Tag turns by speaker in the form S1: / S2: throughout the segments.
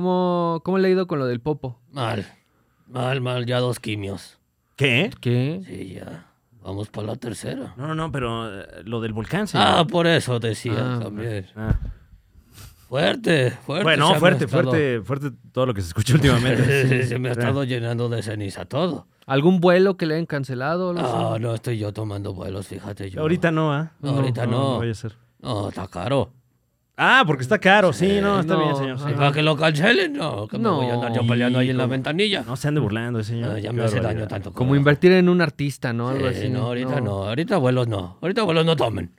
S1: ¿Cómo, ¿Cómo le ha ido con lo del popo?
S2: Mal. Mal, mal. Ya dos quimios.
S3: ¿Qué?
S1: ¿Qué?
S2: Sí, ya. Vamos para la tercera.
S3: No, no, no, pero eh, lo del volcán, señor.
S2: Ah, por eso decía
S1: Ah,
S2: también.
S3: Ah.
S2: Fuerte, fuerte. se
S3: Bueno,
S2: me
S3: fuerte,
S2: ha estado-
S3: fuerte, fuerte todo lo que se escucha últimamente.
S2: se me ha estado llenando de ceniza todo.
S1: ¿Algún vuelo que le hayan cancelado? No sé.
S2: Ah, no estoy yo tomando vuelos, fíjate yo.
S3: Ahorita no, ¿ah?
S2: No, ahorita no.
S3: vaya a ser.
S2: No, está caro.
S3: Ah, porque está caro, sí, no, está
S1: no,
S3: bien, señor. sí.
S2: ¿Y para que lo cancelen? No, que
S1: No.
S2: me voy a andar yo peleando ahí en la
S3: Híjole.
S2: ventanilla.
S3: No se ande burlando, señor.
S2: Ah, ya
S3: Qué
S2: me hace
S3: barbaridad.
S2: daño tanto.
S1: Como
S2: coraje.
S1: invertir en un artista, ¿no? Algo
S2: Sí,
S1: así.
S2: no, ahorita no. ahorita vuelos no. Ahorita vuelos no tomen.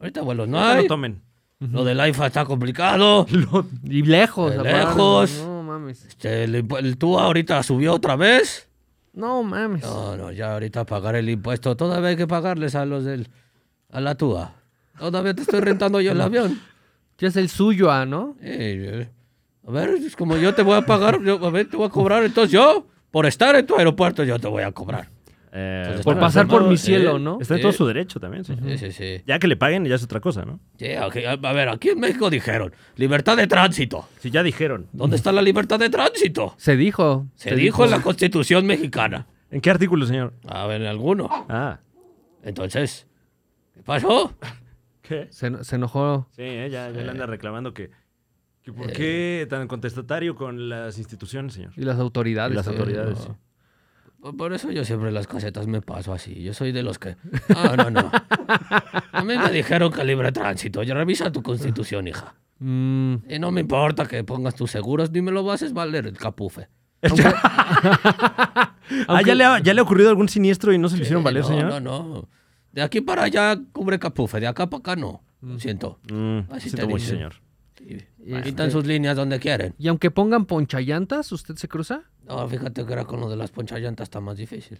S2: Ahorita vuelos no
S3: No
S2: hay.
S3: lo tomen.
S2: Lo del AIFA está complicado.
S1: Y lejos,
S2: De
S1: aparte.
S2: lejos.
S1: No mames.
S2: Este, el, impu- el TUA ahorita subió otra vez.
S1: No mames.
S2: No, no, ya ahorita pagar el impuesto. Todavía hay que pagarles a los del. a la TUA. Todavía te estoy rentando yo el avión.
S1: Ya es el suyo, ah, ¿no?
S2: Eh, eh, a ver, es como yo te voy a pagar, yo, a ver, te voy a cobrar. Entonces yo, por estar en tu aeropuerto, yo te voy a cobrar.
S3: Eh,
S2: Pues
S1: Por
S2: Bueno,
S1: pasar por
S2: no,
S1: mi
S2: eh,
S1: cielo, ¿no?
S3: Está en
S2: Sí.
S3: todo su derecho también, señor.
S2: Sí, sí, sí.
S3: Ya que le paguen, ya es otra cosa, ¿no?
S2: Sí, aquí- a a ver, aquí en México dijeron, libertad de tránsito.
S3: Si ya dijeron.
S2: ¿Dónde está la libertad de tránsito?
S1: Se dijo.
S2: Se, dijo en la Constitución mexicana.
S3: ¿En qué artículo, señor?
S2: A ver, en alguno.
S3: Ah.
S2: Entonces, ¿qué pasó?
S3: ¿Qué?
S1: Se, eno- se enojó.
S3: Sí, eh, ya, ya le anda reclamando que, que
S2: Eh.
S3: por qué tan contestatario con las instituciones, señor.
S1: Y las autoridades.
S3: Y las
S1: también.
S3: autoridades. sí.
S2: Por- Por eso yo siempre en las casetas me paso así. Yo soy de los que... Ah, no, no. A mí me dijeron que libre tránsito. Ya revisa tu constitución, hija.
S1: Mm,
S2: Y no me importa que pongas tus seguros, ni me lo haces valer el capufe.
S3: Ah, ¿ya le, ha, ¿ya le ha ocurrido algún siniestro y no se lo hicieron
S2: Eh,
S3: valer,
S2: no,
S3: señor?
S2: No, no. De aquí para allá cubre capufe, de acá para acá no. Lo siento.
S3: Mm,
S2: Así te
S3: siento mucho,
S2: dicen.
S3: señor.
S2: Y-
S1: Bueno.
S2: Quitan sus líneas donde quieren.
S1: Y aunque pongan ponchallantas, ¿usted se cruza?
S2: No, fíjate que era con lo de las ponchallantas está más difícil.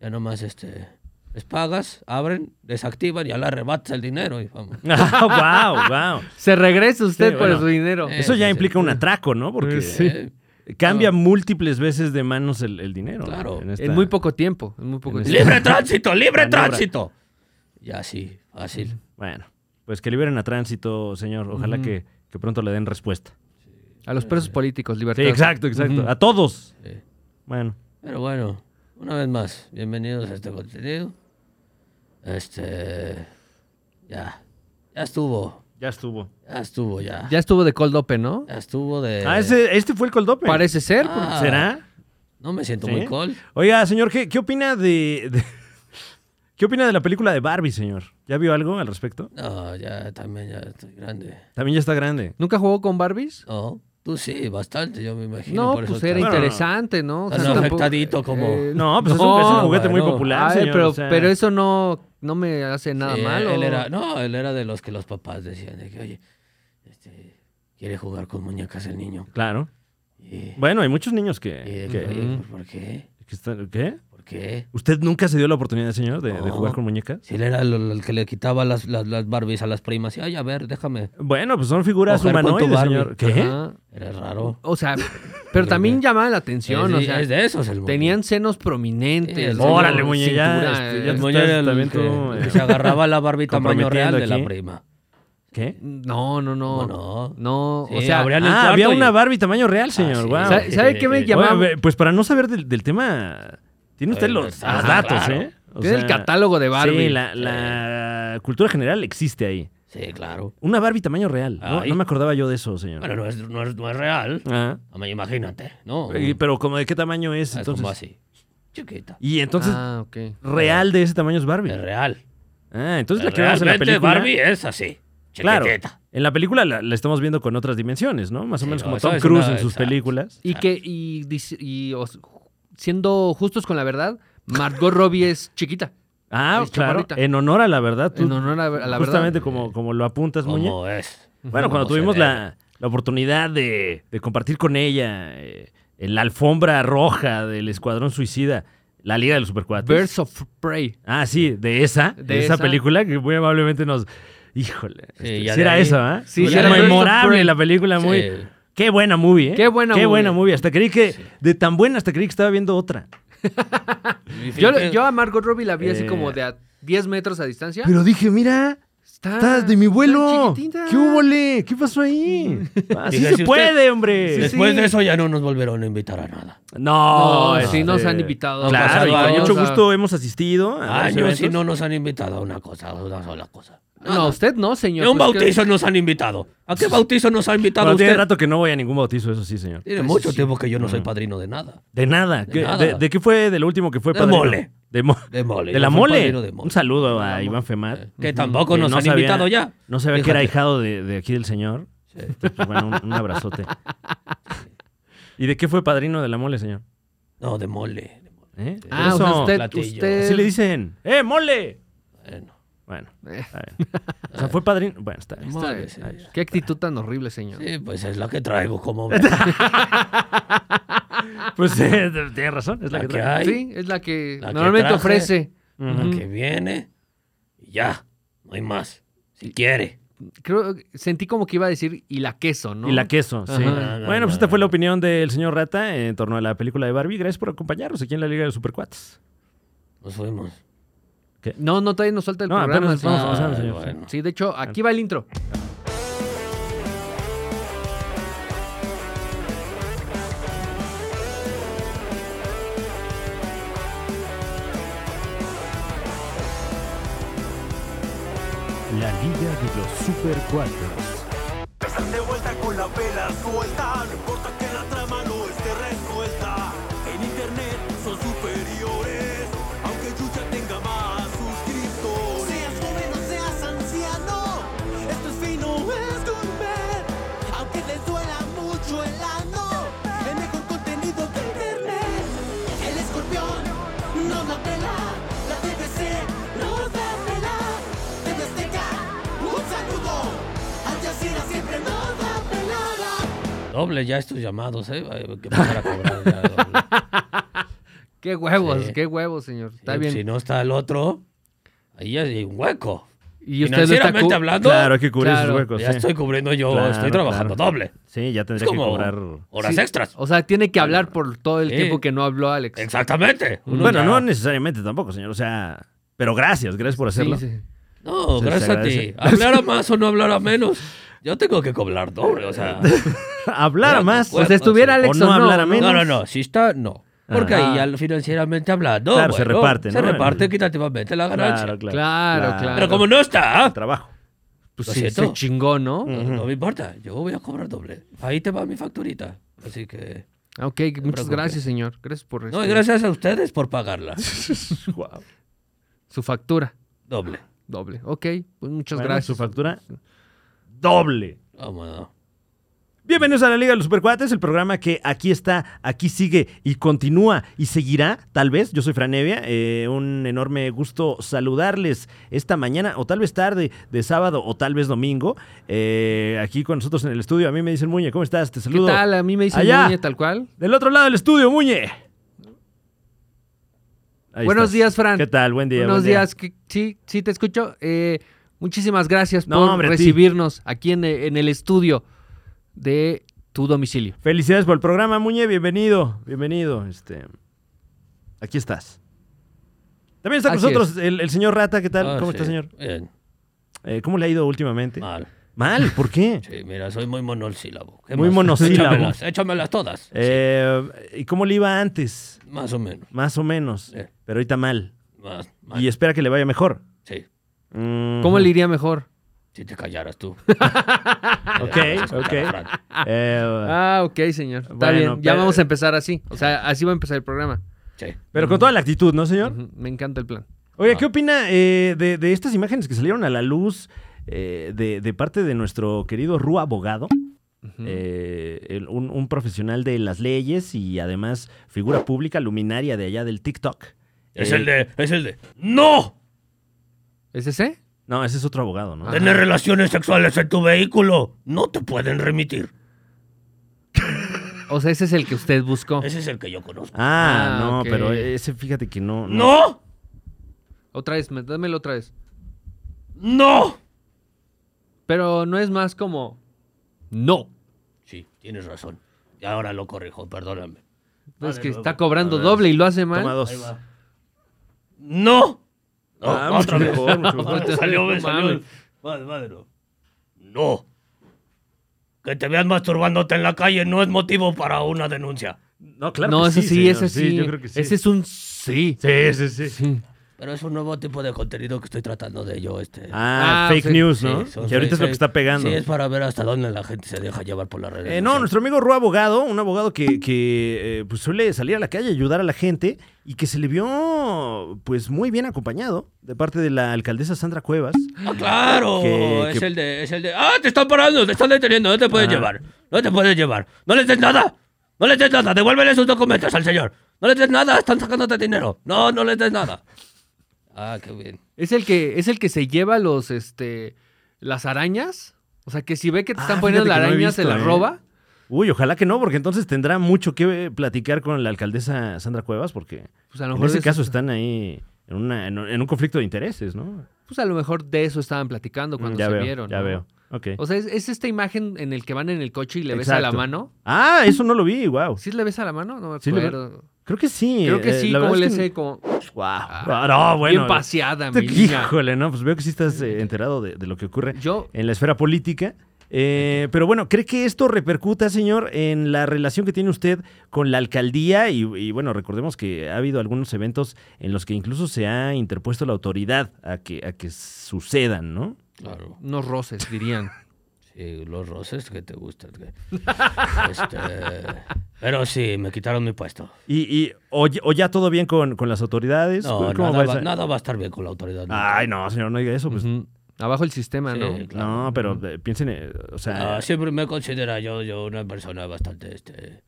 S2: Ya nomás este, les pagas, abren, desactivan y ya le arrebatas el dinero y vamos.
S3: Ah, wow, wow.
S1: Se regresa usted
S3: Sí,
S1: por
S3: bueno.
S1: su dinero.
S2: Eh,
S3: Eso
S2: sí,
S3: ya
S2: sí.
S3: implica un atraco, ¿no? Porque
S2: Eh,
S3: cambia múltiples veces de manos el, el dinero.
S2: Claro.
S3: En esta-
S1: En muy poco tiempo. En muy poco
S3: En
S1: tiempo.
S2: ¡Libre tránsito! ¡Libre
S3: Maniobra.
S2: tránsito! Y así, fácil.
S3: Bueno, pues que liberen a tránsito, señor. Ojalá que, que pronto le den respuesta.
S1: A los presos políticos, libertad.
S3: Sí, exacto, exacto. A todos.
S2: Sí.
S3: Bueno,
S2: Pero bueno, una vez más, bienvenidos a este contenido. Este. Ya. Ya estuvo.
S3: ya estuvo.
S2: Ya estuvo, ya. Ya,
S1: Ya estuvo de cold open, ¿no?
S2: estuvo de.
S3: Ah, ese- este fue el coldope.
S1: Parece ser. porque-
S2: Eh, Ah,
S3: ¿Será?
S2: No me siento
S3: ¿Sí?
S2: muy cool.
S3: Oiga, señor, ¿qué, qué opina de, de- ¿Qué opina de la película de Barbie, señor? ¿Ya vio algo al respecto?
S2: No, ya también ya estoy grande.
S3: También ya está grande.
S1: ¿Nunca jugó con Barbies?
S2: No, tú sí, bastante, yo me imagino.
S1: No,
S2: por eso
S1: pues
S2: te-
S1: era
S3: Bueno, no.
S1: interesante, ¿no?
S2: Tan afectadito como-
S1: Eh,
S3: No, pues es un- es un juguete muy popular,
S1: A ver,
S3: señor,
S1: pero,
S3: o sea.
S1: pero eso no, no me hace
S2: Sí,
S1: nada
S2: él-
S1: malo.
S2: Él era, no, él era de los que los papás decían de que, oye, este, quiere jugar con muñecas el niño.
S3: Claro.
S2: Y,
S3: Bueno, hay muchos niños
S2: y de
S3: que...
S2: que,
S3: que-
S2: oye, pues, ¿por qué?
S3: que están- ¿Qué?
S2: ¿Por qué?
S3: ¿Usted nunca se dio la oportunidad, señor, de, de
S2: No.
S3: jugar con muñecas?
S2: Si él era el, el que le quitaba las, las, las Barbies a las primas. Y, ay, a ver, déjame.
S3: Bueno, pues son figuras
S2: Ojalá con tu
S3: humanoides,
S2: Barbie.
S3: señor. ¿Qué?
S1: Ajá.
S2: Era raro.
S1: O sea, pero también llamaba la atención.
S2: es,
S1: o
S2: de-
S1: sea,
S2: es de esos el mundo.
S1: tenían senos prominentes.
S2: Sí, el-
S1: señor,
S3: Órale, muñe, ya,
S1: cintura,
S3: este, ya
S1: eh,
S2: El muñeco era el
S3: También
S2: que,
S3: tú,
S2: el que
S3: eh,
S2: se agarraba la Barbie tamaño real
S3: comprometiendo
S2: de la
S3: aquí.
S2: prima.
S3: ¿Qué?
S1: No, no, no.
S2: ¿Cómo no?
S1: No, o
S2: Sí,
S1: sea,
S2: abrían el
S3: Ah,
S2: cuarto
S3: había
S2: y- Ah,
S3: una Barbie tamaño real, señor.
S2: sí.
S3: Guau.
S1: ¿sabe, sabe qué me
S2: Oye,
S1: llamaba?
S3: Oye, pues para no saber del, del tema, tiene usted
S2: Oye,
S3: los,
S2: está
S3: los
S2: Eh,
S3: datos,
S2: pues, ah, claro.
S3: ¿eh? O
S1: Tiene el
S3: sea,
S1: catálogo de Barbie.
S3: Sí, la, la cultura general existe ahí.
S2: Sí, claro.
S3: Una Barbie tamaño real. No,
S2: Ay.
S3: No me acordaba yo de eso, señor.
S2: Bueno, no es, no es, no es real.
S3: Ah.
S2: No me- Imagínate, ¿no?
S3: Y- pero como de qué tamaño es,
S2: Es
S3: entonces.
S2: como así. Chiquita.
S3: Y entonces,
S1: ah, ok.
S2: eh.
S3: real de ese tamaño es Barbie.
S2: Es real.
S3: Ah, entonces la que vemos en la
S2: Eh, Realmente
S3: película.
S2: Barbie es así.
S3: Claro.
S2: Chiquitita.
S3: En la película la, la estamos viendo con otras dimensiones, ¿no? Más o
S2: Sí,
S3: menos
S2: no,
S3: como
S2: eso
S3: Tom
S2: es
S3: Cruise
S2: una-
S3: en sus
S2: exacto.
S3: películas.
S1: Y que, y, dice- y os- siendo justos con la verdad, Margot Robbie es chiquita.
S3: Ah,
S1: Es
S3: claro.
S1: chaparrita.
S3: En honor a la verdad. tú-
S1: En honor a, a la
S3: justamente
S1: verdad.
S3: como, como lo apuntas, Muñe.
S2: Como es.
S3: Bueno, cuando
S2: Como se
S3: tuvimos
S2: debe.
S3: la, la oportunidad de, de compartir con ella eh, en la alfombra roja del Escuadrón Suicida, la Liga de los Supercuates.
S1: Birds of Prey.
S3: Ah, sí, de esa, de,
S1: De
S3: esa,
S1: esa.
S3: película que muy amablemente nos... Híjole,
S2: Sí,
S3: este,
S2: ya
S3: sí
S2: de
S3: era
S2: ahí-
S3: esa, ¿eh?
S1: Sí,
S3: Muy
S1: ya de ahí-
S3: memorable la película, muy...
S2: Sí.
S3: Qué buena movie, ¿eh?
S1: Qué buena
S3: Qué
S1: movie.
S3: buena movie. Hasta creí que... De tan buena hasta creí que estaba viendo otra.
S2: Y
S1: Yo,
S2: fíjate-
S1: yo a Margot Robbie la vi así
S3: Eh.
S1: como de a 10 metros a distancia.
S3: Pero dije, mira...
S1: Está,
S3: ¡Estás de mi vuelo!
S1: Ah, tan chiquitita.
S3: ¿Qué hubo, le? ¿Qué pasó ahí? Así
S2: Diga,
S3: se
S2: si usted-
S3: puede, hombre.
S1: Sí, sí.
S2: Después de eso ya no nos volvieron a invitar a nada.
S1: No,
S3: No,
S1: sí
S3: este,
S1: nos han invitado.
S3: Claro,
S2: pasado
S3: y
S2: años,
S3: con pues, ah, mucho
S1: o sea,
S3: gusto ¿eh? hemos asistido. a los
S2: Años y
S3: eventos.
S2: no nos han invitado a una cosa, a una sola cosa.
S1: No, usted no,
S2: Ni
S1: señor.
S2: a un
S1: pues, ¿qué-
S2: bautizo nos han invitado. ¿A qué bautizo nos ha invitado
S3: Bueno, tiene
S2: usted?
S3: rato que no voy a ningún bautizo, eso sí, señor.
S2: Tiene mucho
S1: Sí.
S2: tiempo que yo no soy padrino de nada.
S3: De nada. ¿Qué-
S2: nada.
S3: De, de qué fue de lo último que fue?
S2: De
S3: padrino?
S2: mole.
S3: De, mo-
S2: De mole. yo
S3: de la
S2: soy
S3: mole.
S2: padrino de mole.
S3: Un saludo
S2: De
S3: a
S2: la
S3: Iván
S2: Eh,
S3: Femar.
S2: Que tampoco
S3: que
S2: nos
S3: no
S2: han
S3: sabía-
S2: invitado ya.
S3: No sabía que era
S2: Fíjate.
S3: ahijado de, de aquí del señor. Entonces, pues, bueno, un, un abrazote. ¿Y de qué fue padrino de la mole, señor?
S2: No, de mole. de mole.
S3: ¿Eh?
S1: Ah, o
S3: Eso,
S1: sea, usted,
S2: platillo.
S1: usted...
S3: Así le dicen. ¡Eh, mole!
S2: Bueno,
S3: Bueno,
S1: Eh,
S3: está bien. O sea, fue padrino. Bueno, está bien.
S1: está
S2: madre,
S1: bien.
S2: señor.
S1: Qué actitud tan horrible, señor.
S2: Sí, pues es la que traigo como
S3: Pues eh, tiene razón, es la,
S2: La
S3: que
S2: que
S3: trae.
S2: hay. Ay.
S1: Sí, es la que
S2: La que
S1: normalmente
S2: traje.
S1: ofrece.
S2: la que viene y ya, no hay más. Si quiere.
S1: Creo, sentí como que iba a decir y la queso, ¿no?
S3: Y la queso, sí.
S1: Ajá.
S3: bueno, pues esta fue la opinión del señor Rata en torno a la película de Barbie. Gracias por acompañarnos aquí en la Liga de los Supercuates.
S2: Nos fuimos.
S1: No, no todavía nos falta el
S3: No,
S1: programa.
S3: apenas
S1: sí.
S3: vamos a
S1: Ah,
S3: pasar, señor.
S2: bueno.
S1: Sí, de hecho, aquí va el intro.
S3: La Liga de los Supercuates.
S4: Están de vuelta con la vela suelta, no importa que la trama no esté resuelta. En internet son superiores, aunque Yuya tenga más suscriptores. Seas joven o seas anciano, esto es fino, es gourmet. Aunque les duela mucho el ano, el mejor contenido de internet. El escorpión no la pela, la TVC no la pela. TV Azteca, un saludo. Al Jazeera siempre no da pelada.
S2: Doble ya estos llamados, ¿eh? Hay que empezar a cobrar ya doble.
S1: Qué huevos,
S2: Sí.
S1: qué huevos, señor. Está
S2: Sí, pues,
S1: bien.
S2: Si no está el otro, ahí hay un hueco.
S1: Y usted lo está
S2: Financieramente
S1: cu-
S2: hablando,
S3: Claro, hay que cubrir
S1: Claro,
S3: esos huecos.
S2: ya
S3: sí.
S2: estoy cubriendo yo,
S3: Claro,
S2: estoy trabajando
S3: claro.
S2: doble.
S3: Sí, ya
S2: Es
S3: tendría que
S2: como
S3: cobrar.
S2: horas
S1: Sí,
S2: extras. Ah,
S1: O sea, tiene que hablar por todo el
S2: Sí.
S1: tiempo que no habló Alex.
S2: Exactamente. Uno
S3: Bueno,
S2: ya-
S3: no necesariamente tampoco, señor. O sea, pero gracias, gracias por
S1: Sí,
S3: hacerlo.
S1: sí.
S2: No,
S3: Se- se
S2: gracias a ti.
S3: agradece.
S2: Hablara más o no hablara menos. Yo tengo que cobrar doble, o sea.
S3: Hablar
S2: Mira,
S3: más.
S1: O sea, estuviera
S2: pues, O
S1: Alex o
S3: no
S1: no.
S3: hablar a
S2: No,
S3: menos.
S2: no, no. Si está, no. Porque
S1: Ah.
S2: ahí ya financieramente hablando.
S3: Claro, se
S2: bueno,
S3: reparte,
S2: Se
S3: ¿no?
S2: reparte equitativamente la ganancia.
S3: Claro, claro.
S1: Claro, claro.
S2: Pero como no está,
S3: Trabajo.
S1: Pues
S2: Lo
S1: sí,
S2: siento. Mm.
S1: se chingó, ¿no?
S2: no, me importa. Yo voy a cobrar doble. Ahí te va mi facturita. Así que.
S1: Ah, Ok, muchas
S2: preocupes.
S1: gracias, señor. Gracias por
S2: No, y
S1: este,
S2: gracias a ustedes por pagarla.
S3: Guau.
S1: su factura.
S2: Doble.
S1: Doble. Ok, pues muchas
S3: Bueno,
S1: gracias.
S3: Su factura doble.
S2: Vamos, no.
S3: Bienvenidos a la Liga de los Supercuates, el programa que aquí está, aquí sigue y continúa y seguirá, tal vez. Yo soy Franevia, eh, un enorme gusto saludarles esta mañana, o tal vez tarde, de sábado, o tal vez domingo, eh, aquí con nosotros en el estudio. A mí me dicen Muñe, ¿cómo estás? Te
S1: ¿Qué
S3: saludo.
S1: tal? A mí me dicen
S3: Allá.
S1: Muñe tal cual.
S3: Del otro lado del estudio, Muñe. Ahí
S1: Buenos
S3: estás.
S1: días, Fran.
S3: ¿Qué tal? Buen día.
S1: Buenos
S3: buen día.
S1: días. que- Sí, sí, te escucho. Eh, muchísimas gracias
S3: No,
S1: por
S3: hombre, a ti.
S1: recibirnos aquí en, eh, en el estudio de tu domicilio.
S3: Felicidades por el programa, Muñe. Bienvenido, bienvenido. Este, aquí estás. También está con
S1: Así
S3: nosotros el, el señor Rata. ¿Qué tal?
S2: Ah,
S3: ¿Cómo
S2: sí.
S3: está, señor?
S2: Bien.
S3: Eh, ¿Cómo le ha ido últimamente?
S1: Ah.
S2: Mal.
S3: Mal, ¿por qué?
S2: Sí, mira, soy muy monosílabo. ¿Qué
S3: Muy
S2: más?
S3: monosílabo.
S2: Échamelas, échamelas todas.
S3: Eh, ¿Y cómo le iba antes?
S2: Más o menos.
S3: Más o menos.
S1: Eh.
S2: Sí.
S3: Pero ahorita mal.
S2: Más, más.
S3: Y espera que le vaya mejor.
S2: Sí,
S3: Mm.
S1: ¿Cómo le iría mejor?
S2: si te callaras tú.
S3: Ok, ok.
S2: Fran.
S3: Eh,
S1: Ah, ok, señor. Está
S3: Bueno, pues, eh,
S1: bien. Ya
S3: pero-
S1: vamos a empezar así. O sea, así va a empezar el programa.
S2: Sí.
S3: pero con toda la actitud, ¿no, señor?
S1: Ujú, Ah. Me encanta el plan.
S3: Oiga, ¿qué opina eh, de, de estas imágenes que salieron a la luz eh, de, de parte de nuestro querido Rúa Abogado? eh, el- un, un profesional de las leyes y además figura pública luminaria de allá del TikTok.
S2: Es
S3: Eh,
S2: el de, es el de, ¡No!
S1: ¿Es ese?
S3: No, ese es otro abogado, ¿no?
S1: Ah.
S2: Tener relaciones sexuales en tu vehículo no te pueden remitir.
S1: O sea, ese es el que usted buscó.
S2: Ese es el que yo conozco.
S3: Ah,
S1: Ah,
S3: no,
S1: ok.
S3: pero ese fíjate que no.
S2: ¡No!
S1: Otra vez, me- dámelo otra vez.
S2: ¡No!
S1: Pero no es más como. No.
S2: Sí, tienes razón. Y ahora lo corrijo, perdóname.
S1: Es que
S2: luego.
S1: está cobrando
S3: A ver.
S1: doble y lo hace
S3: Toma
S1: mal.
S3: dos.
S2: Ahí va. ¡No! No,
S3: Ah,
S2: otra
S3: mucho
S2: vez. Ah,
S3: mejor, Ah, mucho mejor.
S2: Salió, me
S1: No
S2: salió.
S1: mames.
S2: Más madero. No. Que te veas masturbándote en la calle no es motivo para una denuncia.
S3: No, claro
S1: no,
S3: que
S1: ese sí,
S3: señor,
S1: ese sí.
S3: Yo creo que sí.
S1: Ese es un sí.
S3: Sí, sí, sí.
S1: Sí.
S2: Pero es un nuevo tipo de contenido que estoy tratando de yo, este.
S3: Ah,
S1: Ah,
S3: fake
S1: sí,
S3: news,
S2: Sí,
S3: ¿no?
S2: son
S3: que ahorita es lo
S2: fake-
S3: que está pegando.
S2: Sí, es para ver hasta dónde la gente se deja llevar por las redes.
S3: Eh, no,
S2: sociales.
S3: nuestro amigo Ru Abogado, un abogado que, que, eh, pues suele salir a la calle, ayudar a la gente y que se le vio pues muy bien acompañado de parte de la alcaldesa Sandra Cuevas.
S2: Ah, claro,
S3: Que-
S2: es
S3: que-
S2: el de, es el de, ah, te están parando, te están deteniendo, no te puedes
S3: Ah.
S2: llevar, no te puedes llevar, no les des nada, no les des nada, devuélvele sus documentos al señor, no les des nada, están sacándote dinero, no, no les des nada. Ah, qué bien.
S1: Es el que, es el que se lleva los, este, las arañas. O sea, que si ve que te
S3: Ah,
S1: están poniendo la
S3: fíjate que no he
S1: araña, se
S3: visto,
S1: la
S3: ¿eh?
S1: roba.
S3: Uy, ojalá que no, porque entonces tendrá mucho que eh, platicar con la alcaldesa Sandra Cuevas, porque
S1: Pues a lo
S3: en
S1: mejor
S3: ese
S1: es-
S3: caso están ahí en, una- en un- en un conflicto de intereses, ¿no?
S1: Pues a lo mejor de eso estaban platicando cuando
S3: Mm, ya
S1: se
S3: veo,
S1: vieron.
S3: ya
S1: ¿no?
S3: veo. Ok.
S1: O sea, es, es esta imagen en el que van en el coche y le besa la
S3: Exacto.
S1: mano.
S3: Ah, eso no lo vi, wow.
S1: ¿Sí le besa la mano? No me
S3: Sí le ve-
S1: acuerdo.
S3: Creo que sí.
S1: Creo que
S3: eh,
S1: sí,
S3: la
S1: como
S3: verdad
S1: le
S3: es que-
S1: sé, como
S3: Wow.
S1: Ah,
S3: no, bueno.
S1: bien paseada,
S3: Te-
S1: mi niña.
S3: Híjole, no, pues veo que sí estás eh, enterado de, de lo que ocurre
S1: Yo,
S3: en la esfera política. Eh, pero bueno, ¿cree que esto repercuta, señor, en la relación que tiene usted con la alcaldía? Y, y bueno, recordemos que ha habido algunos eventos en los que incluso se ha interpuesto la autoridad a que, a que sucedan, ¿no?
S2: Claro,
S1: unos roces, dirían.
S2: sí, los roces que te gustan. que- Este, pero sí, me quitaron mi puesto.
S3: Y, y- o, ya- o ya todo bien con, con las autoridades.
S2: No, nada
S3: ¿Cómo va
S2: va,
S3: esa-
S2: nada va a estar bien con la autoridad. nunca.
S3: Ay, no, señor, no diga eso. Pues,
S1: Ujú. Abajo el sistema,
S2: Sí,
S1: ¿no?
S2: claro.
S3: No, pero eh, piensen, eh, o sea...
S2: Ah, siempre me considera yo, yo una persona bastante, este,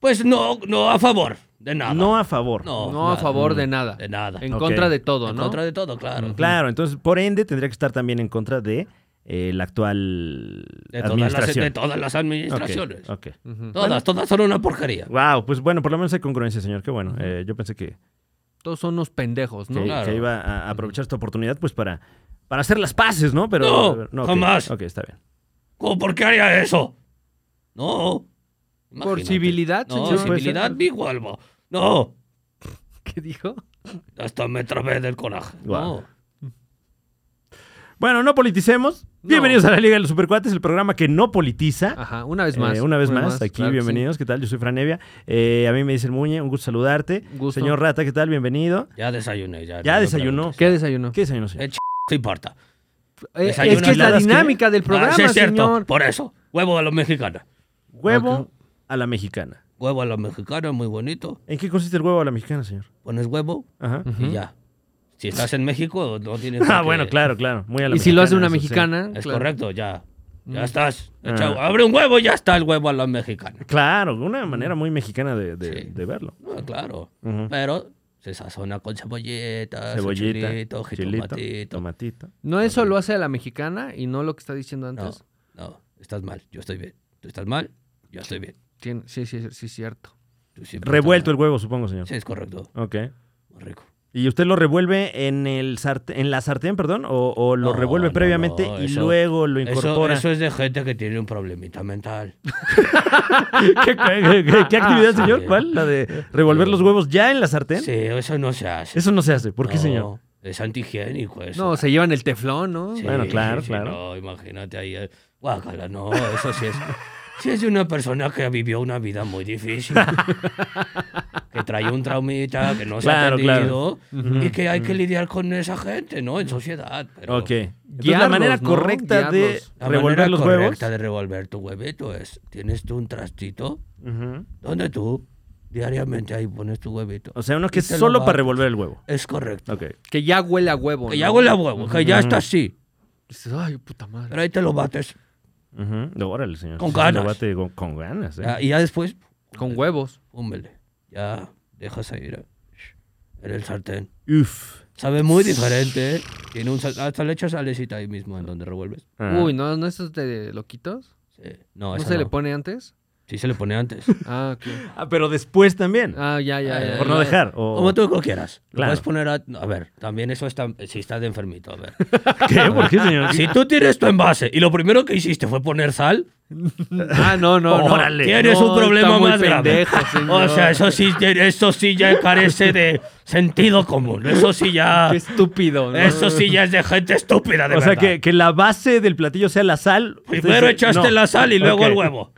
S2: pues no, no a favor de nada.
S3: No a favor.
S2: No,
S1: No a
S2: Oh, nada. mm,
S1: favor de nada.
S2: De nada.
S1: En
S3: Ok.
S1: contra de todo,
S2: En
S1: ¿no?
S2: contra de todo, claro.
S3: Claro, entonces, por ende, tendría que estar también en contra de eh, la actual
S2: De todas, las, de
S3: administración.
S2: todas las administraciones.
S1: Ujú.
S2: Todas, todas son una porquería.
S3: Wow, pues bueno, por lo menos hay congruencia, señor. Qué bueno. Eh, yo pensé que,
S1: Todos son unos pendejos, ¿no?
S3: que-
S2: Claro.
S3: que iba a aprovechar esta oportunidad, pues para, para hacer las paces, ¿no? Pero
S2: No,
S3: ok,
S2: jamás.
S3: Ok, está bien.
S2: ¿Cómo, ¿Por qué haría eso? No.
S1: Por
S2: Imagínate.
S1: civilidad,
S2: No,
S1: señor.
S2: civilidad, mi gualba. No.
S1: ¿Qué dijo?
S2: Hasta me trabé del coraje.
S3: Guau.
S2: No.
S3: Bueno, no politicemos.
S1: No.
S3: Bienvenidos a la Liga de los Supercuates, el programa que no politiza.
S1: Ajá, Ah, una vez más.
S3: Eh, una vez más, aquí,
S1: claro que
S3: bienvenidos. ¿Qué tal? Yo soy Franevia. Eh, a mí me dicen Muñe, un gusto saludarte.
S1: Un gusto.
S3: Señor Rata, ¿qué tal? Bienvenido.
S2: Ya desayuné. Ya,
S3: Ya
S2: no me
S3: desayunó.
S1: sí. ¿Qué desayuno?
S3: ¿Qué desayunó, señor?
S2: preguntes. Eh, ch- no importa.
S1: Eh,
S2: desayuno
S1: es que es la
S3: enchiladas, ¿qué?
S1: dinámica del programa,
S2: Ah, sí, es cierto.
S1: señor.
S2: Por eso. Huevo a los mexicanos.
S3: Huevo
S1: Ok.
S3: a la mexicana.
S2: Huevo a los mexicanos, muy bonito.
S3: ¿En qué consiste el huevo a la mexicana, señor?
S2: Pones huevo
S3: Ajá.
S2: y ya. Si estás en México, no tienes. por
S3: Ah,
S2: qué-
S3: bueno, claro, claro. Muy a la
S1: Y si lo hace
S3: mexicana,
S1: una
S3: eso sí.
S1: mexicana.
S2: Es
S1: claro.
S2: correcto, ya. Ya
S1: Mm.
S2: estás. Echa-
S3: Ah.
S2: abre un huevo y ya está el huevo a los mexicanos.
S3: Claro, una manera muy mexicana de, de-
S2: Sí.
S3: de verlo.
S2: No, Ah, claro.
S3: Ujú.
S2: Pero se sazona con cebollitas,
S3: Mm. Cebollita,
S2: chilito,
S3: chilito,
S2: jitomatito.
S3: tomatito.
S1: No, eso lo hace a la mexicana y no lo que está diciendo
S2: No,
S1: antes.
S2: no, estás mal. Yo estoy bien. Tú estás mal, yo estoy bien.
S1: Tiene- sí, sí, sí, cierto.
S2: Tú siempre
S3: Revuelto el
S2: estás
S3: huevo, supongo, señor.
S2: mal. Sí, es correcto.
S3: Ok.
S2: Muy rico.
S3: ¿Y usted lo revuelve en el sartén, en la sartén, perdón? ¿O, o lo
S2: No,
S3: revuelve
S2: no,
S3: previamente
S2: no,
S3: y
S2: eso-
S3: luego lo
S2: Eso,
S3: incorpora?
S2: eso es de gente que tiene un problemita mental.
S3: ¿Qué, qué- qué- qué actividad,
S2: sí.
S3: señor? ¿Cuál? ¿La de revolver los huevos ya en la sartén?
S2: Sí, eso no se hace.
S3: Eso no se hace. ¿Por qué,
S2: No,
S3: señor?
S2: Es antihigiénico eso.
S1: No, se llevan el teflón, ¿no?
S2: Sí,
S3: Bueno, claro,
S2: sí, sí,
S3: claro.
S2: No, imagínate ahí. eh, Guácala, no, eso sí es. Sí es de una persona que vivió una vida muy difícil, que trae un traumita, que no se
S3: Claro,
S2: ha
S3: claro.
S2: atendido y que hay que lidiar con esa gente, ¿no? En sociedad. Pero
S3: Ok. Entonces, la
S1: Guiarlos,
S3: manera
S1: ¿no?
S3: correcta de
S1: Guiarlos.
S2: la
S3: revolver
S2: manera
S3: los huevos.
S2: correcta de revolver tu huevito es, tienes tú un trastito
S3: Ujú.
S2: donde tú diariamente ahí pones tu huevito.
S3: O sea, uno que
S2: Y
S3: es
S2: te lo
S3: solo para
S2: bates.
S3: revolver el huevo.
S2: Es correcto.
S3: Ok.
S1: Que ya huele a huevo.
S2: Que
S1: ¿no?
S2: ya huele a huevo, que ya está así.
S1: Dices, ay, puta madre.
S2: Pero ahí te lo bates.
S3: Ujú. Órale, señor.
S2: Con
S3: Sí, sí, lo
S2: ganas. Ah,
S3: bate con, con ganas. ¿eh?
S2: Ya- y ya después...
S1: Con huevos.
S2: Húmele. Ya, dejas ahí eh, en el sartén.
S3: Uf.
S2: Sabe muy diferente, ¿eh? Tiene un sal- hasta le echas salecita ahí mismo en donde revuelves.
S3: Ah.
S1: Uy, ¿no, ¿no esos de loquitos?
S2: Sí. No,
S1: ¿No,
S2: esa
S1: se le
S2: no.
S1: pone antes?
S2: Sí se le pone antes.
S1: Ah, ok.
S3: Ah, pero después también.
S1: Ah, ya, ya, ya.
S2: Eh,
S3: por no
S2: la-
S3: dejar. O...
S2: Como tú lo quieras. Lo
S3: Claro.
S2: puedes poner a... A ver, también eso está... Si estás de enfermito, a ver.
S3: ¿Qué? ¿Por qué, señor?
S2: si tú tienes tu envase y lo primero que hiciste fue poner sal,
S1: Ah, no, no, no.
S3: Órale.
S2: Tienes
S1: No,
S2: un problema
S1: está muy
S2: más grave.
S1: pendejo, señor.
S2: o sea, eso sí, eso sí ya carece de sentido común. Eso sí ya.
S1: Qué estúpido. ¿no?
S2: Eso sí ya es de gente estúpida, de
S3: o sea,
S2: verdad.
S3: que, que la base del platillo sea la sal.
S2: Primero
S3: Ustedes-
S2: echaste
S3: Pues no.
S2: la sal y luego
S3: Ok.
S2: el huevo.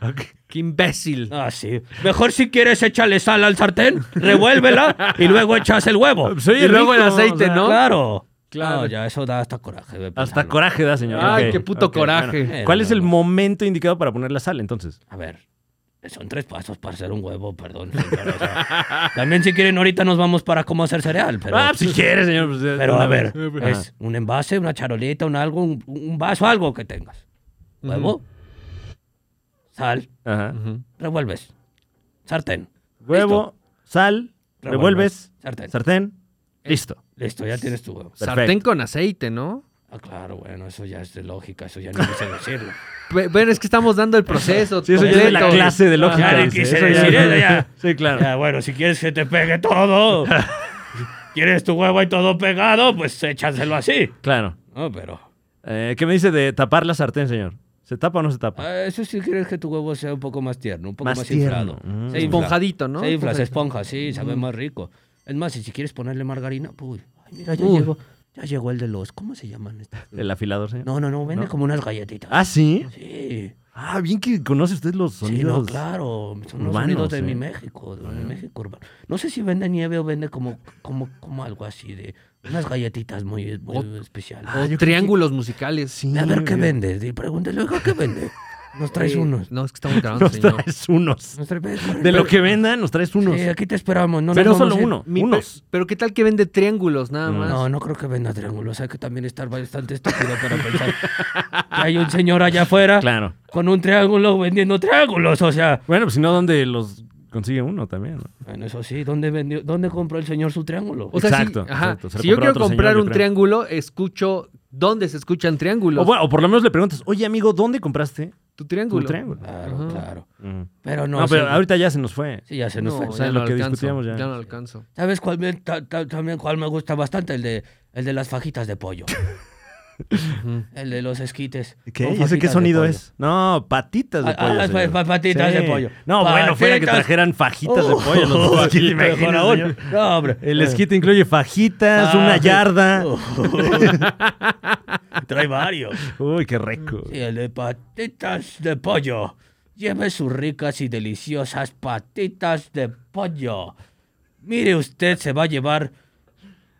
S1: Qué imbécil.
S2: Ah, sí. Mejor si quieres échale sal al sartén, revuélvela y luego echas el huevo.
S3: Pues, oye,
S1: Y luego el
S3: rico,
S1: aceite, ¿no?
S2: Claro.
S1: Claro.
S2: No, ya, eso da hasta coraje. pues, de
S3: Hasta
S2: pensarlo.
S3: coraje da, señor.
S1: Ay,
S3: Ok,
S1: qué puto
S3: ok,
S1: coraje.
S2: Eh,
S3: bueno. eh, ¿Cuál es el momento indicado para poner la sal, entonces?
S2: A ver, son tres pasos para hacer un huevo, perdón. señor, o sea, también si quieren ahorita nos vamos para cómo hacer cereal, pero...
S3: ah, si quieres, pues. señor. pues, Ah, de-
S2: Pero
S3: de
S2: a
S3: una
S2: ver,
S3: vez.
S2: es un envase, una charolita, un algo, un, un vaso, algo que tengas. Huevo, sal,
S3: Ajá.
S1: Ujú.
S2: revuelves, sartén.
S3: Huevo, sal,
S2: Revuelves,
S3: revuelves,
S2: sartén.
S3: sartén, listo.
S2: Listo, ya tienes tu huevo.
S1: Sartén
S3: Perfecto.
S1: con aceite, ¿no?
S2: Ah, claro, bueno, eso ya es de lógica, eso ya no sé decirlo.
S1: Pe- Bueno, es que estamos dando el proceso.
S3: Sí, eso ya es de la
S1: completo.
S3: clase de lógica.
S2: Ya le
S3: dice,
S2: quise
S3: eso ya-
S2: decir, eh, ya.
S3: Sí, claro.
S2: Ya, bueno, si quieres que te pegue todo, quieres tu huevo y todo pegado, pues échaselo así.
S3: Claro.
S2: No, pero...
S3: Eh, ¿Qué me dice de tapar la sartén, señor? ¿Se tapa o no se tapa?
S2: Ah, Eso sí quieres que tu huevo sea un poco más tierno, un poco
S3: Más
S2: más,
S3: tierno,
S2: inflado.
S3: mm.
S2: Se Mm. infla.
S1: Esponjadito, ¿no?
S2: Se infla, se
S1: Esponjadito.
S2: esponja, sí, sabe más rico. Es más, y si quieres ponerle margarina, uy, ay, mira, ya
S1: Uy.
S2: llegó, ya llegó el de los, ¿cómo se llaman estas?
S3: El afilador, señor.
S2: Ah, No, no, no, vende como unas galletitas.
S3: Ah, sí.
S2: sí.
S3: Ah, bien que conoce usted los
S2: Sí, no,
S3: sonidos.
S2: claro, son
S3: urbanos,
S2: los sonidos de mi
S3: ¿eh?
S2: México, de mi México urbano. No sé si vende nieve o vende como, como, como algo así de unas galletitas muy, muy especiales.
S3: Ah,
S1: O triángulos musicales.
S3: Sí,
S2: a ver qué
S3: oiga.
S2: vende, di- pregúntale, oiga, ¿qué vende? Nos traes
S1: Eh,
S2: unos.
S1: No, es que estamos grabando,
S3: Nos
S1: señor.
S3: traes unos.
S2: Nos traes-
S3: De lo que vendan, nos traes unos.
S2: Sí, aquí te esperamos. No nos
S3: Pero
S2: vamos
S3: solo
S2: a ir.
S3: uno.
S1: Mi-
S3: Unos. Mm.
S1: Pero qué tal que vende triángulos nada más.
S2: No, no creo que venda triángulos. Hay que también estar bastante estúpido para pensar que hay un señor allá afuera
S3: Claro.
S2: con un triángulo vendiendo triángulos. O sea,
S3: Bueno, pues si no, ¿dónde los consigue uno también? no?
S2: bueno, eso sí, ¿dónde vendió, dónde compró el señor su triángulo?
S1: O sea, si-
S3: Exacto,
S1: ajá,
S3: exacto. Se lo
S1: si yo
S3: compró a
S1: quiero
S3: otro señor,
S1: comprar
S3: yo
S1: un
S3: creo.
S1: triángulo, escucho dónde se escuchan triángulos.
S3: O, Oh, bueno, o por lo menos le preguntas, oye amigo, ¿dónde compraste
S1: tu
S3: tu
S1: triángulo.
S3: triángulo?
S2: Claro,
S1: Ajá.
S2: claro.
S3: Mm.
S2: Pero Ah. no.
S3: No, pero
S2: sí,
S3: ahorita ya se nos fue.
S2: sí, ya se nos
S1: No,
S2: fue.
S1: ya
S3: sea,
S1: no
S3: lo que
S1: alcanzo,
S3: discutíamos ya.
S1: no alcanzo.
S2: ¿Sabes cuál me, ta- ta- también cuál me gusta bastante? El de, el de las fajitas de pollo. el de los esquites. con
S3: ¿Qué? ¿Y ese qué
S2: fajitas de
S3: sonido
S2: pollo.
S3: es? No, patitas de
S2: Ah,
S3: pollo.
S2: ah,
S3: señor.
S2: pa- pa- patitas de pollo.
S3: No, bueno, fuera que
S2: Patitas.
S3: trajeran fajitas de
S2: Uh,
S3: pollo. Los
S2: uy,
S3: dos esquites,
S2: mejor
S3: imagínese,
S2: aún.
S3: señor.
S2: No, hombre.
S3: El esquite incluye fajitas,
S2: Ah,
S3: una
S2: sí.
S3: yarda.
S2: Trae varios.
S3: Uy, qué rico.
S2: Y el de patitas de pollo. Lleve sus ricas y deliciosas patitas de pollo. Mire usted, se va a llevar.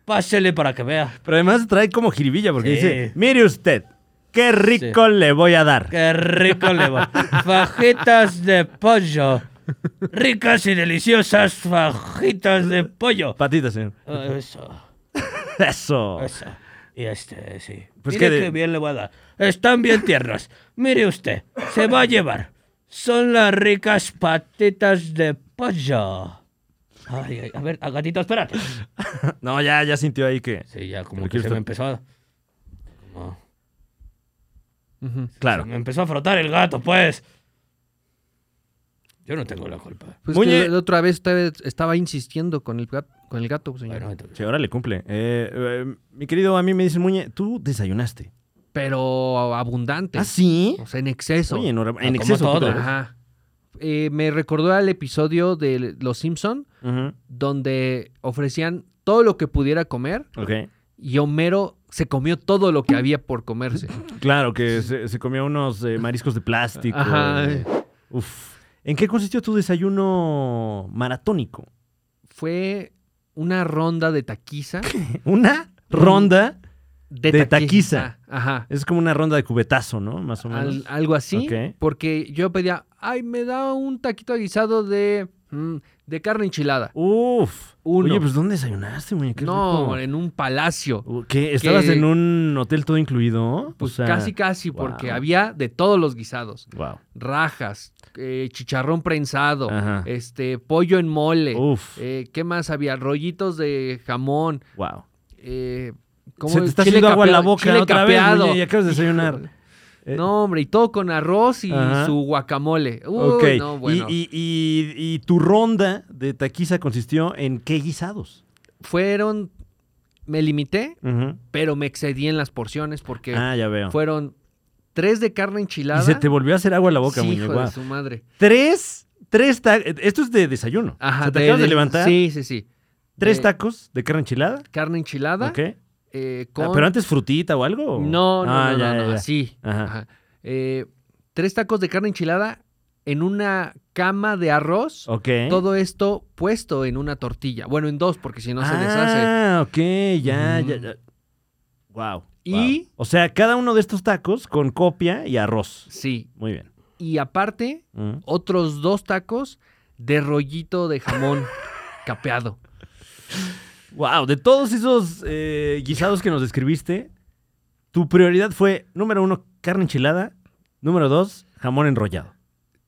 S2: Pásele para que vea.
S3: Pero además trae como jiribilla porque
S2: Sí.
S3: dice, mire usted, qué rico le voy a dar.
S2: Qué rico le va. Fajitas de pollo. Ricas y deliciosas fajitas de pollo.
S3: Patitas, señor.
S2: Ah, Eso.
S3: Eso.
S2: Eso. Y este, sí.
S3: Pues
S2: Mire
S3: que
S2: que
S3: de-
S2: bien le voy a dar. Están bien tiernos. Mire usted, se va a llevar. Son las ricas patitas de pollo. Ay, ay, a ver, a gatito, espérate.
S3: No, ya, ya sintió ahí que...
S2: Sí, ya como
S3: Aquí
S2: que se
S3: está.
S2: me empezó a... como-
S1: Ujú.
S3: Claro.
S2: se me empezó a frotar el gato, pues. Yo no tengo la culpa.
S1: Pues
S3: Muñe-
S1: que la otra vez usted estaba insistiendo con el gato, con el gato, señor.
S2: Bueno, entonces-
S3: Sí, ahora le cumple. Eh, eh, mi querido, a mí me dicen, Muñe, tú desayunaste.
S1: Pero abundante.
S3: ¿Ah, sí?
S1: O sea, en exceso.
S3: Oye, enhorabu-
S2: Ah,
S3: en
S2: como
S3: exceso.
S2: todo.
S3: otra vez.
S1: Ajá. Eh, me recordó al episodio de Los Simpson
S3: Ujú.
S1: donde ofrecían todo lo que pudiera comer
S3: Ok.
S1: y Homero se comió todo lo que había por comerse.
S3: Claro, que se, se comió unos eh, mariscos de plástico.
S1: Ajá.
S3: eh, Uf. ¿En qué consistió tu desayuno maratónico?
S1: Fue una ronda de taquiza.
S3: Una ronda. De taquiza.
S1: Ah, Ajá.
S3: Es como una ronda de cubetazo, ¿no? Más o menos.
S1: Al- algo así.
S3: Ok.
S1: Porque yo pedía, ay, me da un taquito guisado de, mm, de carne enchilada.
S3: Uf.
S1: Uno.
S3: Oye, pues ¿dónde desayunaste, muñe? Qué
S1: no,
S3: rico.
S1: en un palacio.
S3: Uh, ¿Qué? ¿Estabas
S1: que-
S3: en un hotel todo incluido?
S1: Pues
S3: O sea,
S1: casi, casi, porque
S3: wow.
S1: había de todos los guisados.
S3: Wow.
S1: Rajas, eh, chicharrón prensado,
S3: Ajá.
S1: este pollo en mole.
S3: Uf.
S1: eh, ¿Qué más había? Rollitos de jamón.
S3: Wow.
S1: eh, ¿cómo
S3: Se te
S1: es?
S3: está
S1: Chile
S3: haciendo agua a la
S1: capeado-
S3: boca
S1: chile
S3: otra vez,
S1: capeado.
S3: muñe, y acabas de desayunar. Eh,
S1: No, hombre, y todo con arroz y
S3: Ajá.
S1: su guacamole. Uy,
S3: ok.
S1: no, bueno.
S3: y, y- y- y tu ronda de taquiza consistió en qué guisados?
S1: Fueron, me limité,
S3: Ujú.
S1: pero me excedí en las porciones porque
S3: Ah, ya veo.
S1: fueron tres de carne enchilada.
S3: Y se te volvió a hacer agua la boca,
S1: Sí, hijo
S3: muñeco.
S1: de su madre.
S3: Tres, tres tacos. Esto es de desayuno.
S1: Ajá,
S3: O sea, te acabas de, levantar.
S1: Sí, sí, sí.
S3: Tres
S1: de-
S3: tacos de carne enchilada.
S1: Carne enchilada.
S3: Ok.
S1: eh,
S3: Ah,
S1: con...
S3: Pero antes frutita o algo. o-
S1: No, no,
S3: Ah,
S1: no,
S3: ya,
S1: no,
S3: ya,
S1: no,
S3: ya.
S1: así.
S3: Ajá.
S1: Ajá. Eh, tres tacos de carne enchilada en una cama de arroz.
S3: Ok.
S1: Todo esto puesto en una tortilla. Bueno, en dos, porque si no se deshace.
S3: ah, ok, ya, ya,
S1: Mm.
S3: ya. Wow.
S1: Y-
S3: O sea, cada uno de estos tacos con copia y arroz.
S1: Sí.
S3: Muy bien.
S1: Y aparte,
S3: Mm.
S1: otros dos tacos de rollito de jamón capeado.
S3: Wow, de todos esos eh, guisados que nos describiste, tu prioridad fue, número uno, carne enchilada, número dos, jamón enrollado.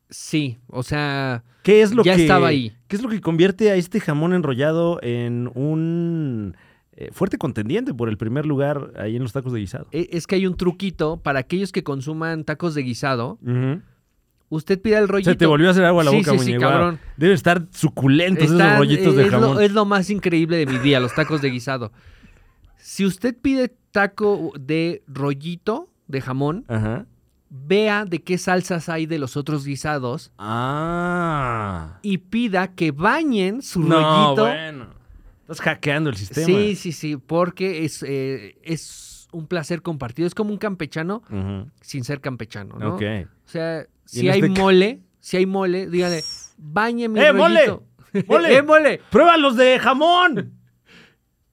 S1: Sí, o sea,
S3: ¿Qué es lo
S1: Ya
S3: que
S1: estaba ahí.
S3: ¿Qué es lo que convierte a este jamón enrollado en un eh, fuerte contendiente por el primer lugar ahí en los tacos de guisado?
S1: e- es que hay un truquito para aquellos que consuman tacos de guisado.
S3: Ujú.
S1: Usted pida el rollito.
S3: Se te volvió a hacer agua la
S1: Sí,
S3: boca,
S1: sí, sí,
S3: muñeco.
S1: cabrón.
S3: Deben estar suculentos esos
S1: Están-
S3: rollitos de
S1: es lo-
S3: jamón.
S1: es lo más increíble de mi día, los tacos de guisado. Si usted pide taco de rollito de jamón,
S3: Ajá.
S1: vea de qué salsas hay de los otros guisados
S3: Ah.
S1: y pida que bañen su
S3: No,
S1: rollito.
S3: bueno. Estás hackeando el sistema.
S1: Sí, sí, sí, porque es, eh, es un placer compartido. Es como un campechano
S3: Ujú.
S1: sin ser campechano, ¿no?
S3: Ok.
S1: O sea,
S3: en
S1: si hay
S3: este ca-
S1: mole, si hay mole, dígale, bañe mi
S3: ¡Eh,
S1: rollito.
S3: mole! ¡Mole!
S1: ¡Eh, mole!
S3: ¡Prueba los de jamón!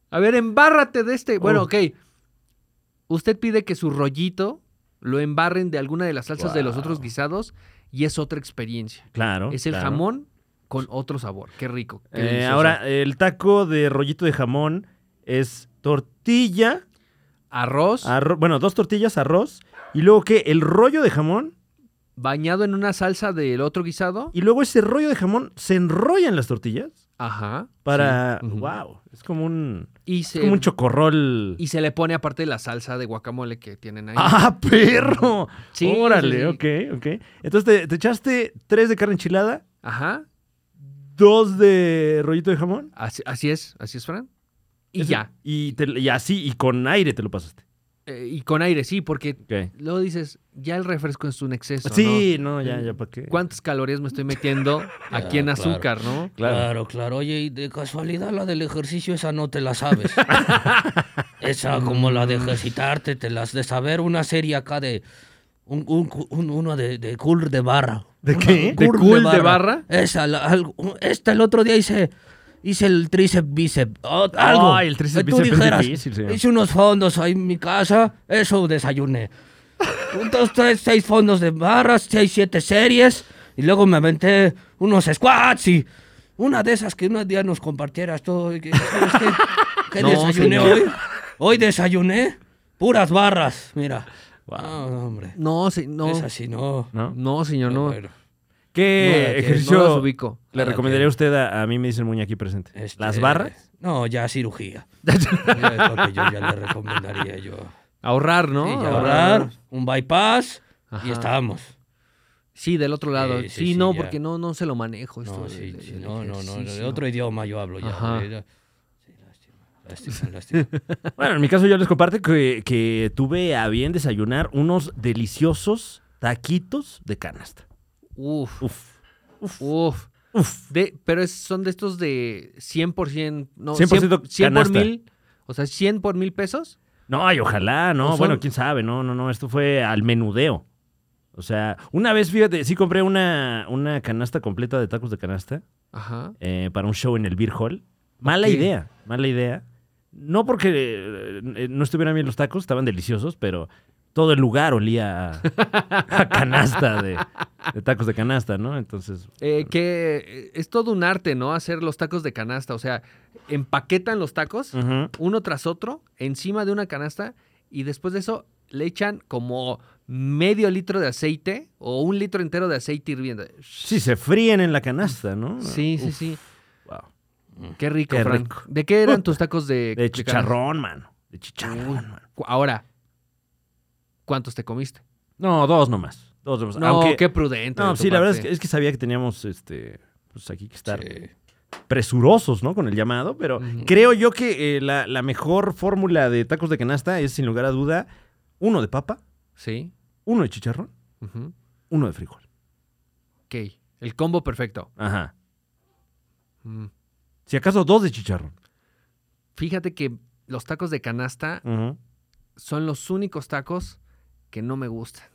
S1: A ver, embárrate de este. Bueno,
S3: Oh.
S1: ok. Usted pide que su rollito lo embarren de alguna de las salsas de los otros
S3: Guau.
S1: guisados y es otra experiencia.
S3: Claro.
S1: es el
S3: claro.
S1: jamón con otro sabor. Qué rico. qué
S3: Eh,
S1: delicioso.
S3: ahora, el taco de rollito de jamón es tortilla,
S1: arroz
S3: arro- bueno, dos tortillas, arroz, y luego que el rollo de jamón,
S1: bañado en una salsa del otro guisado.
S3: y luego ese rollo de jamón se enrolla en las tortillas
S1: Ajá.
S3: para...
S1: sí, ujú.
S3: ¡Wow! Es como un...
S1: Y
S3: Es
S1: se,
S3: como un chocorrol.
S1: y se le pone aparte la salsa de guacamole que tienen ahí.
S3: ¡Ah, perro!
S1: Sí,
S3: Órale,
S1: sí,
S3: ok, ok. Entonces te, te echaste tres de carne enchilada,
S1: Ajá.
S3: dos de rollito de jamón.
S1: Así, así es, así es, Fran. Y
S3: Eso-
S1: ya.
S3: Y, te- y así, y con aire te lo pasaste.
S1: Eh, y con aire, sí, porque
S3: Ok.
S1: luego dices, ya el refresco es un exceso. ¿no?
S3: Sí, no, ya, ya, ¿para qué?
S1: cuántas calorías me estoy metiendo aquí en
S2: claro.
S1: azúcar, ¿no?
S3: Claro.
S2: Claro. claro, Oye, y de casualidad la del ejercicio, esa no te la sabes. esa como la de ejercitarte, te las de saber. Una serie acá de. Un, un cu- un- uno de, de cool de barra.
S3: ¿De
S2: Una-
S3: qué?
S1: ¿De cool de barra?
S2: Esa, la- algo- esta el otro día hice. Hice el tríceps bíceps. o- algo.
S3: Ay, Ah, el tríceps
S2: Que tú
S3: bíceps es
S2: dijeras,
S3: difícil, señor.
S2: Hice unos fondos ahí en mi casa. Eso desayuné. Un, dos, tres, seis fondos de barras, seis, siete series. Y luego me aventé unos squats y una de esas que un día nos compartieras todo. y que- ¿sabes ¿Qué, qué
S1: No,
S2: desayuné
S1: señor.
S2: hoy? Hoy desayuné puras barras, mira.
S3: Wow.
S2: No, no, hombre.
S1: No, se- no,
S2: Es así, no.
S3: ¿No?
S1: no, señor, no.
S2: Bueno,
S3: ¿Qué
S2: No, de que
S3: ejercicio
S1: no las ubico.
S3: le
S2: Ah,
S3: recomendaría
S2: ok.
S3: usted a, a mí, me dice el muñeco aquí presente?
S2: este,
S3: ¿Las barras?
S2: No, ya cirugía. Es lo que yo ya le recomendaría yo.
S1: Ahorrar, ¿no?
S2: Sí, ya ahorrar, un bypass
S1: Ajá.
S2: y estamos.
S1: Sí, del otro lado. Sí,
S2: Sí, sí, sí,
S1: no,
S2: ya.
S1: porque no, no se lo manejo esto.
S2: No,
S1: del-
S2: sí,
S1: del
S2: sí, no, no, no, de
S1: ejercicio.
S2: otro idioma yo hablo ya.
S1: Ajá.
S2: ¿verdad? Sí, lástima, lástima, lástima.
S3: Bueno, en mi caso yo les comparto que, que tuve a bien desayunar unos deliciosos taquitos de canasta.
S1: Uf,
S3: Uf, uf,
S1: uf.
S3: uf.
S1: De, pero es- son de estos de 100%, no,
S3: 100%
S1: 100, 100 por
S3: canasta.
S1: mil, o sea, 100 por mil pesos.
S3: No, ay, ojalá, no.
S1: No son-
S3: Bueno, quién sabe, no, no, no. Esto fue al menudeo. O sea, una vez, fíjate, sí compré una, una canasta completa de tacos de canasta
S1: Ajá.
S3: eh, para un show en el Beer Hall. Mala
S1: Ok.
S3: idea, mala idea. No porque eh, eh, no estuvieran bien los tacos, estaban deliciosos, pero todo el lugar olía a, a canasta de, de tacos de canasta, ¿no? Entonces,
S1: Eh, que eh, es todo un arte, ¿no? Hacer los tacos de canasta, o sea, empaquetan los tacos
S3: ujú.
S1: uno tras otro encima de una canasta y después de eso le echan como medio litro de aceite o un litro entero de aceite hirviendo.
S3: sí, se fríen en la canasta, ¿no?
S1: Sí, sí,
S3: Uf,
S1: sí.
S3: wow.
S1: Qué rico,
S3: Qué
S1: Fran.
S3: rico.
S1: ¿De qué eran tus tacos de,
S3: De
S1: canasta?
S3: chicharrón, mano. De chicharrón,
S1: Uy,
S3: mano.
S1: cu- Ahora, ¿cuántos te comiste?
S3: No, dos nomás. Dos nomás.
S1: No,
S3: Aunque,
S1: qué prudente.
S3: no
S1: de tu
S3: sí, la verdad es
S1: parte.
S3: que, es que sabía que teníamos este, pues aquí que estar
S2: Sí.
S3: presurosos, ¿no? Con el llamado, pero
S1: Ujú.
S3: creo yo que eh, la, la mejor fórmula de tacos de canasta es, sin lugar a duda, uno de papa,
S1: Sí.
S3: uno de chicharrón,
S1: Ujú.
S3: uno de frijol.
S1: Ok, el combo perfecto.
S3: Ajá.
S1: Mm.
S3: Si acaso dos de chicharrón.
S1: Fíjate que los tacos de canasta
S3: Ujú.
S1: son los únicos tacos que no me gustan.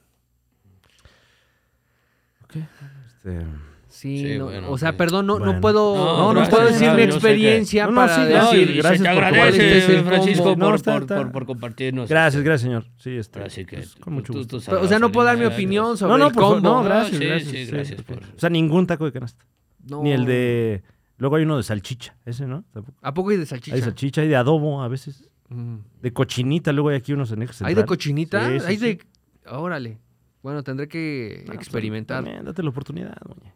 S3: Este,
S1: Sí,
S2: Sí,
S1: no,
S2: bueno,
S1: o sea,
S2: sí.
S1: perdón, no,
S3: Bueno.
S1: no puedo,
S2: No,
S1: no, no
S2: gracias,
S1: puedo decir mi
S2: Fabio, yo sé que-
S1: experiencia
S3: No, no,
S1: para
S3: sí, no,
S1: decir,
S2: se
S3: y gracias
S2: te
S3: por tu
S1: compartir
S2: agradece,
S1: ese
S2: Francisco,
S1: combo.
S2: por,
S3: No, está-
S2: por-
S3: está-
S2: por- por
S1: Pues,
S2: compartirnos.
S3: gracias, gracias, señor. Sí, este,
S2: Así que
S3: pues, con mucho
S2: tú-
S3: gusto.
S2: tú sabrás,
S1: o sea, no puedo dar mi
S2: Elena,
S1: opinión
S2: gracias.
S1: sobre
S3: no,
S1: el
S3: por favor,
S1: combo.
S3: no,
S2: Ah,
S3: gracias,
S2: sí,
S3: gracias,
S2: sí,
S3: sí.
S2: gracias por-
S3: O sea, ningún taco de canasta.
S1: No.
S3: Ni el de. Luego hay uno de salchicha, ese, ¿no? Tampoco.
S1: ¿A poco hay de salchicha?
S3: Hay salchicha, hay de adobo a veces.
S1: Mm.
S3: De cochinita, luego hay aquí unos en Eje
S1: ¿Hay
S3: Central.
S1: de cochinita?
S3: Sí, sí,
S1: hay
S3: sí.
S1: de... Órale. Bueno, tendré que
S3: No, pues,
S1: experimentar.
S3: también, date la oportunidad, doña.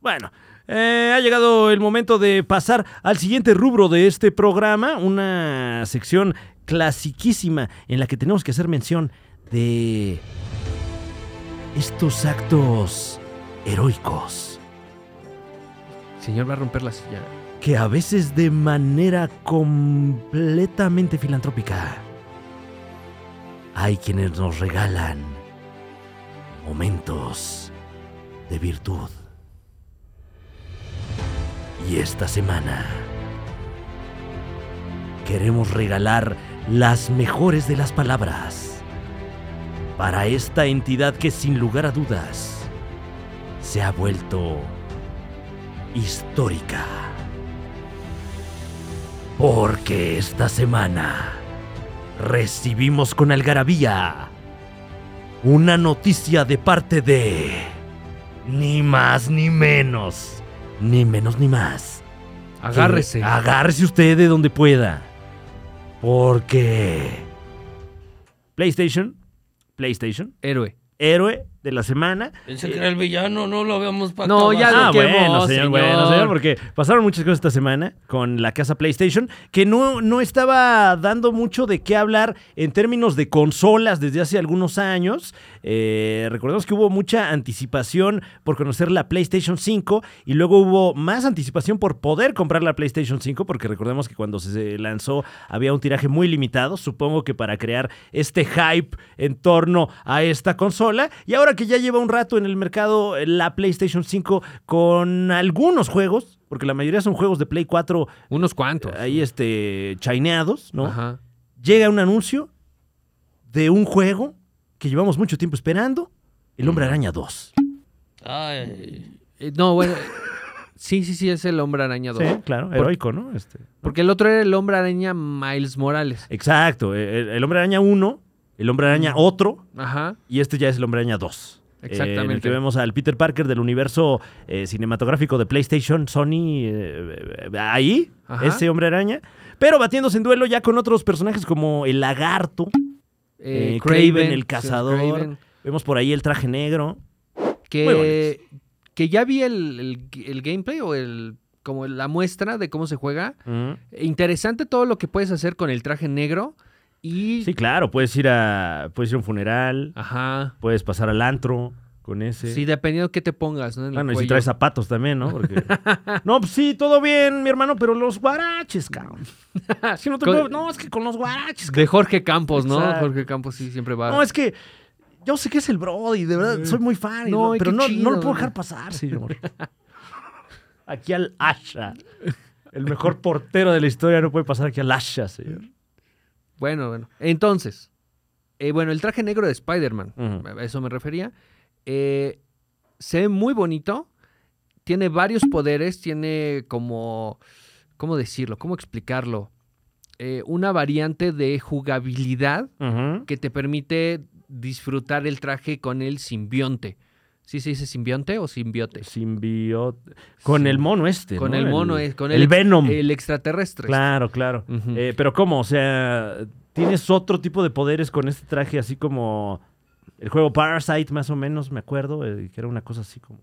S3: Bueno, eh, ha llegado el momento de pasar al siguiente rubro de este programa, una sección clasiquísima en la que tenemos que hacer mención de estos actos heroicos
S1: Señor, va a romper la silla.
S3: que a veces de manera completamente filantrópica hay quienes nos regalan momentos de virtud. Y esta semana queremos regalar las mejores de las palabras para esta entidad que sin lugar a dudas se ha vuelto histórica. Porque esta semana recibimos con algarabía una noticia de parte de ni más ni menos, ni menos ni más. que-
S1: Agárrese.
S3: Agárrese usted de donde pueda. Porque PlayStation, PlayStation,
S1: Héroe.
S3: héroe de la semana.
S2: Pensé que era el villano, no lo habíamos
S1: No, ya
S3: Ah,
S1: lo quemó,
S3: bueno, señor,
S1: señor.
S3: bueno, señor, porque pasaron muchas cosas esta semana con la casa PlayStation que no, no estaba dando mucho de qué hablar en términos de consolas desde hace algunos años. Eh, recordemos que hubo mucha anticipación por conocer la PlayStation 5 y luego hubo más anticipación por poder comprar la PlayStation 5 porque recordemos que cuando se lanzó había un tiraje muy limitado, supongo que para crear este hype en torno a esta consola. Y ahora que ya lleva un rato en el mercado eh, la PlayStation 5 con algunos juegos, porque la mayoría son juegos de Play 4
S1: Unos cuantos.
S3: Eh, ahí este chaineados, ¿no?
S1: Ajá.
S3: Llega un anuncio de un juego que llevamos mucho tiempo esperando, El Hombre Araña 2.
S2: Ay,
S1: Eh, no, bueno. sí, sí, sí, es el hombre araña 2.
S3: claro,
S1: Por-
S3: heroico, ¿no? Este.
S1: Porque el otro era el hombre araña Miles Morales.
S3: Exacto, eh, el, el Hombre Araña 1, El Hombre Araña otro
S1: Ajá.
S3: y este ya es El Hombre Araña 2. eh, en el
S1: Exactamente.
S3: que vemos al Peter Parker del universo eh, cinematográfico de PlayStation, Sony, eh, eh, ahí,
S1: Ajá.
S3: ese hombre araña, pero batiéndose en duelo ya con otros personajes como el lagarto, Eh, Kraven, el
S1: sí,
S3: cazador.
S1: Kraven,
S3: vemos por ahí el traje negro, Muy
S1: que, que ya vi el, el- el gameplay o el como la muestra de cómo se juega. Interesante todo lo que puedes hacer con el traje negro. Y.
S3: Sí, claro, puedes ir a puedes ir a un funeral,
S1: Ajá.
S3: puedes pasar al antro con ese.
S1: Sí, dependiendo qué te pongas, ¿no? En el
S3: bueno, y si
S1: cuello.
S3: traes zapatos también, ¿no? Porque- no, pues sí, todo bien, mi hermano, pero los guaraches, cabrón. Si no, te
S1: Con-
S3: puedo- no, es que con los guaraches,
S1: De Jorge Campos, ¿no?
S3: Exacto.
S1: Jorge Campos sí siempre va.
S3: No, es que yo sé que es el Brody, de verdad, soy muy fan, y
S1: No,
S3: lo-
S1: y
S3: pero
S1: qué
S3: no,
S1: chido,
S3: no lo puedo
S1: ¿no?
S3: dejar pasar, señor. Aquí al Asha. El mejor portero de la historia no puede pasar aquí al Asha, señor.
S1: Bueno, bueno. Entonces, eh, bueno, el traje negro de Spider-Man,
S3: Ujú.
S1: a eso Mm, me refería, eh, se ve muy bonito, tiene varios poderes, tiene como, ¿cómo decirlo? ¿Cómo explicarlo? Eh, una variante de jugabilidad
S3: Ujú.
S1: que te permite disfrutar el traje con el simbionte. ¿Sí se dice simbionte o simbiote?
S3: Simbio- Con
S1: Sí.
S3: el mono este.
S1: Con
S3: ¿no?
S1: el mono, es- con
S3: el, Venom.
S1: El extraterrestre.
S3: Claro, claro.
S1: Ujú.
S3: Eh, pero ¿cómo? O sea, ¿tienes otro tipo de poderes con este traje así como el juego Parasite, más o menos, me acuerdo, eh, que era una cosa así como...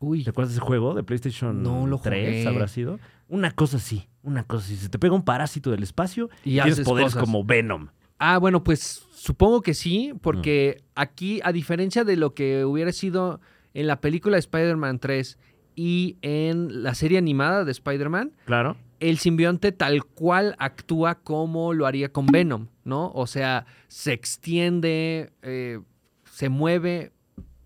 S1: Uy,
S3: ¿Te acuerdas de ese juego de PlayStation
S1: No lo
S3: 3
S1: jugué.
S3: habrá sido? Una cosa así, una cosa así. Se te pega un parásito del espacio
S1: Y
S3: y, tienes
S1: haces
S3: poderes
S1: cosas.
S3: como Venom.
S1: Ah, bueno, pues supongo que sí, porque aquí, a diferencia de lo que hubiera sido en la película de Spider-Man 3 y en la serie animada de Spider-Man,
S3: Claro.
S1: el simbionte tal cual actúa como lo haría con Venom, ¿no? O sea, se extiende, eh, se mueve,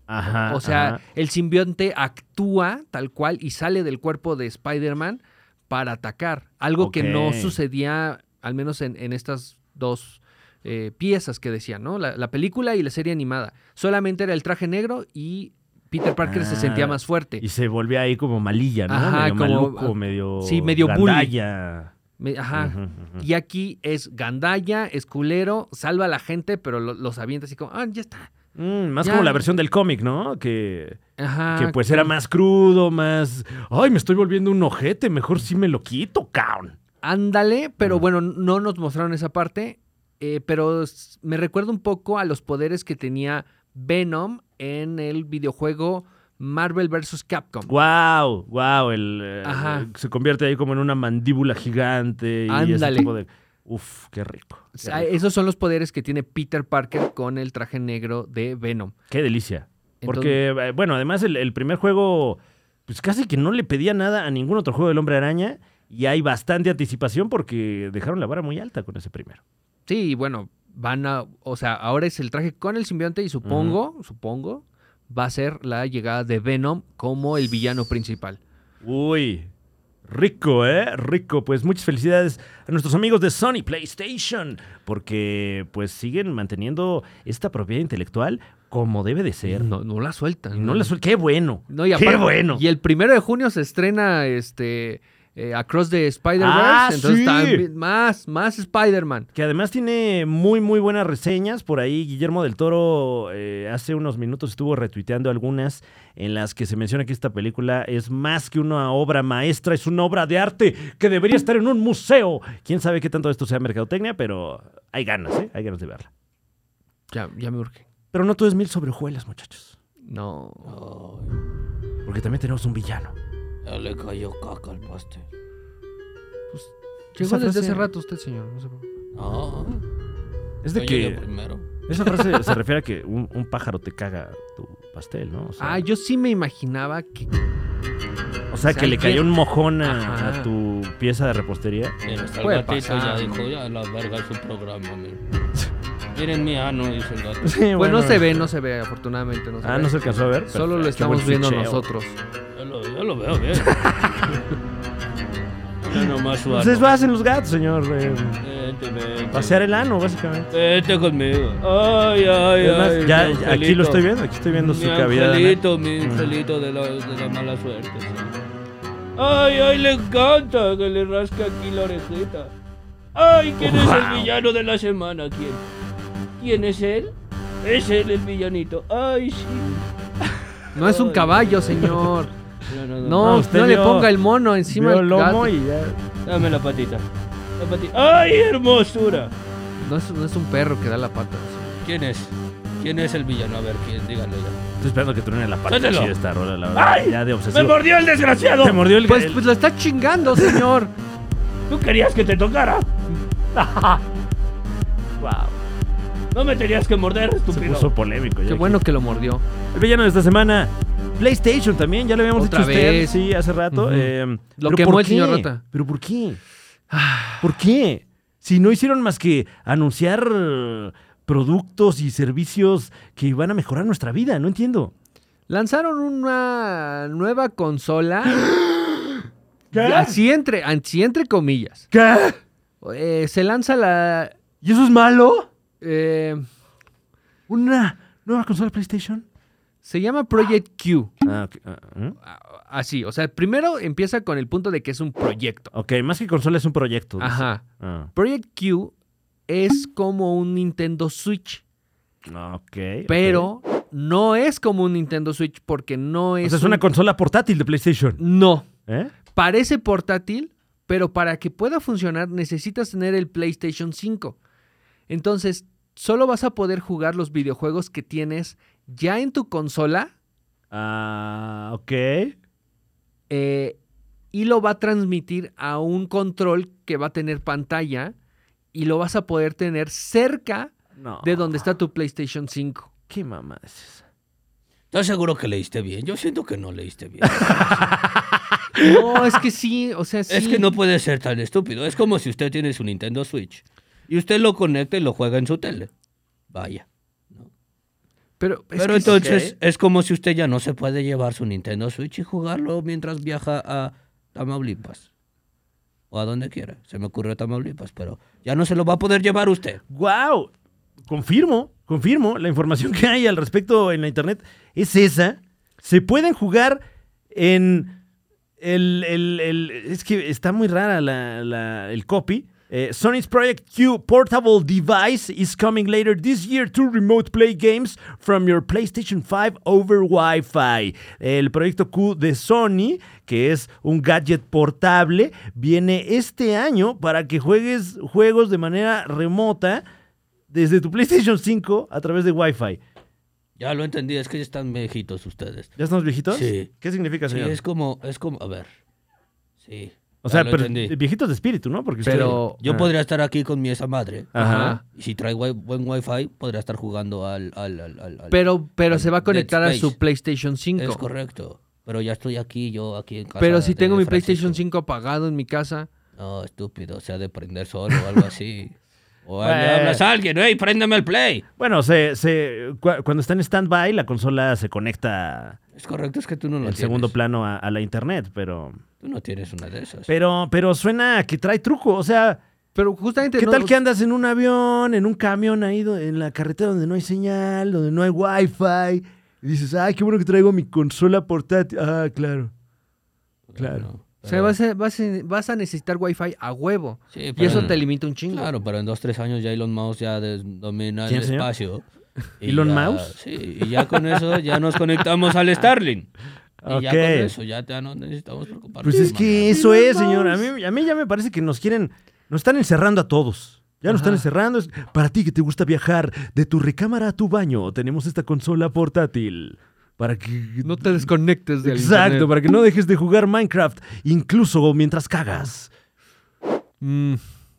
S3: Ajá.
S1: o sea,
S3: Ah, ajá.
S1: el simbionte actúa tal cual y sale del cuerpo de Spider-Man para atacar. Algo que no
S3: Ok.
S1: sucedía, al menos en, en estas dos eh, piezas que decían, ¿no? La, la película y la serie animada. Solamente era el traje negro y Peter Parker se
S3: Ah,
S1: sentía más fuerte.
S3: Y se volvía ahí como malilla, ¿no?
S1: Ajá,
S3: medio
S1: como- ah,
S3: maluco, medio.
S1: sí, medio bully.
S3: gandalla.
S1: Me- ajá.
S3: Ujú, ujú.
S1: Y aquí es gandalla, es culero, salva a la gente, pero lo- los avienta así como, ah, ya está.
S3: Mm, más
S1: Ya. Ah,
S3: como la versión del cómic, ¿no? Que,
S1: Ajá.
S3: que pues era más crudo, más. Ay, me estoy volviendo un ojete, mejor sí me lo quito, caón.
S1: Ándale, pero bueno, no nos mostraron esa parte, eh, pero s- me recuerda un poco a los poderes que tenía Venom en el videojuego Marvel vs. Capcom.
S3: Wow, wow, el eh,
S1: Ajá.
S3: se convierte ahí como en una mandíbula gigante y ese
S1: Ándale. eh,
S3: tipo de Uf, qué rico.
S1: O
S3: qué
S1: sea,
S3: rico.
S1: esos son los poderes que tiene Peter Parker con el traje negro de Venom.
S3: Qué delicia.
S1: Entonces-
S3: Porque, eh, bueno, además el, el primer juego, pues casi que no le pedía nada a ningún otro juego del Hombre Araña y hay bastante anticipación porque dejaron la vara muy alta con ese primero.
S1: Sí, y bueno, van a, o sea, ahora es el traje con el simbionte y supongo, supongo, va a ser la llegada de Venom como el villano principal.
S3: Uy, rico, ¿eh? Rico. Pues muchas felicidades a nuestros amigos de Sony PlayStation porque pues siguen manteniendo esta propiedad intelectual como debe de ser.
S1: No, no la sueltan.
S3: Y no la suel- ¡Qué bueno!
S1: No, y
S3: ¡Qué
S1: aparte-
S3: bueno!
S1: Y el primero de junio se estrena este eh, Across the Spider-Verse.
S3: Ah,
S1: entonces
S3: sí.
S1: también más, más Spider-Man.
S3: Que además tiene muy, muy buenas reseñas. Por ahí Guillermo del Toro eh, hace unos minutos estuvo retuiteando algunas en las que se menciona que esta película es más que una obra maestra, es una obra de arte que debería estar en un museo. Quién sabe qué tanto esto sea mercadotecnia, pero hay ganas, ¿eh? Hay ganas de verla.
S1: Ya, ya me urge.
S3: Pero no todo es mil sobre hojuelas, muchachos.
S1: No.
S3: Porque también tenemos un villano.
S2: Ya le cayó caca al pastel.
S1: Llegó
S3: Esa
S1: desde
S3: frase-
S1: hace rato usted, señor. no se preocupe.
S2: No,
S3: Es de
S2: yo llegué
S3: que.
S2: primero.
S3: Esa frase se refiere a que un, un pájaro te caga tu pastel, ¿no? O sea,
S1: Ah, yo sí me imaginaba que.
S3: o sea,
S1: o sea,
S3: que le cayó un mojón a,
S1: Ajá.
S3: a tu pieza de repostería.
S2: Mira, está el
S1: Puede
S2: gatito
S1: pasar,
S2: ya
S1: ¿no?
S2: dijo, ya la verga es su programa, miren. Miren mi ano, dice el gato.
S3: Pues
S1: Bueno, no se ve, no se ve, afortunadamente. No se
S3: Ah,
S1: ve.
S3: no se alcanzó a ver.
S1: Solo lo
S3: Perfecto. Qué buen
S1: estamos viendo
S3: ficheo.
S1: nosotros.
S2: Yo lo, yo lo veo bien. Mira nomás su
S3: Pues eso
S2: ano.
S3: hacen los gatos, señor. eh,
S2: Vente, vente.
S3: pasear el ano, básicamente.
S2: Vente conmigo. Ay, ay,
S3: Es más,
S2: ay.
S3: ya
S2: mi
S3: aquí lo
S2: angelito.
S3: estoy viendo, aquí estoy viendo su
S2: mi
S3: cavidad. Mm. anal.
S2: angelito, mi angelito de la, de la mala suerte. sí. Ay, ay, le encanta que le rasca aquí la orejita. Ay, ¿quién es el
S3: Wow.
S2: villano de la semana? ¿Quién? ¿Quién es él? Es él el villanito. Ay, sí.
S1: No es un
S2: Ay.
S1: caballo, señor.
S2: No, no, no.
S1: No,
S3: Ah, usted
S1: no le
S3: vio-
S1: ponga el mono encima
S3: Veo
S1: del
S3: lomo
S1: gato.
S3: y ya.
S2: Dame la patita. La patita. ¡Ay, hermosura!
S1: No, es, no es un perro que da la pata. señor.
S2: ¿Quién es? ¿Quién es el villano? A ver, ¿quién? Díganlo ya.
S3: Estoy esperando que truene la parte
S2: Suéltelo.
S3: chida de esta rola, la verdad.
S2: ¡Ay!
S3: Ya de
S2: ¡Me
S3: obsesión.
S2: mordió el desgraciado!
S3: Se mordió el
S1: Pues,
S3: el-
S1: pues lo está chingando, señor.
S2: ¿Tú querías que te tocara?
S1: pues,
S3: Guau,
S2: No me tenías que morder,
S3: Se
S2: estúpido.
S3: puso polémico. ya
S1: Qué
S3: aquí.
S1: bueno que lo mordió.
S3: El villano de esta semana. PlayStation también, ya lo habíamos
S1: Otra
S3: dicho a usted.
S1: vez.
S3: Sí, hace rato.
S1: Ujú.
S3: eh,
S1: Lo
S3: ¿pero
S1: quemó
S3: por
S1: el señor
S3: qué?
S1: Rata.
S3: ¿Pero por qué?
S1: Ah.
S3: ¿Por qué? Si no hicieron más que anunciar eh, productos y servicios que van a mejorar nuestra vida, no entiendo.
S1: Lanzaron una nueva consola.
S3: ¿Qué?
S1: Así entre, así entre comillas.
S3: ¿Qué?
S1: Eh, se lanza la.
S3: ¿Y eso es malo?
S1: eh,
S3: ¿Una nueva consola de PlayStation?
S1: se llama Project Q.
S3: Ah, ok. ah, ¿eh?
S1: A- Así, o sea, primero empieza con el punto de que es un proyecto.
S3: Ok, más que consola es un proyecto. dice.
S1: Ajá.
S3: Ah,
S1: Project Q es como un Nintendo Switch,
S3: ok, ok.
S1: pero no es como un Nintendo Switch porque no
S3: O
S1: es.
S3: sea, es una
S1: un-
S3: consola portátil de PlayStation.
S1: No.
S3: ¿Eh?
S1: Parece portátil, pero para que pueda funcionar necesitas tener el PlayStation 5. Entonces, solo vas a poder jugar los videojuegos que tienes ya en tu consola
S3: Ah, ok.
S1: eh, y lo va a transmitir a un control que va a tener pantalla y lo vas a poder tener cerca
S3: No.
S1: de donde está tu PlayStation 5.
S3: ¿Qué mamá es esa?
S2: ¿Estás seguro que leíste bien? Yo siento que no leíste bien.
S1: No, es que sí, o sea, sí.
S2: Es que no puede ser tan estúpido. Es como si usted tiene su Nintendo Switch y usted lo conecta y lo juega en su tele. Vaya.
S1: Pero, es
S2: Pero
S1: que-
S2: entonces es como si usted ya no se puede llevar su Nintendo Switch y jugarlo mientras viaja a Tamaulipas. O a donde quiera. Se me ocurrió Tamaulipas, pero ya no se lo va a poder llevar usted.
S3: ¡Wow! Confirmo, confirmo. La información que hay al respecto en la internet es esa. Se pueden jugar en. El, el- el- es que está muy rara la- la- el copy. Eh, Sony's Project Q portable device is coming later this year to remote play games from your PlayStation 5 over Wi-Fi. El proyecto Q de Sony, que es un gadget portable, viene este año para que juegues juegos de manera remota desde tu PlayStation 5 a través de Wi-Fi.
S2: Ya lo entendí, es que ya están viejitos ustedes.
S3: ¿Ya estamos viejitos?
S2: Sí.
S3: ¿Qué significa,
S2: Sí,
S3: señor?
S2: es como, es como, a ver. Sí.
S3: o
S2: ya
S3: sea,
S2: lo
S3: pero
S2: entendí.
S3: viejitos de espíritu, ¿no? Porque
S1: Pero-
S3: usted-
S2: Yo
S3: Ah.
S2: podría estar aquí con mi esa madre.
S3: Ajá.
S2: Y si trae wi- buen wifi, podría estar jugando al... al, al, al- al-
S1: Pero, pero se va a
S2: Dead
S1: conectar a
S2: Space.
S1: su PlayStation 5.
S2: Es correcto. Pero ya estoy aquí, yo aquí en casa.
S1: Pero si
S2: de
S1: tengo mi
S2: Francisco.
S1: PlayStation 5 apagado en mi casa.
S2: No, estúpido, se ha de prender solo o algo así. O le
S1: Pues.
S3: Bueno.
S2: hablas a alguien, hey, préndeme el play.
S3: Bueno, se, se, cua- cuando está en stand-by, la consola se conecta
S2: Es correcto, es que tú no lo
S3: en
S2: tienes.
S3: segundo plano a, a la internet, pero,
S2: Tú no tienes una de esas.
S3: pero. Pero suena a que trae truco. O sea,
S1: Pero justamente
S3: ¿qué
S1: no-
S3: tal que andas en un avión, en un camión ahí do- en la carretera donde no hay señal, donde no hay wifi? Y dices, ay, qué bueno que traigo mi consola portátil. Ah, claro. Claro.
S2: No,
S1: O sea,
S2: pero-
S1: vas a, vas a- vas a necesitar Wi-Fi a huevo.
S2: Sí,
S1: y
S2: pero-
S1: eso te limita un chingo.
S2: Mm. Claro, pero en dos, tres años ya Elon Musk ya des- domina el
S3: ¿Quién, señor?
S2: espacio. y
S3: ¿Elon
S2: ya-
S3: Musk?
S2: Sí, y ya con eso ya nos conectamos al Starling. Y ya con
S3: Ok.
S2: eso ya, ya no necesitamos preocuparnos.
S3: Pues es
S2: de
S3: que
S2: mañana.
S3: eso es, señor. A mí, a mí ya me parece que nos quieren, nos están encerrando a todos. Ya nos están
S1: Ajá.
S3: encerrando. Es- Para ti que te gusta viajar de tu recámara a tu baño, tenemos esta consola portátil. Para que...
S1: No te desconectes del
S3: Exacto,
S1: internet.
S3: para que no dejes de jugar Minecraft, incluso mientras cagas.
S1: Mm,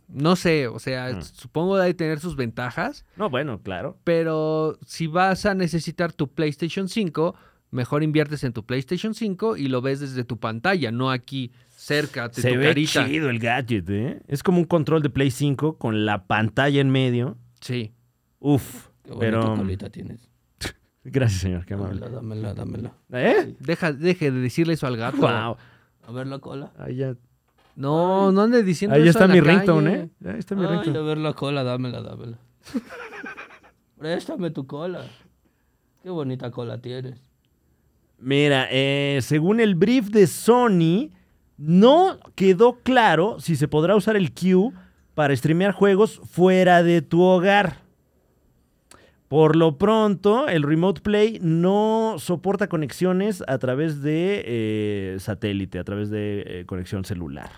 S1: no sé, o sea,
S2: Mm.
S1: supongo de tener sus ventajas.
S3: No, bueno, claro.
S1: Pero si vas a necesitar tu PlayStation 5, mejor inviertes en tu PlayStation 5 y lo ves desde tu pantalla, no aquí cerca de
S3: Se
S1: tu
S3: ve
S1: carita.
S3: chido el gadget, ¿eh? Es como un control de Play 5 con la pantalla en medio.
S1: Sí.
S3: Uf,
S2: Qué bonita
S3: pero...
S2: colita tienes.
S3: Gracias, señor, qué amable.
S2: Dámela, dámela, dámela.
S3: ¿Eh?
S1: Deja, deje de decirle eso al gato.
S3: Wow.
S2: A ver la cola.
S3: Ahí, ya-
S1: No, no andes diciendo
S3: ahí
S1: eso
S3: está
S1: en
S3: mi
S1: la
S3: ringtone,
S1: calle.
S3: ¿eh? Ahí está mi
S2: Ay,
S3: ringtone.
S2: a ver la cola, dámela, dámela. Préstame tu cola. Qué bonita cola tienes.
S3: Mira, eh, según el brief de Sony, no quedó claro si se podrá usar el Q para streamear juegos fuera de tu hogar. Por lo pronto, el Remote Play no soporta conexiones a través de eh, satélite, a través de eh, conexión celular.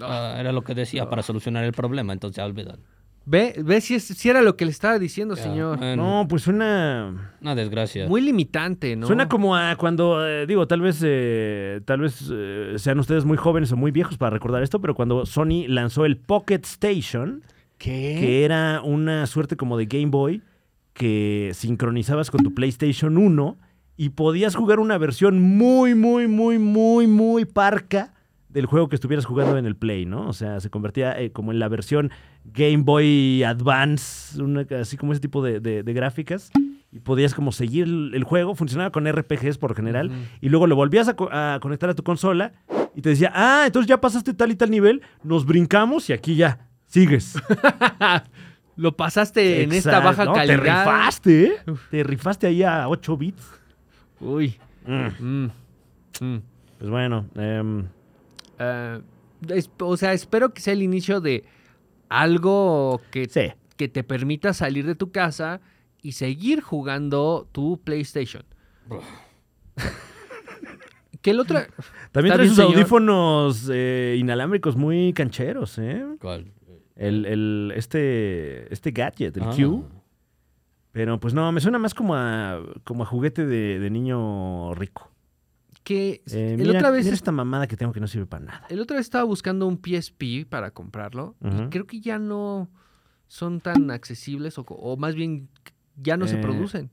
S2: Ah, era lo que decía, para solucionar el problema, entonces ya olvidan.
S1: Ve, ve si, es- si era lo que le estaba diciendo,
S2: Ya, Ah,
S1: señor.
S2: bueno,
S3: No, pues suena.
S2: Una desgracia.
S1: Muy limitante, ¿no?
S3: Suena como a cuando, eh, digo, tal vez, eh, tal vez eh, sean ustedes muy jóvenes o muy viejos para recordar esto, pero cuando Sony lanzó el Pocket Station,
S1: ¿Qué?
S3: que era una suerte como de Game Boy que sincronizabas con tu PlayStation 1 y podías jugar una versión muy, muy, muy, muy, muy parca del juego que estuvieras jugando en el Play, ¿no? O sea, se convertía eh, como en la versión Game Boy Advance, una- así como ese tipo de, de- de gráficas. Y podías como seguir el el juego, funcionaba con RPGs por lo general,
S1: Ujú.
S3: y luego lo volvías a, co- a conectar a tu consola y te decía, ah, entonces ya pasaste tal y tal nivel, nos brincamos y aquí ya, sigues.
S1: Lo pasaste en esta
S3: Exacto,
S1: baja
S3: ¿no?
S1: calidad.
S3: Te rifaste, ¿eh? Te rifaste ahí a 8 bits.
S1: Uy. Mm. Mm.
S3: Pues bueno, em,
S1: Ah, es- o sea, espero que sea el inicio de algo que,
S3: sí.
S1: que te permita salir de tu casa y seguir jugando tu PlayStation. que el otro...
S3: También
S1: Está
S3: trae
S1: bien,
S3: sus
S1: señor.
S3: audífonos eh, inalámbricos muy cancheros, ¿eh?
S2: ¿Cuál?
S3: El, el- este, este gadget, el
S2: Ah.
S3: Q. Pero pues no, me suena más como a, como a juguete de, de niño rico.
S1: Que
S3: Eh,
S1: el
S3: mira,
S1: otra vez
S3: mira esta mamada que tengo que no sirve para nada.
S1: El otro día estaba buscando un PSP para comprarlo
S3: Ujú.
S1: y creo que ya no son tan accesibles o, co- o más bien ya no se
S3: Eh,
S1: producen.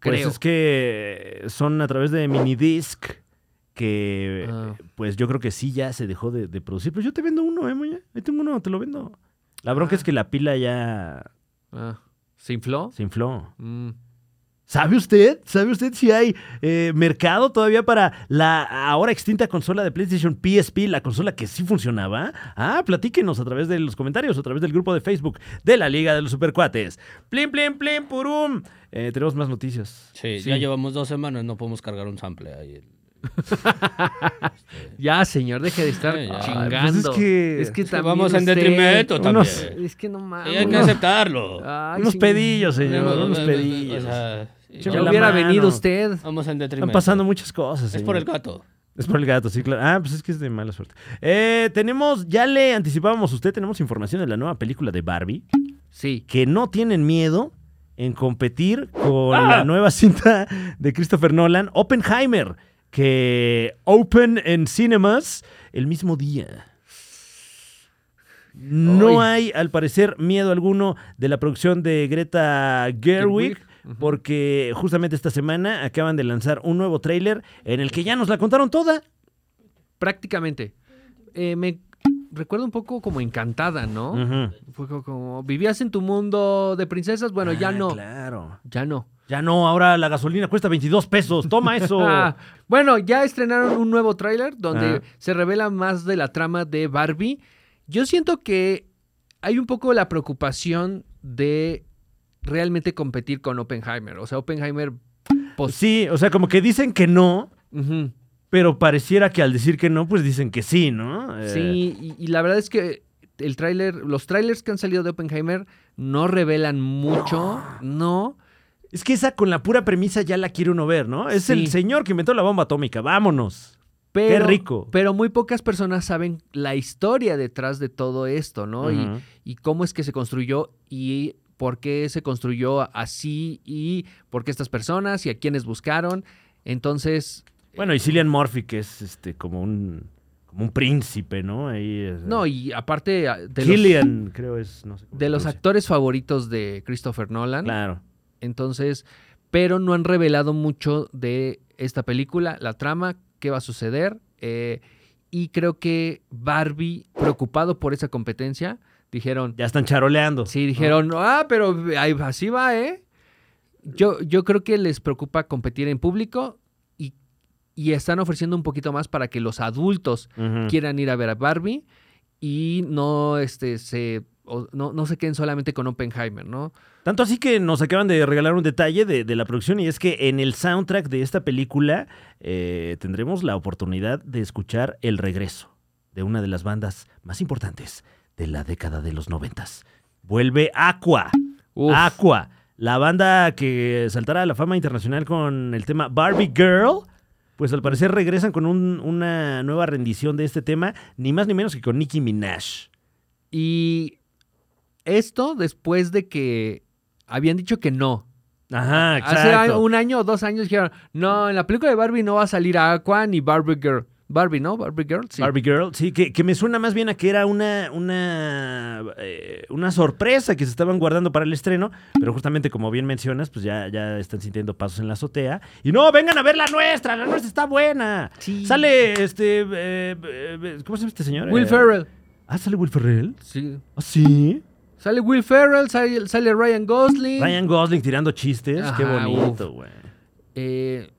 S3: Pues
S1: Creo.
S3: es que son a través de minidisc que
S1: Ah.
S3: pues yo creo que sí ya se dejó de, de producir. Pero yo te vendo uno, ¿eh, Moña? Ahí tengo uno, te lo vendo. La bronca es que la pila ya
S1: Ah, ¿Se infló?
S3: se infló.
S1: Mm.
S3: ¿Sabe usted? ¿Sabe usted si hay eh, mercado todavía para la ahora extinta consola de PlayStation PSP, la consola que sí funcionaba? Ah, platíquenos a través de los comentarios, a través del grupo de Facebook de la Liga de los Supercuates. Plim, plim, plim, purum. Eh, tenemos más noticias.
S2: Sí, ya llevamos dos semanas, no podemos cargar un sample ahí.
S1: Ya, señor, deje de estar
S2: Sí, ya.
S1: chingando.
S3: Pues es que-
S1: es que
S2: Es que
S1: también
S2: vamos en
S1: usted-
S2: detrimento
S3: unos- Ah,
S2: también.
S1: Es que no mames.
S2: Y hay que aceptarlo.
S1: Ay,
S3: unos
S1: sí.
S3: pedillos,
S2: No, no,
S3: señor,
S2: no,
S3: unos
S2: no,
S3: pedillos.
S2: o sea, sí,
S3: Échame
S1: Ya
S2: vamos-
S3: la
S1: hubiera
S3: mano.
S1: venido usted.
S2: Vamos en detrimento.
S3: Están pasando muchas cosas.
S2: Es
S3: señor.
S2: por el gato.
S3: Es por el gato, sí, claro. Ah, pues es que es de mala suerte. Eh, tenemos, ya le anticipábamos a usted, tenemos información de la nueva película de Barbie.
S1: Sí.
S3: que no tienen miedo en competir con
S1: ¡Ah!
S3: la nueva cinta de Christopher Nolan, Oppenheimer, que open en cinemas el mismo día. No hay, al parecer, miedo alguno de la producción de Greta Gerwig.
S1: Gerwig, ujú.
S3: Porque justamente esta semana acaban de lanzar un nuevo tráiler en el que ya nos la contaron toda.
S1: Prácticamente. Eh, me recuerda un poco como encantada, ¿no?
S3: Ujú.
S1: Fue co- como, vivías en tu mundo de princesas, bueno, ya
S3: Ah,
S1: no,
S3: Claro.
S1: ya no.
S3: Ya no, ahora la gasolina cuesta 22 pesos. Toma eso.
S1: Ah, bueno, ya estrenaron un nuevo tráiler donde
S3: Ah.
S1: se revela más de la trama de Barbie. Yo siento que hay un poco la preocupación de realmente competir con Oppenheimer. O sea, Oppenheimer... pos-
S3: Sí, o sea, como que dicen que no,
S1: Ujú.
S3: pero pareciera que al decir que no, pues dicen que sí, ¿no? Eh,
S1: Sí, y, y la verdad es que el tráiler, los trailers que han salido de Oppenheimer no revelan mucho, no.
S3: Es que esa con la pura premisa ya la quiere uno ver, ¿no? Es
S1: Sí.
S3: el señor que inventó la bomba atómica, vámonos.
S1: Pero,
S3: rico.
S1: Pero muy pocas personas saben la historia detrás de todo esto, ¿no? Y-
S3: Ujú.
S1: y, cómo es que se construyó y por qué se construyó así y por qué estas personas y a quiénes buscaron. Entonces,
S3: Bueno, y Cillian Murphy, que es este como un, como un príncipe, ¿no? Ahí es-
S1: no, y aparte a- de los,
S3: Cillian, creo es, no sé cómo
S1: de
S3: se
S1: los
S3: pronuncia.
S1: actores favoritos de Christopher Nolan.
S3: Claro.
S1: Entonces, pero no han revelado mucho de esta película, la trama, qué va a suceder. eh, y creo que Barbie, preocupado por esa competencia, dijeron,
S3: Ya están charoleando.
S1: sí,
S3: ¿no?
S1: dijeron, ah, pero ahí- así va, ¿eh? Yo, yo creo que les preocupa competir en público y, y están ofreciendo un poquito más para que los adultos
S3: Ujú.
S1: quieran ir a ver a Barbie y no, este, se, o- no, no se queden solamente con Oppenheimer, ¿no?
S3: Tanto así que nos acaban de regalar un detalle de, de la producción y es que en el soundtrack de esta película eh, tendremos la oportunidad de escuchar el regreso de una de las bandas más importantes de la década de los noventas. Vuelve Aqua.
S1: Uf.
S3: Aqua, la banda que saltará a la fama internacional con el tema Barbie Girl. Pues al parecer regresan con un- una nueva rendición de este tema, ni más ni menos que con Nicki Minaj.
S1: Y esto después de que habían dicho que no.
S3: Ajá,
S1: Hace a-
S3: exacto.
S1: un año o dos años dijeron, no, en la película de Barbie no va a salir Aqua ni Barbie Girl. Barbie, ¿no? Barbie Girl, sí.
S3: Barbie Girl, sí, que, que me suena más bien a que era una, una, eh, una sorpresa que se estaban guardando para el estreno, pero justamente como bien mencionas, pues ya, ya están sintiendo pasos en la azotea. Y no, vengan a ver la nuestra, la nuestra está buena.
S1: Sí.
S3: Sale este, eh, eh, ¿cómo se llama este señor?
S1: Will
S3: Eh,
S1: Ferrell.
S3: Ah, sale Will Ferrell.
S1: Sí.
S3: Ah, sí.
S1: Sale Will Ferrell, sale, sale Ryan Gosling.
S3: Ryan Gosling tirando chistes, qué
S1: Ajá,
S3: bonito, güey.
S1: Eh,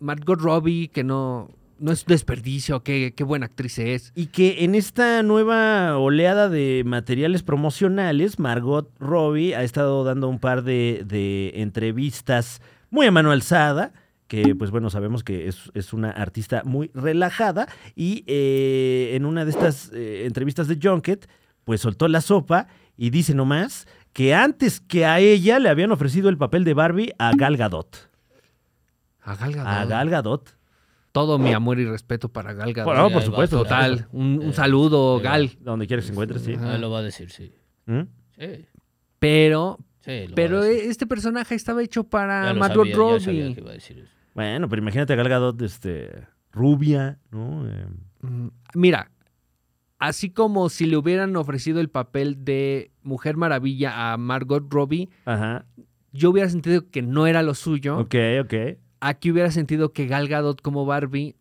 S1: Margot Robbie, que no, no es desperdicio, qué, qué buena actriz es.
S3: Y que en esta nueva oleada de materiales promocionales, Margot Robbie ha estado dando un par de, de entrevistas muy a mano alzada, que pues bueno, sabemos que es, es una artista muy relajada, y eh, en una de estas eh, entrevistas de Junket, pues soltó la sopa y dice nomás que antes que a ella le habían ofrecido el papel de Barbie a Gal Gadot.
S1: A Gal Gadot.
S3: A Gal Gadot.
S1: Todo mi amor y respeto para Gal Gadot.
S3: Bueno, por
S2: ahí va,
S3: supuesto.
S1: Total, un,
S2: Eh,
S1: un saludo, Gal.
S3: Donde quiera que se encuentre, sí.
S2: Ah, lo va a decir, sí.
S3: ¿Mm?
S2: Sí,
S1: Pero,
S2: sí. lo
S1: Pero
S2: va a decir.
S1: este personaje estaba hecho
S2: Ya
S1: para
S2: lo
S1: Margot
S2: sabía, ya sabía que
S1: Robbie.
S2: iba a decir eso.
S3: Bueno, pero imagínate a Gal Gadot, este, rubia, ¿no? Eh,
S1: Mm, Mira, así como si le hubieran ofrecido el papel de Mujer Maravilla a Margot Robbie,
S3: ajá.
S1: yo hubiera sentido que no era lo suyo.
S3: Ok, ok.
S1: Aquí hubiera sentido que Gal Gadot como Barbie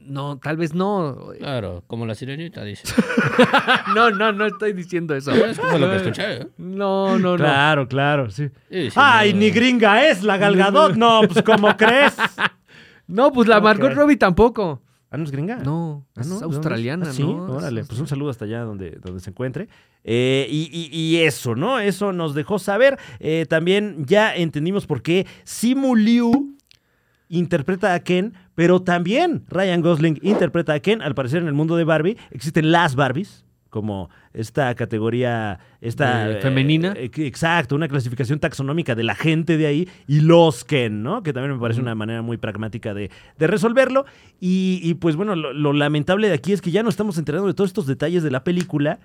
S1: No, tal vez no.
S2: Claro, como la sirenita dice.
S1: No, no, no estoy diciendo eso.
S2: Es como lo que escuché. ¿eh?
S1: No, no, no.
S3: Claro, claro, sí.
S2: Sí, sí,
S3: Ay,
S2: no.
S3: ni gringa es la Galgadot. No, pues ¿cómo crees?
S1: No, pues la Margot
S3: Ok.
S1: Robbie tampoco.
S3: ¿Ah, no es gringa?
S1: No,
S3: Ah,
S1: es
S3: ¿no? ¿De dónde
S1: australiana,
S3: Ah, sí,
S1: ¿no?
S3: órale,
S1: Es-
S3: pues un saludo hasta allá donde, donde se encuentre. Eh, y, y- y eso, ¿no? Eso nos dejó saber. Eh, también ya entendimos por qué Simu Liu interpreta a Ken, pero también Ryan Gosling interpreta a Ken. Al parecer en el mundo de Barbie existen las Barbies, como esta categoría, esta...
S1: Eh, femenina.
S3: eh, que- exacto, una clasificación taxonómica de la gente de ahí y los Ken, ¿no? Que también me parece una manera muy pragmática de, de resolverlo. Y, y, pues bueno, lo, lo lamentable de aquí es que ya nos estamos enterando de todos estos detalles de la película.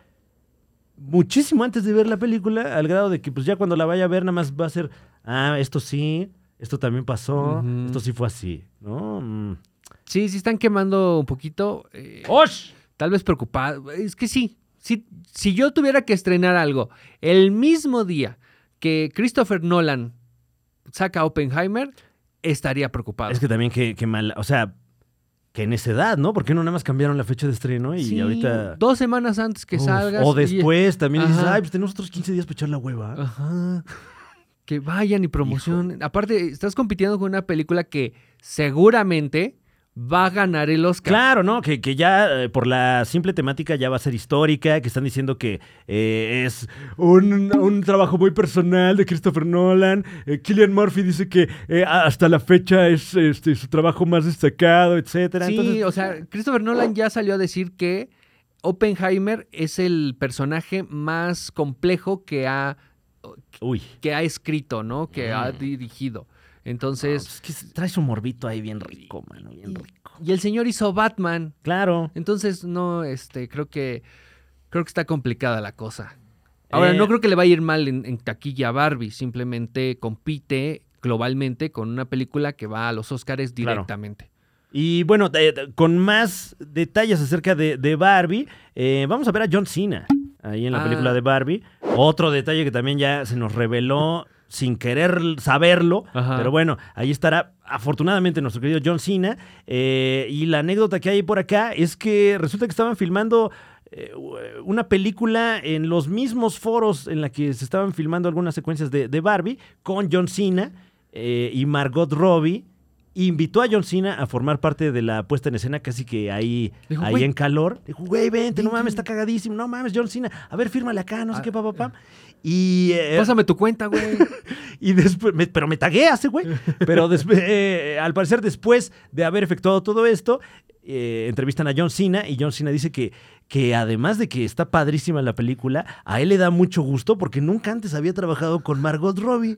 S3: Muchísimo antes de ver la película, al grado de que pues ya cuando la vaya a ver nada más va a ser, ah, esto sí, esto también pasó,
S1: Ujú.
S3: esto sí fue así, ¿no? Mm.
S1: Sí, sí están quemando un poquito. eh,
S3: ¡Osh!
S1: Tal vez preocupado. Es que sí. sí. Si yo tuviera que estrenar algo el mismo día que Christopher Nolan saca Oppenheimer, estaría preocupado.
S3: Es que también qué, qué mal, o sea, que en esa edad, ¿no? Porque no nada más cambiaron la fecha de estreno y
S1: Sí,
S3: ahorita...
S1: Dos semanas antes que
S3: Uf,
S1: salgas.
S3: O
S1: y-
S3: después también dices,
S1: Ajá.
S3: ay, pues tenemos otros 15 días para echar la hueva.
S1: Ajá. Que vayan y promocionen. Aparte, estás compitiendo con una película que seguramente va a ganar el Oscar.
S3: Claro, ¿no? Que, que ya eh, por la simple temática ya va a ser histórica, que están diciendo que eh, es un, un trabajo muy personal de Christopher Nolan. Eh, Killian Murphy dice que eh, hasta la fecha es este, su trabajo más destacado, etcétera.
S1: Sí,
S3: Entonces,
S1: o sea, Christopher Nolan ya salió a decir que Oppenheimer es el personaje más complejo que ha,
S3: uy.
S1: que ha escrito, ¿no? Que ha dirigido.
S3: pues, Es,
S1: Entonces,
S3: que trae su morbito ahí bien rico, mano, bien rico.
S1: y el señor hizo Batman.
S3: Claro.
S1: Entonces, no, este, creo que creo que está complicada la cosa. Ahora,
S3: Eh,
S1: no creo que le vaya a ir mal en, en taquilla a Barbie, simplemente compite globalmente con una película que va a los Oscars
S3: Claro.
S1: directamente.
S3: Y bueno, eh, con más detalles acerca de, de Barbie, eh, vamos a ver a John Cena ahí en la
S1: Ah.
S3: película de Barbie. Otro detalle que también ya se nos reveló sin querer saberlo,
S1: Ajá.
S3: pero bueno, ahí estará afortunadamente nuestro querido John Cena. Eh, y la anécdota que hay por acá es que resulta que estaban filmando eh, una película en los mismos foros en la que se estaban filmando algunas secuencias de, de Barbie con John Cena eh, y Margot Robbie. Invitó a John Cena a formar parte de la puesta en escena, casi que ahí,
S1: Dijo,
S3: ahí
S1: "Güey,
S3: en calor. Dijo, güey, vente, no mames, está cagadísimo, no mames, John Cena, a ver, fírmale acá, no sé
S1: Ah,
S3: qué, papá, papá. Y, eh,
S1: Pásame tu cuenta, güey.
S3: y después, me- pero me tagué hace, güey. Pero después, eh, al parecer, después de haber efectuado todo esto, eh, entrevistan a John Cena y John Cena dice que, que además de que está padrísima la película, a él le da mucho gusto porque nunca antes había trabajado con Margot Robbie.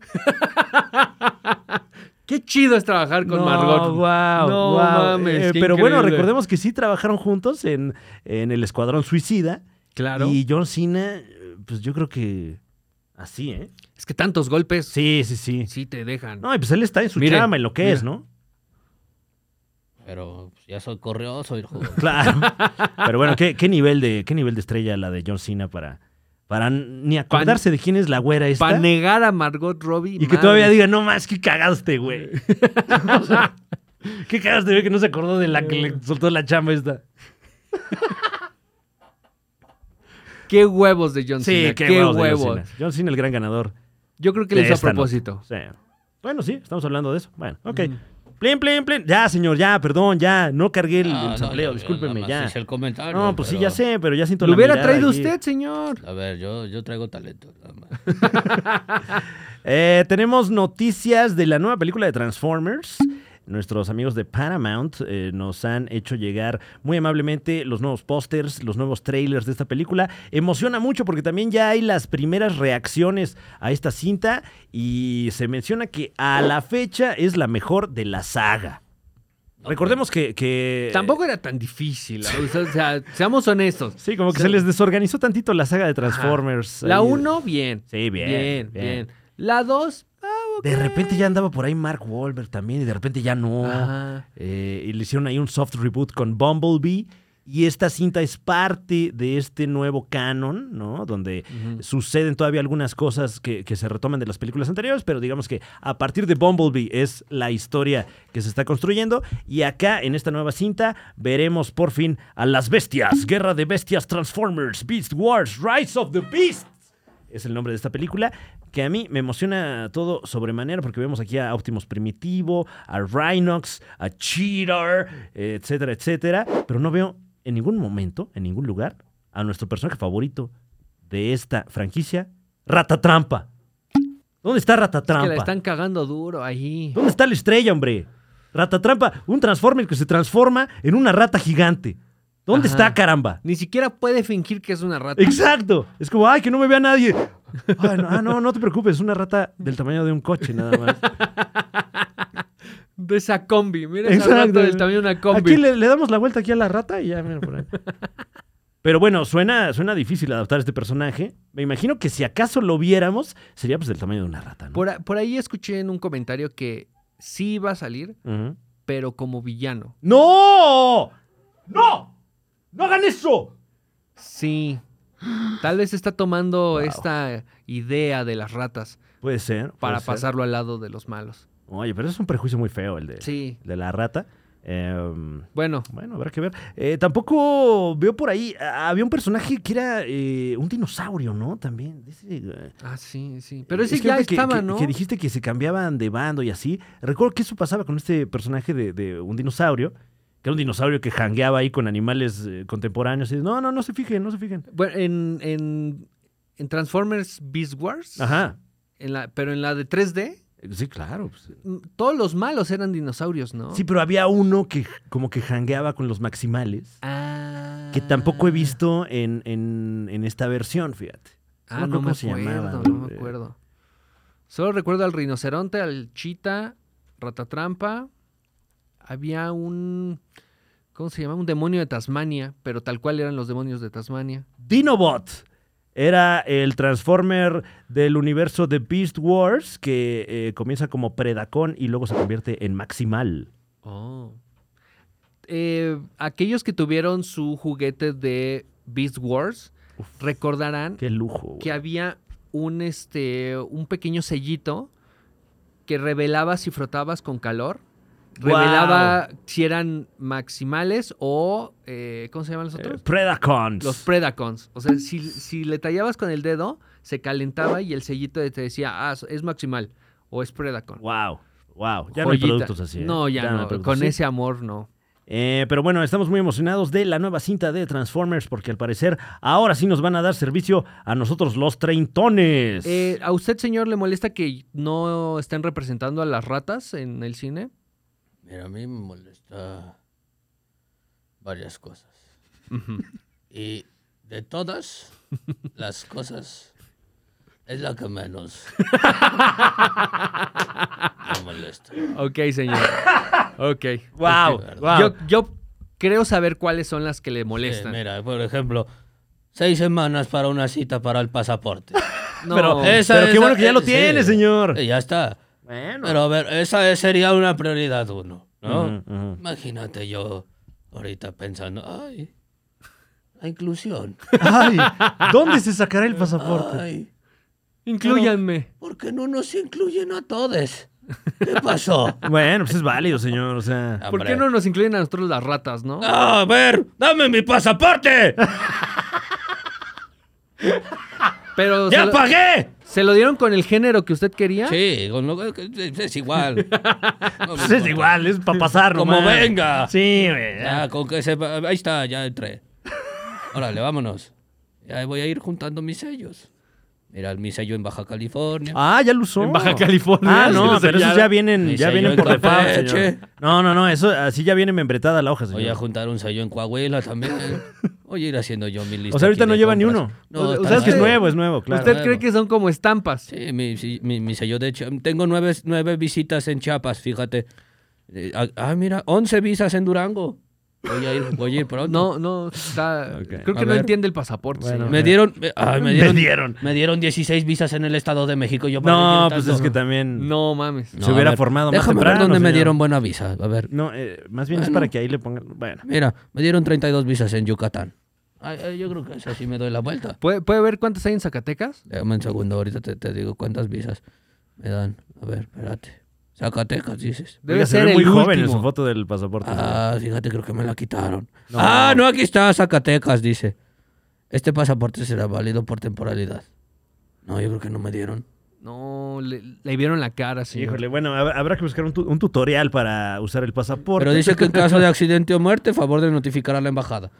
S1: Qué chido es trabajar con
S3: No,
S1: Margot.
S3: guau,
S1: No
S3: guau.
S1: mames,
S3: Eh,
S1: qué
S3: pero bueno,
S1: increíble.
S3: recordemos que sí trabajaron juntos en, en el Escuadrón Suicida.
S1: Claro.
S3: Y John Cena, eh, pues yo creo que así, ¿eh?
S1: Es que tantos golpes sí,
S3: Sí, sí, sí.
S1: te dejan.
S3: No, y pues él está en su
S1: Miren,
S3: chama, en lo que
S1: mira.
S3: es, ¿no?
S2: Pero pues, ya soy corrioso, hijo.
S3: Claro. Pero bueno, ¿qué, qué nivel de, qué nivel de estrella la de John Cena para, para ni acordarse de quién es la güera esta.
S1: Para negar a Margot Robbie.
S3: y que
S1: madre.
S3: todavía diga, no más, qué cagaste, güey. O sea, qué cagaste, güey, que no se acordó de la que
S1: Eh.
S3: le soltó la chamba esta.
S1: Qué huevos de John
S3: Sí,
S1: Cena.
S3: qué,
S1: qué,
S3: huevos
S1: huevos.
S3: de John Cena. John Cena, el gran ganador.
S1: Yo creo que
S3: de
S1: lo hizo a
S3: esta
S1: propósito. Mm.
S3: noche. Sí. Bueno, sí, estamos hablando de eso. Bueno, ok. Plin, plin, plin. Ya, señor, ya, perdón, ya. No cargué el, el sampleo, discúlpeme, ya.
S2: el comentario.
S3: No, pues sí,
S2: pero-
S3: ya sé, pero ya siento
S1: Lo
S3: la
S1: hubiera
S3: mirada
S1: traído
S3: aquí.
S1: usted, señor.
S2: A ver, yo, yo traigo talento. nada más.
S3: Eh, tenemos noticias de la nueva película de Transformers. Nuestros amigos de Paramount eh, nos han hecho llegar muy amablemente los nuevos pósters, los nuevos trailers de esta película. Emociona mucho porque también ya hay las primeras reacciones a esta cinta y se menciona que a la fecha es la mejor de la saga. Recordemos que... que-
S1: Tampoco era tan difícil. O sea, o sea, seamos honestos.
S3: eh, Sí, como que se les desorganizó tantito la saga de Transformers.
S1: La
S3: Ahí-
S1: 1, bien.
S3: Sí, bien,
S1: Bien,
S3: bien.
S1: bien. La 2,
S3: De repente ya andaba por ahí Mark Oh, Wahlberg también y de repente ya no.
S1: Ajá.
S3: Eh, y le hicieron ahí un soft reboot con Bumblebee. Y esta cinta es parte de este nuevo canon, ¿no? Donde suceden todavía algunas cosas que, que se retoman de las películas anteriores, pero digamos que a partir de Bumblebee es la historia que se está construyendo. Y acá, en esta nueva cinta, veremos por fin a las bestias. Guerra de bestias, Transformers, Beast Wars, Rise of the Beasts. Es el nombre de esta película, que a mí me emociona todo sobremanera porque vemos aquí a Optimus Primitivo, a Rhinox, a Cheater, etcétera, etcétera. Pero no veo en ningún momento, en ningún lugar, a nuestro personaje favorito de esta franquicia, Ratatrampa. ¿Dónde está Ratatrampa?
S1: Que la están cagando duro ahí.
S3: ¿Dónde está la estrella, hombre? Ratatrampa, un Transformer que se transforma en una rata gigante. ¿Dónde
S1: Ajá.
S3: está, caramba?
S1: Ni siquiera puede fingir que es una rata.
S3: Exacto. Es como, ay, que no me vea nadie. Ay, no, ah, no, no te preocupes, es una rata del tamaño de un coche nada más.
S1: De esa combi. Mira esa rata del tamaño de una combi.
S3: Aquí le, le damos la vuelta aquí a la rata y ya, mira por ahí. Pero bueno, suena, suena difícil adaptar a este personaje. Me imagino que si acaso lo viéramos, sería pues del tamaño de una rata, ¿no?
S1: Por, a- por ahí escuché en un comentario que sí iba a salir,
S3: Ujú.
S1: pero como villano.
S3: ¡No! ¡No! ¡No hagan eso!
S1: Sí. Tal vez está tomando esta idea de las ratas
S3: Puede ser. puede
S1: para
S3: ser.
S1: pasarlo al lado de los malos.
S3: Oye, pero es un prejuicio muy feo el de,
S1: Sí.
S3: el de la rata. Em,
S1: Bueno,
S3: Bueno, habrá que ver. Eh, tampoco veo por ahí. ah, Había un personaje que era eh, un dinosaurio, ¿no? También. Ese, eh,
S1: ah, sí, sí. Pero ese
S3: es que
S1: ya
S3: ahorita que-
S1: estaba,
S3: que-
S1: ¿no?
S3: Que dijiste que se cambiaban de bando y así. Recuerdo que eso pasaba con este personaje de, de un dinosaurio. Que era un dinosaurio que jangueaba ahí con animales eh, contemporáneos. Y, no, no, no se fijen, no se fijen.
S1: Bueno, en, en- en Transformers Beast Wars,
S3: Ajá.
S1: en la- pero en la de 3D,
S3: Eh, Sí, claro. pues.
S1: mm, todos los malos eran dinosaurios, ¿no?
S3: Sí, pero había uno que como que jangueaba con los maximales.
S1: Ah.
S3: Que tampoco he visto en, en- en esta versión, fíjate.
S1: Ah,
S3: No me
S1: no,
S3: acuerdo
S1: me
S3: cómo se
S1: acuerdo,
S3: llamaba,
S1: no me
S3: eh.
S1: acuerdo. Solo recuerdo al rinoceronte, al chita, ratatrampa. Había un... ¿Cómo se llamaba? Un demonio de Tasmania, pero tal cual eran los demonios de Tasmania.
S3: Dinobot. Era el Transformer del universo de Beast Wars que eh, comienza como Predacon y luego se convierte en Maximal.
S1: Oh. Eh, aquellos que tuvieron su juguete de Beast Wars recordarán
S3: Qué lujo. güey.
S1: que había un, este, un pequeño sellito que revelaba si frotabas con calor.
S3: ¡Guau!
S1: Revelaba si eran maximales o. eh, ¿Cómo se llaman los
S3: Eh,
S1: otros?
S3: Predacons.
S1: Los Predacons. O sea, si, si le tallabas con el dedo, se calentaba y el sellito te decía, ah, es maximal o es Predacon.
S3: wow. Wow. Ya no hay
S1: Joyita.
S3: productos así. ¿eh?
S1: No, ya,
S3: no hay
S1: no.
S3: productos
S1: Con
S3: así.
S1: ese amor, no.
S3: Eh, pero bueno, estamos muy emocionados de la nueva cinta de Transformers porque al parecer ahora sí nos van a dar servicio a nosotros los treintones.
S1: Eh, ¿A usted, señor, le molesta que no estén representando a las ratas en el cine?
S2: Mira, a mí me molesta varias cosas. Y de todas las cosas, es la que menos me molesta.
S1: Ok, señor. Ok.
S3: wow.
S2: es que-
S3: wow.
S1: Yo, yo creo saber cuáles son las que le
S2: Sí,
S1: molestan.
S2: Eh, mira, por ejemplo, seis semanas para una cita para el pasaporte.
S1: No,
S3: pero,
S2: Esa
S3: Oh, pero
S2: es-
S3: qué bueno que ya lo
S2: sí.
S3: tiene, señor.
S2: Eh, ya está.
S3: Bueno.
S2: Pero a ver, esa es- sería una prioridad uno, ¿no?
S3: Ujú, ujú.
S2: Imagínate yo ahorita pensando, ay, la inclusión.
S3: Ay, ¿dónde se sacará el pasaporte?
S2: Ay,
S1: incluyanme.
S2: ¿por qué no nos incluyen a todos? ¿Qué pasó?
S3: Bueno, pues es válido, señor. O sea,
S1: ¿Por qué
S2: Hombre.
S1: no nos incluyen a nosotros las ratas, no?
S2: ¡Ah, a ver, dame mi pasaporte.
S1: Pero se
S2: ¡Ya
S1: lo,
S2: pagué!
S1: ¿se lo dieron con el género que usted quería.
S2: Sí, con lo que- es es igual. No me
S3: pues es
S2: importa.
S3: igual, es para pasarlo.
S2: Como
S3: man.
S2: venga.
S3: Sí, güey.
S2: Ya, con que se... Ahí está, ya entré. Órale, vámonos. Ya voy a ir juntando mis sellos. Mira, mi sello en Baja California.
S3: Ah, ya lo usó.
S1: En Baja California.
S3: Ah, no,
S1: Sí,
S3: pero
S1: ya.
S3: esos ya vienen,
S2: Ni
S3: ya
S2: sello
S3: vienen
S2: de
S3: por default,
S2: café,
S3: señor.
S2: che.
S3: No, no, no, eso así ya viene membretada la hoja,
S2: Voy a
S3: señor.
S2: juntar un sello en Coahuila también. Voy a ir haciendo yo mi lista.
S3: O sea, ahorita
S2: aquí
S3: no
S2: de
S3: lleva ni
S2: compras.
S3: uno.
S1: O- o
S2: está
S1: sea, es
S3: Es que es
S1: Usted-
S3: nuevo, es nuevo, claro.
S1: ¿Usted cree que son como estampas?
S2: Sí, mi, sí, mi- mi sello de Chiapas. Tengo nueve, nueve visitas en Chiapas, fíjate. Eh, ah, ah, mira, once visas en Durango. Voy a ir, voy a ir pronto.
S1: No, no, está-
S3: Ok.
S1: creo que
S2: A
S1: no
S2: ver.
S1: entiende el pasaporte.
S3: Bueno.
S1: señor.
S2: Me dieron, me, ay, me
S3: Me
S2: dieron,
S3: dieron.
S2: me dieron 16 visas en el Estado de México. Yo
S3: No,
S2: para qué
S3: pues
S2: tanto.
S3: es que también
S1: No mames.
S3: se
S2: a
S3: hubiera
S2: ver,
S3: formado más
S2: Déjame
S3: temprano.
S2: ver dónde me
S3: señor.
S2: dieron buena visa. A ver,
S3: No, eh, más bien es
S2: Bueno.
S3: para que ahí le pongan. Bueno.
S2: mira, me dieron 32 visas en Yucatán. Ay, ay, yo creo que esa sí me doy la vuelta.
S1: ¿Puede, puede ver cuántas hay en Zacatecas?
S2: Déjame un segundo, ahorita te, te digo cuántas visas me dan. A ver, espérate. Zacatecas, dices.
S1: Debe
S3: Oiga, se
S1: ser
S3: ve muy
S1: el
S3: joven en
S1: último.
S3: su foto del pasaporte.
S2: Ah, fíjate, creo que me la quitaron. Ah, no, aquí está, Zacatecas, dice. Este pasaporte será válido por temporalidad. No, yo creo que no me dieron.
S1: No, le, le vieron la cara, señor.
S3: Híjole, bueno, hab- habrá que buscar un, tu- un tutorial para usar el pasaporte.
S2: Pero dice que en caso de accidente o muerte, favor de notificar a la embajada.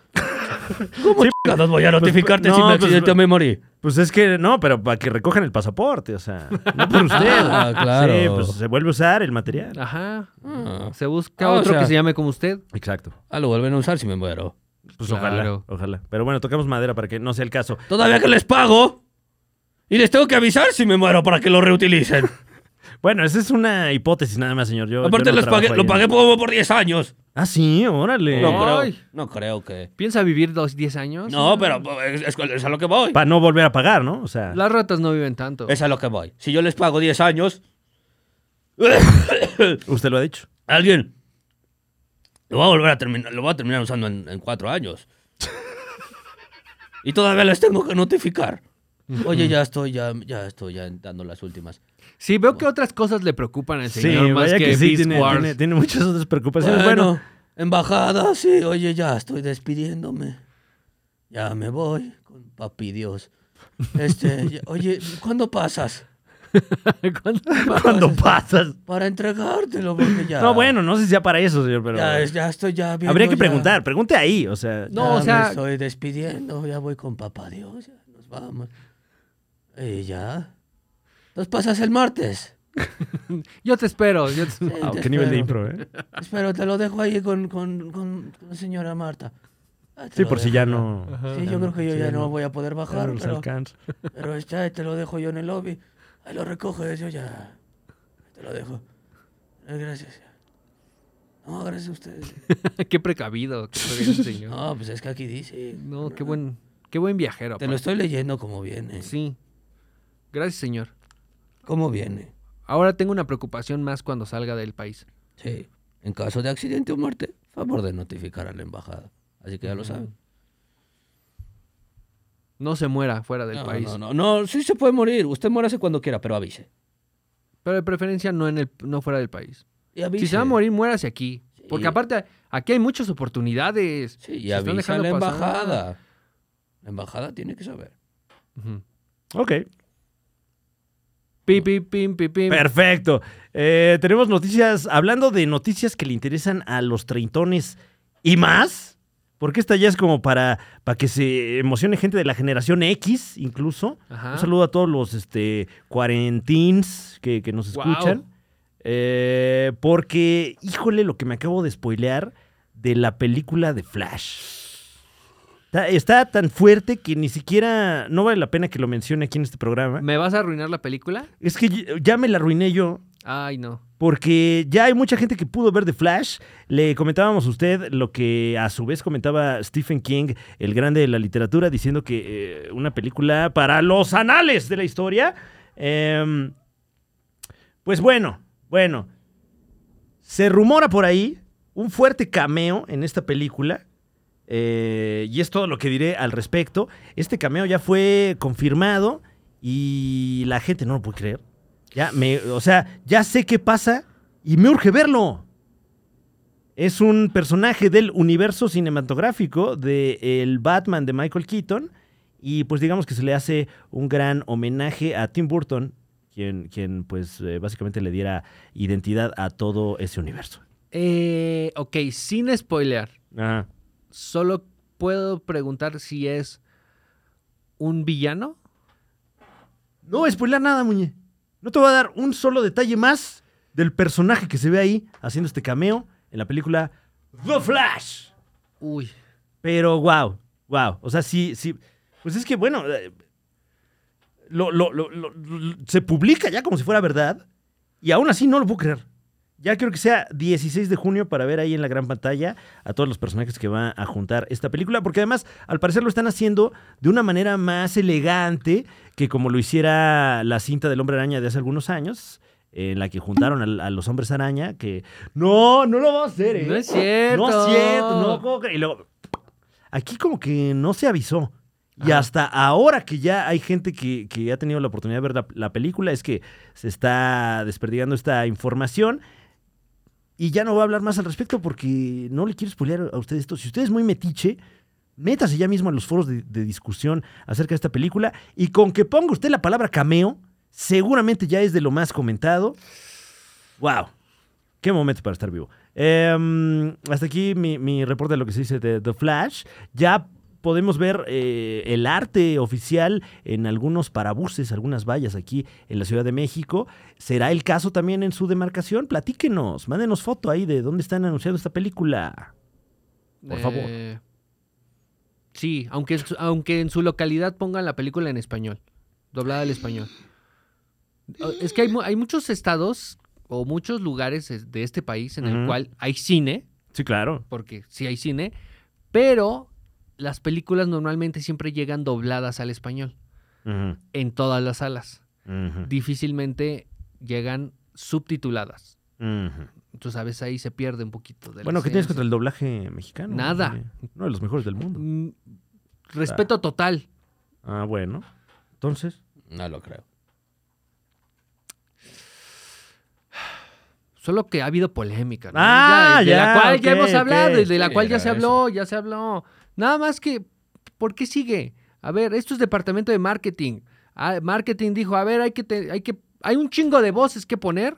S2: ¿Cómo
S3: Sí,
S2: chingados voy a notificarte
S3: pues,
S2: si me
S3: no, pues,
S2: accidenté o me morí?
S3: Pues es que no, pero para que recojan el pasaporte, o sea, no por usted.
S2: Ah, claro.
S3: Sí, pues se vuelve a usar el material.
S1: Ajá.
S2: Ah,
S1: Se busca
S2: Ah, o
S1: otro
S2: sea-
S1: que se llame como usted.
S3: Exacto.
S2: ah, lo vuelven a usar si me muero.
S3: Pues
S1: Claro.
S3: ojalá, ojalá. Pero bueno, tocamos madera para que no sea el caso.
S2: Todavía que les pago. Y les tengo que avisar si me muero para que lo reutilicen.
S3: Bueno, esa es una hipótesis nada más, señor. Yo, yo
S2: Aparte
S3: no
S2: les pagué,
S3: trabajo
S2: lo pagué
S3: ahí.
S2: por, por 10 años.
S3: Ah, sí, órale.
S2: No creo,
S1: Ay. Ah,
S2: no creo que...
S1: ¿Piensa vivir dos, 10 años?
S2: No, pero es, es- es a lo que voy.
S3: Para no volver a pagar, ¿no? O sea,
S1: Las ratas no viven tanto.
S2: Es a lo que voy. Si yo les pago 10 años,
S3: usted lo ha dicho.
S2: alguien lo va a volver a terminar, lo va a terminar usando en, en cuatro años. y todavía les tengo que notificar. Oye, ya estoy, ya, ya estoy, ya dando las últimas.
S1: Sí, veo que otras cosas le preocupan al
S3: Sí,
S1: señor más
S3: vaya
S1: que,
S3: que, sí,
S1: Beast
S3: tiene,
S1: Wars.
S3: tiene- tiene muchas otras preocupaciones.
S2: Bueno,
S3: Bueno,
S2: embajada, sí, oye, ya estoy despidiéndome. Ya me voy, con papi Dios. Este, ya- oye, ¿cuándo pasas?
S1: ¿Cuándo?
S3: cuando pasas.
S2: Para entregártelo, porque ya.
S3: No, bueno, no sé si sea para eso, señor, pero...
S2: Ya, ya estoy ya viendo
S3: Habría que
S2: ya-
S3: preguntar, pregunte ahí, o sea...
S1: No,
S2: ya
S1: o sea-
S2: Me estoy despidiendo, ya voy con papá Dios, ya nos vamos. Y ya. Nos pasas el martes.
S1: Yo te espero. yo te-
S2: Sí,
S3: Wow,
S2: te
S3: Ah, qué nivel de
S2: espero.
S3: impro, ¿eh?
S2: Espero, te lo dejo ahí con, con, con, con la señora Marta. Ah, te
S3: Sí,
S2: lo
S3: por si
S2: dejo.
S3: ya no...
S2: Sí, yo creo que yo
S3: sí,
S2: ya
S3: ya
S2: no
S3: no.
S2: voy a poder
S3: ya
S2: bajar,
S3: no nos
S2: pero,
S3: alcanza.
S2: pero está, te lo dejo yo en el lobby. Ahí lo recoges, yo ya. Te lo dejo. Eh, Gracias. No, gracias a ustedes.
S1: qué precavido. que fue el señor.
S2: No, pues es que aquí dice.
S1: No, qué buen, qué buen viajero.
S2: Te lo
S1: aparte.
S2: estoy leyendo como viene.
S1: Sí. Gracias, señor.
S2: ¿Cómo viene?
S1: Ahora tengo una preocupación más cuando salga del país.
S2: Sí. En caso de accidente o muerte, favor de notificar a la embajada. Así que ya lo saben.
S1: No se muera fuera del
S2: No,
S1: país.
S2: no, no, no, sí se puede morir. Usted muérase cuando quiera, pero avise.
S1: Pero de preferencia no, en el, no fuera del país.
S2: Y avise.
S1: Si se va a morir, muérase aquí.
S2: Sí.
S1: Porque aparte, aquí hay muchas oportunidades.
S2: Sí, y
S1: Se están
S2: avise a
S1: dejando
S2: la
S1: pasar.
S2: embajada. La embajada tiene que saber.
S1: Ujú.
S3: Ok,
S1: Pim, pim, pim, pim, pim.
S3: perfecto. Eh, tenemos noticias, hablando de noticias que le interesan a los treintones y más, porque esta ya es como para, para que se emocione gente de la generación X, incluso.
S1: Ajá.
S3: Un saludo a todos los este, cuarentins que, que nos
S1: Guau.
S3: escuchan. Eh, porque, híjole, lo que me acabo de spoilear de la película de Flash. Está, está tan fuerte que ni siquiera. No vale la pena que lo mencione aquí en este programa.
S1: ¿Me vas a arruinar la película?
S3: Es que ya- ya me la arruiné yo.
S1: Ay, no.
S3: Porque ya hay mucha gente que pudo ver The Flash. Le comentábamos a usted lo que a su vez comentaba Stephen King, el grande de la literatura, diciendo que eh, una película para los anales de la historia. Em, pues bueno, bueno. Se rumora por ahí un fuerte cameo en esta película. eh, y es todo lo que diré al respecto. Este cameo ya fue confirmado y la gente no lo puede creer. Ya me, o sea, ya sé qué pasa y me urge verlo. Es un personaje del universo cinematográfico de el Batman de Michael Keaton y pues digamos que se le hace un gran homenaje a Tim Burton, quien, quien pues eh, básicamente le diera identidad a todo ese universo.
S1: Eh, ok, sin spoilear, solo puedo preguntar si es un villano.
S3: No, spoiler nada, Muñe. No te voy a dar un solo detalle más del personaje que se ve ahí haciendo este cameo en la película The Flash.
S1: Uy,
S3: Pero wow, wow. O sea, sí, sí. Pues es que, bueno, eh, lo, lo- lo- lo- lo- se publica ya como si fuera verdad y aún así no lo puedo creer. Ya quiero que sea 16 de junio para ver ahí en la gran pantalla a todos los personajes que va a juntar esta película, porque además al parecer lo están haciendo de una manera más elegante que como lo hiciera la cinta del hombre araña de hace algunos años, en la que juntaron al- a, los hombres araña, que no, no lo vamos a hacer, ¿eh?
S1: No es cierto.
S3: No es cierto, no puedo creer. Y luego, aquí como que no se avisó. Y
S1: Ajá.
S3: hasta ahora que ya hay gente que, que ha tenido la oportunidad de ver la, la película, es que se está desperdigando esta información. Y ya no voy a hablar más al respecto porque no le quiero spoilear a usted esto. Si usted es muy metiche, métase ya mismo a los foros de, de discusión acerca de esta película. Y con que ponga usted la palabra cameo, seguramente ya es de lo más comentado. ¡Wow! Qué momento para estar vivo. Em, hasta aquí mi, mi reporte de lo que se dice de The Flash. Ya podemos ver eh, el arte oficial en algunos parabuses, algunas vallas aquí en la Ciudad de México. ¿Será el caso también en su demarcación? Platíquenos, mándenos foto ahí de dónde están anunciando esta película. Por favor.
S1: Eh, sí, aunque, en su- aunque en su localidad pongan la película en español, doblada al español. O- Es que hay, mu- hay muchos estados o muchos lugares es- de este país en el
S3: Ujú.
S1: cual hay cine,
S3: Sí, claro.
S1: porque sí hay cine, pero las películas normalmente siempre llegan dobladas al español
S3: Ujú,
S1: en todas las salas.
S3: ujú,
S1: Difícilmente llegan subtituladas.
S3: ujú.
S1: Entonces a veces ahí se pierde un poquito de la
S3: Bueno, ¿qué tienes
S1: esencia.
S3: contra el doblaje mexicano?
S1: Nada.
S3: Oye, Uno de los mejores del mundo.
S1: Mm, Respeto total.
S3: Ah, bueno. Entonces.
S2: No lo creo.
S1: Solo que ha habido polémica, ¿no?
S3: Ah,
S1: de la
S3: ya,
S1: cual ya
S3: ok,
S1: hemos hablado
S3: ok.
S1: y de la
S2: Sí,
S1: cual ya
S2: era
S1: se habló, ya se habló. Nada más que, ¿por qué sigue? A ver, esto es departamento de marketing. Ah, marketing dijo, a ver, hay que, te- hay que, hay un chingo de voces que poner.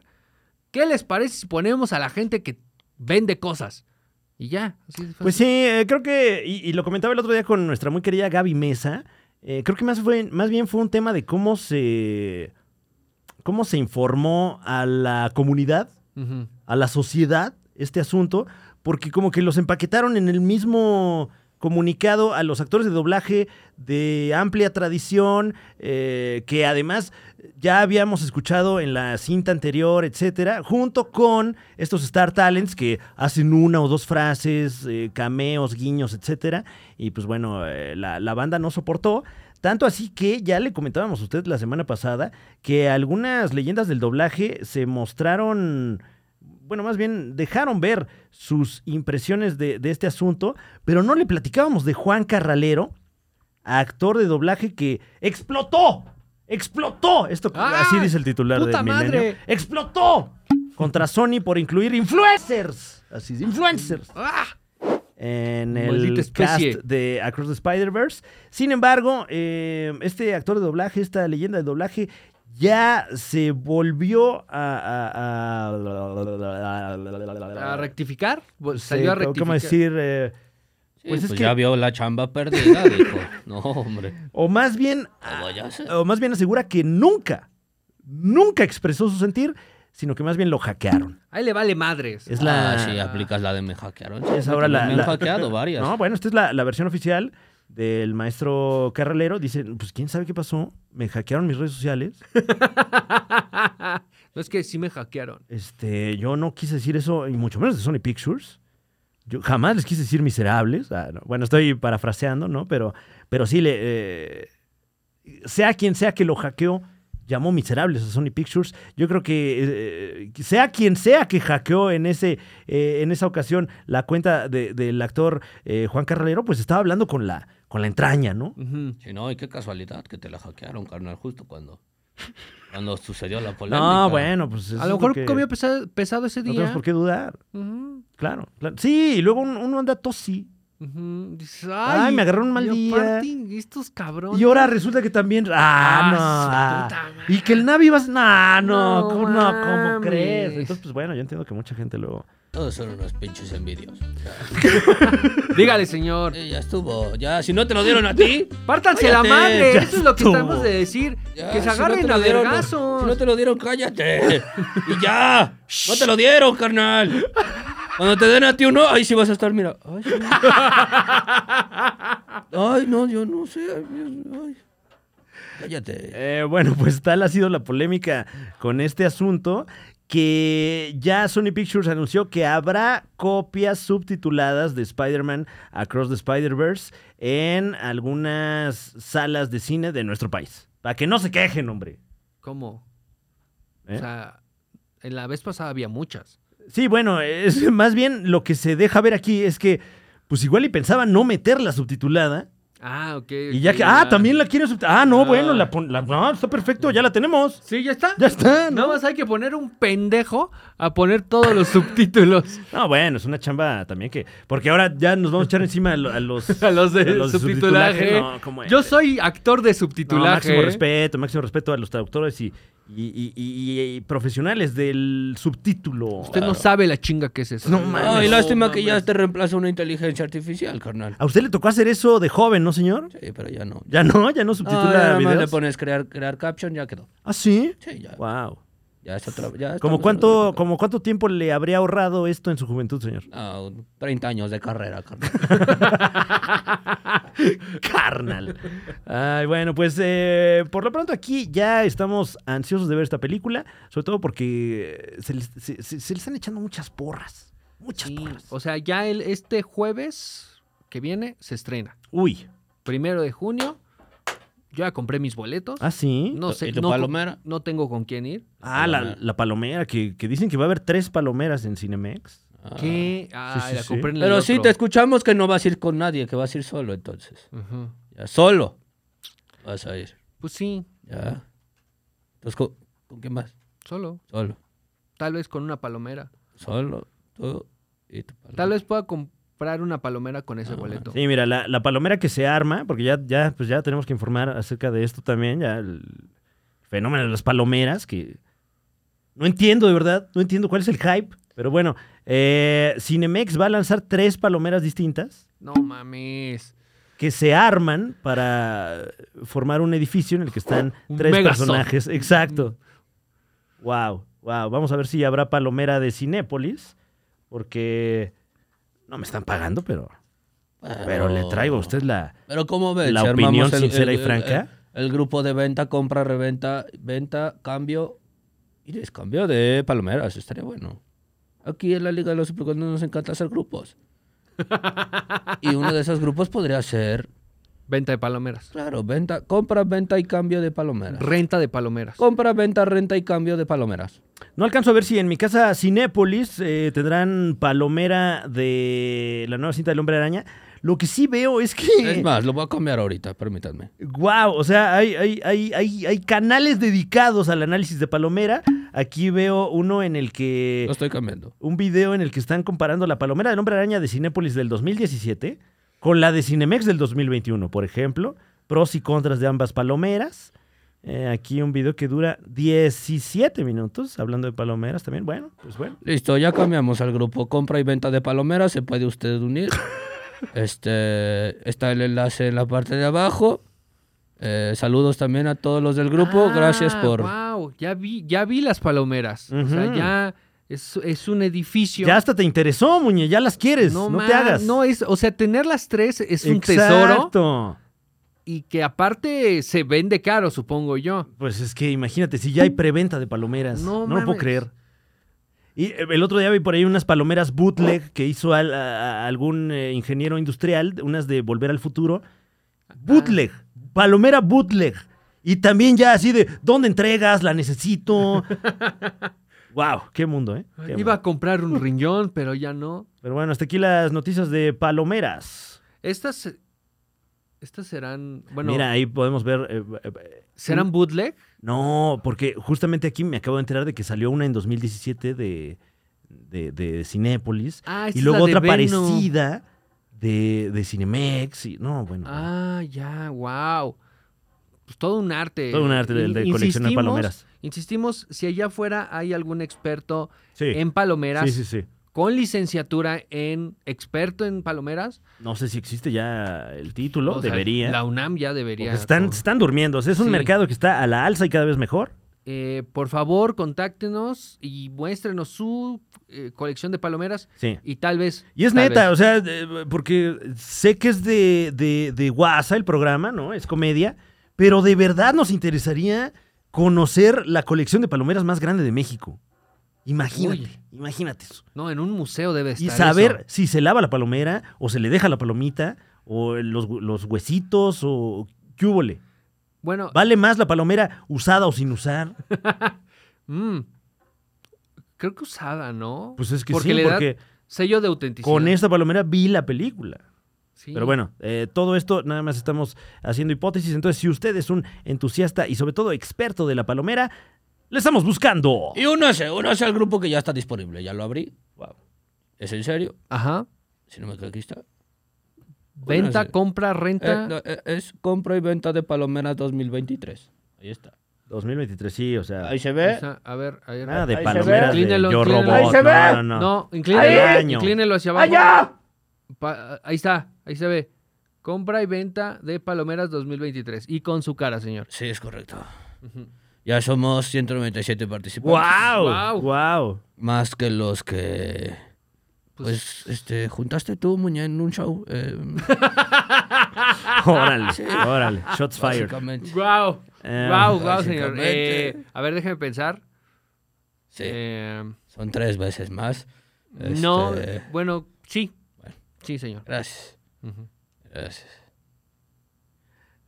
S1: ¿Qué les parece si ponemos a la gente que vende cosas? Y ya. así de fácil.
S3: Pues sí, eh, creo que, y, y lo comentaba el otro día con nuestra muy querida Gaby Mesa, eh, creo que más, fue, más bien fue un tema de cómo se, cómo se informó a la comunidad,
S1: Ujú.
S3: a la sociedad, este asunto, porque como que los empaquetaron en el mismo comunicado a los actores de doblaje de amplia tradición, eh, que además ya habíamos escuchado en la cinta anterior, etcétera, junto con estos Star Talents que hacen una o dos frases, eh, cameos, guiños, etcétera. Y pues bueno, eh, la, la banda no soportó. Tanto así que ya le comentábamos a usted la semana pasada que algunas leyendas del doblaje se mostraron. Bueno, más bien dejaron ver sus impresiones de, de este asunto, pero no le platicábamos de Juan Carralero, actor de doblaje que explotó, explotó. Esto
S1: ¡Ah!
S3: así dice el titular
S1: ¡Puta
S3: de Milenio.
S1: madre!
S3: Explotó contra Sony por incluir influencers. Así es, influencers
S1: ¡Ah!
S3: en
S1: Maldita
S3: el cast
S1: especie.
S3: de Across the Spider-Verse. Sin embargo, eh, este actor de doblaje, esta leyenda de doblaje, ya se volvió a... a- a-
S1: ¿A rectificar? Vol- Salió a
S3: Sí, ¿cómo-
S1: rectificar.
S3: ¿Cómo decir? eh,
S2: Sí,
S3: Pues
S2: pues
S3: es que-
S2: ya vio la chamba perdida, dijo. No, hombre.
S3: o más bien...
S2: No voy a hacer.
S3: O más bien asegura que nunca, nunca expresó su sentir, sino que más bien lo hackearon.
S1: Ahí le vale madres.
S3: Es la...
S2: Ah, sí, aplicas la de me hackearon. Sí,
S3: Pues, Es ahora la,
S2: pues, Me han
S3: la-
S2: hackeado varias.
S3: No, bueno, esta es la, la versión oficial del maestro Carralero. Dice, pues quién sabe qué pasó. Me hackearon mis redes sociales.
S1: no es que sí me hackearon.
S3: Este, yo no quise decir eso, y mucho menos de Sony Pictures. Yo jamás les quise decir miserables. Ah, no. Bueno, estoy parafraseando, ¿no? Pero, pero sí, le, eh, sea quien sea que lo hackeó, llamó miserables a Sony Pictures. Yo creo que eh, sea quien sea que hackeó en, ese, eh, en esa ocasión la cuenta de- del actor eh, Juan Carralero, pues estaba hablando con la, con la entraña, ¿no?
S1: Ujú.
S2: Si no, y qué casualidad que te la hackearon, carnal, justo cuando, cuando sucedió la polémica.
S3: No, bueno, pues... eso
S1: A
S3: es
S1: lo mejor
S3: que
S1: comió pesa- pesado ese
S3: No
S1: día.
S3: tenemos por qué dudar.
S1: Ujú.
S3: Claro, claro. Sí, y luego un- uno anda tosí.
S1: Ujú, dices,
S3: Ay, me agarró un mal
S1: y
S3: día.
S1: aparte, estos cabrones.
S3: Y ahora resulta que también. ¡Ah,
S1: Ah, su
S3: no! ah.
S1: puta madre.
S3: Y que el Navi vas. ¡No, no!
S1: No
S3: ¿Cómo, no, ¿cómo
S1: mames.
S3: crees? Entonces, pues bueno, yo entiendo que mucha gente luego.
S2: Todos son unos pinches envidios.
S1: Dígale, señor.
S2: Sí, ya estuvo, ya. Si no te lo dieron a ti,
S1: Eh, Pártanse
S2: cállate,
S1: la madre.
S3: ya
S1: Eso es lo que
S3: estuvo.
S1: estamos de decir.
S2: ya,
S1: que se
S2: si no
S1: agarren
S2: te lo
S1: a
S2: dieron,
S1: vergazos.
S2: Si no te lo dieron, cállate. Y ya. No te lo dieron, carnal. Cuando te den a ti uno, ahí sí vas a estar, mira. Ay, sí. Ay, no, yo no sé. ay, ay. Cállate.
S3: Eh, bueno, pues tal ha sido la polémica con este asunto que ya Sony Pictures anunció que habrá copias subtituladas de Spider-Man Across the Spider-Verse en algunas salas de cine de nuestro país. Para que no se quejen, hombre.
S1: ¿Cómo?
S3: ¿Eh?
S1: O sea, en la vez pasada había muchas.
S3: Sí, bueno, es más bien lo que se deja ver aquí es que, pues igual y pensaba no meterla subtitulada.
S1: Ah, ok.
S3: Y ya
S1: ok,
S3: que, ah, también la quieren subtitulada. Ah, no, bueno, la, pon- la- no, está perfecto, ya la tenemos.
S1: Sí, ya está.
S3: Ya está, ¿no?
S1: Nada más hay que poner un pendejo a poner todos los subtítulos.
S3: No, bueno, es una chamba también que. Porque ahora ya nos vamos a echar encima a, lo- a los.
S1: A los de subtitulaje.
S3: No, ¿cómo es?
S1: Yo soy actor de
S3: No,
S1: subtitulaje. ¿eh?
S3: máximo respeto, máximo respeto a los traductores y, y- y- y- y profesionales del subtítulo.
S1: Usted no sabe la chinga que es eso.
S3: No mames.
S2: Ay, lástima
S3: No
S2: que ya
S3: mames.
S2: te reemplaza una inteligencia artificial, carnal.
S3: ¿A usted le tocó hacer eso de joven, no, señor?
S2: Sí, pero ya no.
S3: Ya no, ya no
S2: Ah,
S3: subtitula
S2: nada más
S3: videos.
S2: le pones crear, crear caption, ya quedó.
S3: ¿Ah, sí?
S2: Sí, ya.
S3: Wow.
S2: ya es otra- ya estamos
S3: ¿Como
S2: en
S3: cuánto,
S2: otra época.
S3: como cuánto tiempo le habría ahorrado esto en su juventud, señor?
S2: Ah, un 30 años de carrera, carnal.
S3: carnal. Ay, bueno, pues eh, por lo pronto aquí ya estamos ansiosos de ver esta película, sobre todo porque eh, se les- se- se- se le están echando muchas porras. Muchas
S1: Sí,
S3: porras.
S1: O sea, ya el, este jueves que viene se estrena.
S3: Uy.
S1: Primero de junio. Yo ya compré mis boletos.
S3: ¿Ah, sí?
S1: No sé.
S2: ¿Y tu
S1: no,
S2: palomera?
S1: no tengo con quién ir.
S3: Ah, la, la palomera, que, que dicen que va a haber tres palomeras en Cinemex.
S2: Ah.
S1: ¿Qué? Ah,
S3: sí,
S1: la
S3: sí.
S1: compré en el
S2: Pero sí,
S1: otro.
S2: te escuchamos que no vas a ir con nadie, que vas a ir solo entonces.
S1: Ujú.
S2: Ya, solo vas a ir.
S1: Pues sí,
S2: Ya. Entonces, ¿con, con quién vas?
S1: solo.
S2: Solo.
S1: Tal vez con una palomera.
S2: Solo. Tú y tu paloma.
S1: Tal vez pueda comprar una palomera con ese boleto.
S3: Ah, Sí, mira, la, la palomera que se arma, porque ya, ya, pues ya tenemos que informar acerca de esto también, ya el fenómeno de las palomeras, que no entiendo de verdad, no entiendo cuál es el hype, pero bueno, eh, Cinemex va a lanzar tres palomeras distintas
S1: No mames.
S3: que se arman para formar un edificio en el que están
S1: Un
S3: tres
S1: megazord. Mm.
S3: personajes. Exacto. Wow, wow. Vamos a ver si habrá palomera de Cinépolis, porque no me están pagando, pero, pero le traigo a usted la...
S2: Pero ¿cómo ves?
S3: la
S2: Si armamos
S3: opinión sincera y franca.
S2: El, el grupo de venta, compra, reventa, venta, cambio y descambio de palomeras. Estaría bueno. Aquí en la Liga de los Supercuentos nos encanta hacer grupos. y uno de esos grupos podría ser,
S1: Venta de palomeras.
S2: claro, venta, compra, venta y cambio de palomeras.
S1: Renta de palomeras.
S2: compra, venta, renta y cambio de palomeras.
S3: No alcanzo a ver si en mi casa Cinépolis eh, tendrán palomera de la nueva cinta del Hombre Araña. Lo que sí veo es
S2: Es
S3: que.
S2: más, lo voy a cambiar ahorita, permítanme.
S3: ¡Wow! O sea, hay, hay, hay, hay, hay canales dedicados al análisis de palomera. Aquí veo uno en el que.
S2: Lo estoy cambiando.
S3: Un video en el que están comparando la palomera del Hombre Araña de Cinépolis del 2017 con la de Cinemex del 2021, por ejemplo. Pros y contras de ambas palomeras. Eh, aquí un video que dura 17 minutos, hablando de palomeras también. Bueno, pues bueno.
S2: Listo, ya cambiamos al grupo compra y venta de palomeras, se puede usted unir. Este está el enlace en la parte de abajo. Eh, saludos también a todos los del
S1: Ah,
S2: grupo, gracias por
S1: Wow, ya vi, ya vi las palomeras. O sea,
S3: Ujú.
S1: ya es, es un edificio.
S3: Ya hasta te interesó, Muñe, ya las quieres, no,
S1: ma-
S3: te hagas.
S1: No es, o sea, tener las tres es un tesoro
S3: Exacto.
S1: y que aparte se vende caro, supongo yo.
S3: Pues es que imagínate, si ya hay preventa de palomeras.
S1: No
S3: No, lo puedo
S1: mames.
S3: creer. Y eh, el otro día vi por ahí unas palomeras bootleg que hizo al- a- a algún eh, ingeniero industrial, unas de Volver al Futuro. Bootleg, palomera bootleg. Y también ya así de, ¿dónde entregas? La necesito. wow, qué mundo, ¿eh? Qué
S1: Iba
S3: mundo.
S1: a comprar un riñón, pero ya no.
S3: Pero bueno, hasta aquí las noticias de palomeras.
S1: Estas, estas serán, bueno,
S3: Mira, ahí podemos ver... eh, eh,
S1: serán bootleg.
S3: No, porque justamente aquí me acabo de enterar de que salió una en 2017 de, de, de Cinépolis.
S1: Ah, esta
S3: y
S1: es la
S3: luego
S1: de
S3: otra
S1: Venom.
S3: parecida de, de Cinemex. y- no, bueno.
S1: Ah, ya, wow. Pues todo un arte.
S3: Todo un arte del- de coleccionar
S1: Insistimos-
S3: palomeras.
S1: Insistimos, si allá afuera hay algún experto
S3: sí.
S1: en palomeras,
S3: sí, sí, sí.
S1: con licenciatura en experto en palomeras,
S3: No sé si existe ya el título.
S1: o sea,
S3: debería.
S1: la UNAM ya
S3: porque
S1: debería.
S3: están,
S1: ¿no?
S3: se están durmiendo. o sea, es un
S1: Sí.
S3: mercado que está a la alza y cada vez mejor.
S1: Eh, por favor, contáctenos y muéstrenos su eh, colección de palomeras
S3: Sí.
S1: y tal vez.
S3: Y es
S1: tal
S3: neta,
S1: vez-
S3: o sea, de- porque sé que es de, de, de guasa el programa, ¿no? Es comedia, pero de verdad nos interesaría conocer la colección de palomeras más grande de México. Imagínate,
S1: Uy.
S3: imagínate eso.
S1: No, en un museo debe estar.
S3: Y saber
S1: eso.
S3: si se lava la palomera o se le deja la palomita o los, hu- los huesitos o qué húbole.
S1: Bueno,
S3: ¿Vale más la palomera usada o sin usar?
S1: mm, creo que usada, ¿no?
S3: Pues es que
S1: Porque
S3: sí,
S1: le da
S3: porque
S1: sello de autenticidad.
S3: con esta palomera vi la película.
S1: Sí.
S3: Pero bueno, eh, todo esto nada más estamos haciendo hipótesis. Entonces, si usted es un entusiasta y sobre todo experto de la palomera, le estamos buscando.
S2: Y únase, únase al grupo que ya está disponible. Ya lo abrí. Wow. ¿Es en serio?
S1: Ajá.
S2: Si no me equivoco, aquí está.
S1: Venta,
S2: Únase.
S1: compra, renta.
S2: Eh, no, eh, es compra y venta de palomeras 2023. Ahí está.
S3: 2023, sí, o sea.
S2: Ahí se
S1: O
S2: ve.
S1: sea, a ver, a ver.
S3: Nada de
S2: Ahí se
S3: palomeras
S1: ve.
S3: de
S1: Inclínelo,
S3: yo
S1: inclínelo.
S3: robot.
S1: Ahí
S2: se ve.
S3: No, no, no.
S1: No, inclínelo,
S3: Ahí.
S1: inclínelo hacia abajo.
S2: ¡Allá!
S1: Pa- ahí está, ahí se ve. Compra y venta de palomeras 2023. Y con su cara, señor.
S2: Sí, es correcto. Ya somos 197 participantes.
S1: Guau.
S3: ¡Wow! ¡Wow!
S2: Más que los que. Pues, este, juntaste tú, Muñe, en un show. eh,
S3: Órale, órale. Shots fired.
S2: básicamente.
S1: Wow.
S3: Eh,
S1: wow, wow, señor.
S2: básicamente.
S1: Eh, a ver, déjeme pensar.
S2: Sí,
S1: Eh,
S2: son tres veces más.
S1: No,
S2: Este,
S1: bueno, sí. Sí, señor.
S2: Gracias.
S1: Ujú.
S2: Gracias.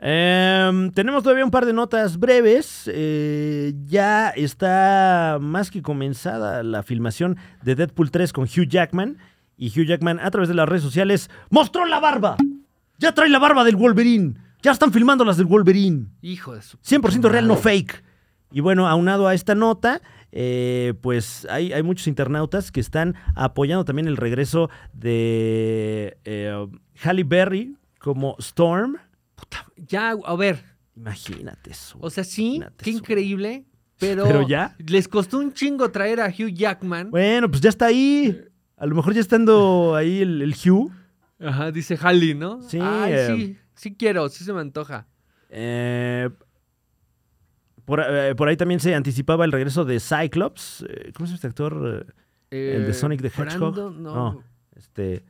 S3: Em, tenemos todavía un par de notas breves. Eh, ya está más que comenzada la filmación de Deadpool 3 con Hugh Jackman. Y Hugh Jackman a través de las redes sociales mostró la barba. Ya trae la barba del Wolverine. Ya están filmando las del Wolverine.
S1: Hijo de su.
S3: 100% real, no fake. Y bueno, aunado a esta nota, eh, pues hay, hay muchos internautas que están apoyando también el regreso de eh, Halle Berry como Storm.
S1: Ya, a ver.
S3: Imagínate eso.
S1: O sea, sí,
S3: Imagínate
S1: qué
S3: eso.
S1: increíble. Pero,
S3: Pero ya.
S1: les costó un chingo traer a Hugh Jackman.
S3: Bueno, pues ya está ahí. A lo mejor ya estando ahí el, el Hugh.
S1: Ajá, dice Halley, ¿no?
S3: Sí,
S1: Ay,
S3: eh.
S1: sí, em. sí quiero, sí se me antoja.
S3: Eh, por, eh, por ahí también se anticipaba el regreso de Cyclops. Eh, ¿Cómo se llama este actor? Eh, El de
S1: Eh,
S3: Sonic the Hedgehog.
S1: Brandon, no,
S3: No. Este.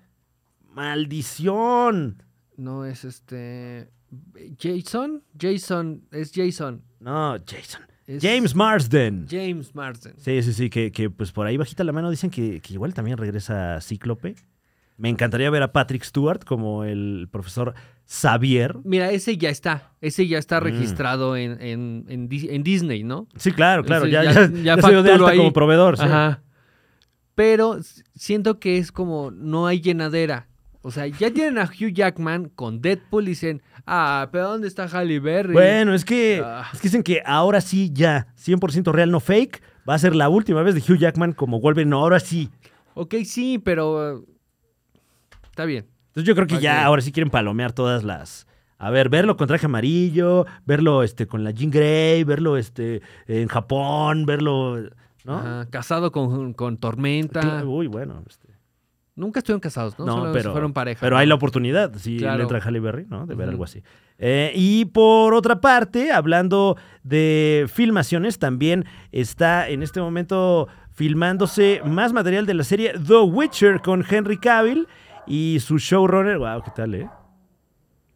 S3: ¡Maldición!
S1: no es este. Jason, Jason, es Jason.
S3: No, Jason.
S1: Es
S3: James Marsden.
S1: James Marsden.
S3: Sí, sí, sí, que, que, pues por ahí bajita la mano dicen que, que igual también regresa Cíclope. Me encantaría ver a Patrick Stewart como el profesor Xavier.
S1: Mira, ese ya está, ese ya está
S3: Mm.
S1: registrado en, en- en Dis- en Disney, ¿no?
S3: Sí, claro, claro,
S1: Sí,
S3: ya,
S1: ya-
S3: ya,
S1: ya
S3: ya se dio de
S1: facturó
S3: alta
S1: ahí.
S3: como proveedor. sí.
S1: Ajá. Pero s- siento que es como no hay llenadera. O sea, ya tienen a Hugh Jackman con Deadpool y dicen, ah, pero ¿dónde está Halle Berry?
S3: Bueno, es que,
S1: Ah.
S3: es que dicen que ahora sí ya, 100% real, no fake, va a ser la última vez de Hugh Jackman como Wolverine, no, ahora sí.
S1: Ok, sí, pero... eh, Está bien.
S3: Entonces yo creo que
S1: Ok.
S3: ya ahora sí quieren palomear todas las... A ver, verlo con traje amarillo, verlo este, con la Jean Grey, verlo este, en Japón, verlo... ¿no?
S1: Ajá, casado con, con Tormenta.
S3: Cla- Uy, bueno. este,
S1: Nunca estuvieron casados, ¿no?
S3: No,
S1: Solo
S3: pero,
S1: fueron pareja.
S3: pero hay la oportunidad, si
S1: Claro.
S3: le entra Halle Berry, ¿no? De ver
S1: Ujú.
S3: algo así. Eh, y por otra parte, hablando de filmaciones, también está en este momento filmándose más material de la serie The Witcher con Henry Cavill y su showrunner. Wow, ¿qué tal, eh?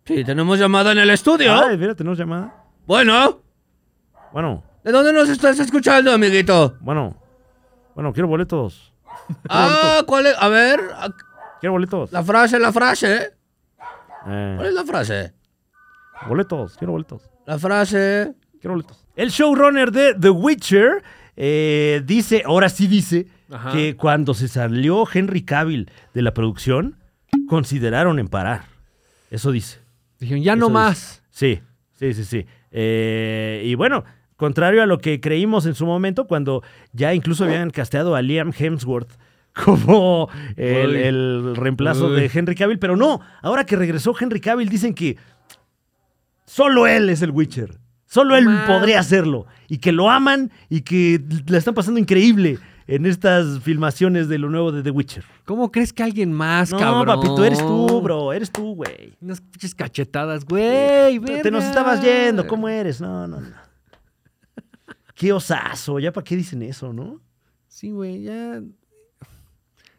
S2: Sí, tenemos llamada en el estudio.
S3: Ah, mira, tenemos llamada.
S2: Bueno,
S3: Bueno,
S2: ¿de dónde nos estás escuchando, amiguito?
S3: bueno, bueno, quiero boletos.
S2: Ah, ¿cuál es? A ver, ah,
S3: Quiero boletos.
S2: la frase, la frase.
S3: Eh,
S2: ¿Cuál es la frase?
S3: boletos, quiero boletos.
S2: La frase.
S3: El showrunner de The Witcher eh, dice, ahora sí dice,
S1: Ajá.
S3: que cuando se salió Henry Cavill de la producción, consideraron en parar. Eso dice.
S1: Dijeron, ya no
S3: Eso
S1: más.
S3: Sí, sí, sí, sí. Eh, y bueno, contrario a lo que creímos en su momento, cuando ya
S1: Ah.
S3: incluso habían casteado a Liam Hemsworth como el,
S1: Uy.
S3: el reemplazo
S1: Uy.
S3: de Henry Cavill, pero no, ahora que regresó Henry Cavill dicen que solo él es el Witcher. Solo él
S1: Man.
S3: podría hacerlo. Y que lo aman y que la están pasando increíble en estas filmaciones de lo nuevo de The Witcher.
S1: ¿Cómo crees que alguien más,
S3: No,
S1: cabrón?
S3: papito, eres tú, bro. Eres tú, güey.
S1: Unas pinches cachetadas, güey.
S3: Te nos
S1: verga.
S3: estabas yendo, ¿cómo eres? No, no, no. Qué osazo, ya para qué dicen eso, ¿no?
S1: Sí, güey, ya.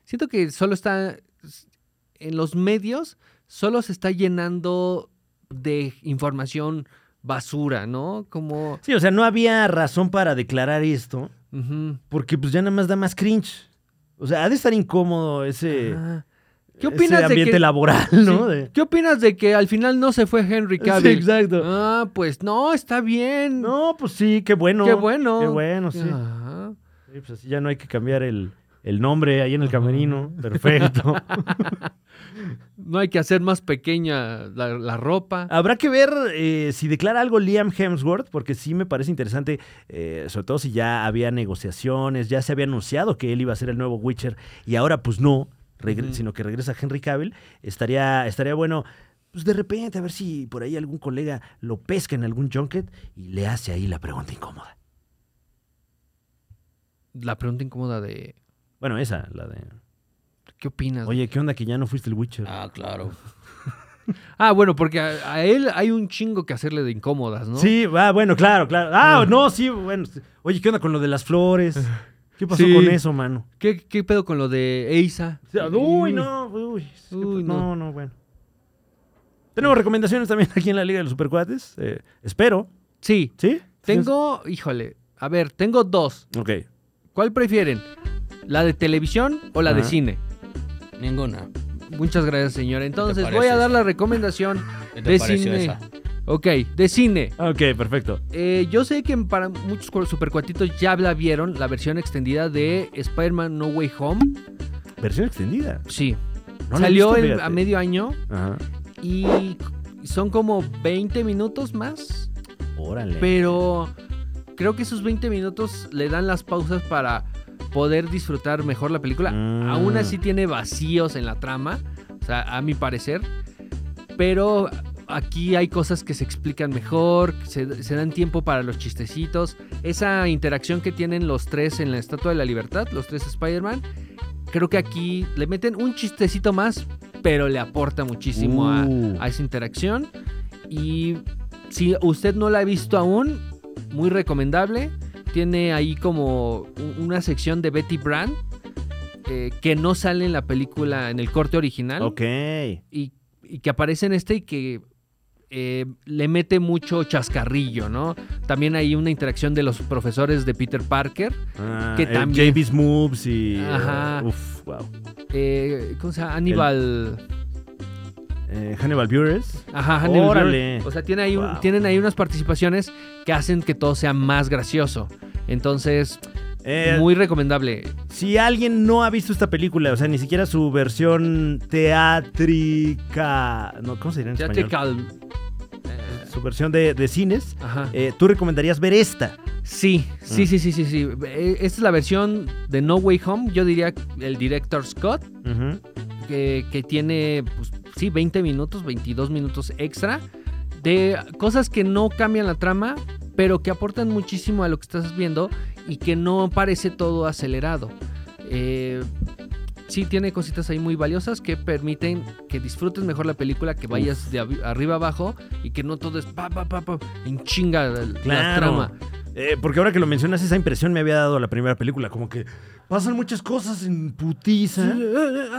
S1: Siento que solo está. En los medios, solo se está llenando de información basura, ¿no? Como.
S3: Sí, o sea, no había razón para declarar esto.
S1: Ujú.
S3: Porque pues ya nada más da más cringe. O sea, ha de estar incómodo ese,
S1: Ah.
S3: ese
S1: ¿Qué opinas de
S3: ambiente
S1: que...
S3: laboral, ¿no?
S1: Sí.
S3: De-
S1: ¿Qué opinas de que al final no se fue Henry
S3: Sí,
S1: Cavill?
S3: exacto.
S1: Ah, pues no, está bien.
S3: No, pues sí, qué bueno.
S1: Qué bueno.
S3: Qué bueno, Ah. sí.
S1: Ajá.
S3: Sí, pues así ya no hay que cambiar el, el nombre ahí en el camerino. Perfecto.
S1: No hay que hacer más pequeña la, la ropa.
S3: Habrá que ver eh, si declara algo Liam Hemsworth, porque sí me parece interesante, eh, sobre todo si ya había negociaciones, ya se había anunciado que él iba a ser el nuevo Witcher y ahora pues no, regre-
S1: Ujú.
S3: sino que regresa Henry Cavill, estaría, estaría bueno. Pues de repente, a ver si por ahí algún colega lo pesca en algún junket y le hace ahí la pregunta incómoda.
S1: La pregunta incómoda de
S3: Bueno, esa, la de.
S1: ¿qué opinas?
S3: Oye, ¿qué onda que ya no fuiste el Witcher?
S2: Ah, claro.
S1: Ah, bueno, porque a, a él hay un chingo que hacerle de incómodas, ¿no?
S3: Sí, ah, bueno, claro, claro. Ah, no, sí, bueno. sí. Oye, ¿qué onda con lo de las flores? ¿Qué pasó
S1: Sí.
S3: con eso, mano?
S1: ¿Qué, qué pedo con lo de Eisa?
S3: O sea, Uy, no, uy. sí,
S1: Uy,
S3: pues, no. no,
S1: no.
S3: bueno. Tenemos recomendaciones también aquí en la Liga de los Supercuates. eh, espero,
S1: Sí,
S3: ¿sí?
S1: tengo, híjole, a ver, tengo dos.
S3: Ok.
S1: ¿Cuál prefieren? ¿La de televisión o la de
S3: Ajá.
S1: cine?
S2: Ninguna.
S1: Muchas gracias, señora. Entonces voy
S2: parece
S1: a dar
S2: esa?
S1: la recomendación
S2: ¿Qué te
S1: de
S2: pareció
S1: cine.
S2: esa?
S1: Ok, de cine.
S3: Ok, perfecto.
S1: Eh, yo sé que para muchos cu- supercuatitos ya la vieron, la versión extendida de Spider-Man No Way Home.
S3: Versión extendida.
S1: Sí.
S3: No la he
S1: Salió
S3: visto,
S1: el-
S3: fíjate.
S1: a medio año
S3: Ajá.
S1: y son como 20 minutos más,
S3: Órale.
S1: pero creo que esos 20 minutos le dan las pausas para poder disfrutar mejor la película.
S3: Mm.
S1: Aún así tiene vacíos en la trama, o sea, a mi parecer, pero aquí hay cosas que se explican mejor, se, se dan tiempo para los chistecitos. Esa interacción que tienen los tres en la Estatua de la Libertad, los tres Spider-Man, creo que aquí le meten un chistecito más, pero le aporta muchísimo a-
S3: Uh.
S1: a, esa interacción. Y si usted no la ha visto aún, muy recomendable. Tiene ahí como u- una sección de Betty Brand eh, que no sale en la película, en el corte original
S3: Ok.
S1: y, y que aparece en este y que eh, le mete mucho chascarrillo, ¿no? También hay una interacción de los profesores de Peter Parker,
S3: Ah,
S1: Que
S3: el
S1: también-
S3: Javis Moves y. eh,
S1: Ajá.
S3: uf, wow.
S1: eh, ¿cómo se llama? Aníbal.
S3: Eh, Hannibal Buress.
S1: Ajá, Aníbal.
S3: Órale.
S1: O sea, tiene ahí un-
S3: Wow.
S1: tienen ahí unas participaciones que hacen que todo sea más gracioso. Entonces,
S3: Eh,
S1: muy recomendable.
S3: Si alguien no ha visto esta película, o sea, ni siquiera su versión teátrica. No, ¿Cómo se dirá en
S1: Ya
S3: español?
S1: te cal- eh,
S3: Su versión de, de cines.
S1: Ajá.
S3: eh, ¿Tú recomendarías ver esta?
S1: Sí,
S3: Mm.
S1: sí, sí, sí, sí, sí. Eh, Esta es la versión de No Way Home. Yo diría el director Scott.
S3: Ujú.
S1: que, que tiene, pues, sí, 20 minutos, 22 minutos extra de cosas que no cambian la trama, pero que aportan muchísimo a lo que estás viendo y que no parece todo acelerado. Eh, sí, tiene cositas ahí muy valiosas que permiten que disfrutes mejor la película, que vayas de abi- arriba abajo y que no todo es pa, pa, pa, pa, en chinga la- la
S3: Claro.
S1: trama.
S3: Eh, porque ahora que lo mencionas, esa impresión me había dado la primera película. Como que pasan muchas cosas en putiza.
S1: eh.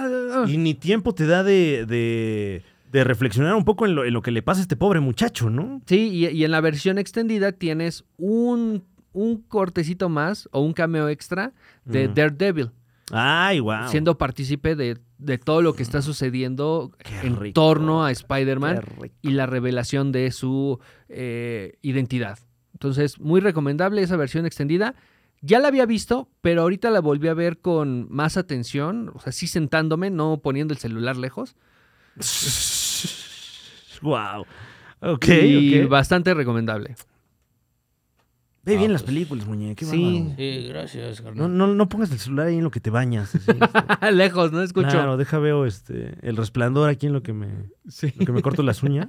S3: Y ni tiempo te da de, de- de reflexionar un poco en lo, en lo que le pasa a este pobre muchacho, ¿no?
S1: Sí, y, y en la versión extendida tienes un, un cortecito más o un cameo extra de
S3: Ujú.
S1: Daredevil,
S3: Ay, wow.
S1: siendo partícipe de, de todo lo que está sucediendo
S3: Qué
S1: en
S3: rico,
S1: torno a
S3: qué
S1: Spider-Man
S3: rico.
S1: y la revelación de su eh, identidad. Entonces, muy recomendable esa versión extendida. Ya la había visto, pero ahorita la volví a ver con más atención, o sea, sí sentándome, no poniendo el celular lejos.
S3: Wow. Ok,
S1: y
S3: ok.
S1: bastante recomendable.
S3: Ve
S2: Ah,
S3: bien las
S2: pues.
S3: películas, muñeca. qué
S1: Sí.
S3: bárbaro.
S2: Sí, gracias,
S3: No,
S2: carnal.
S3: no, no pongas el celular ahí en lo que te bañas. así, este.
S1: lejos, no escucho.
S3: Claro, deja veo este, el resplandor aquí en lo que me,
S1: Sí.
S3: lo que me corto las uñas.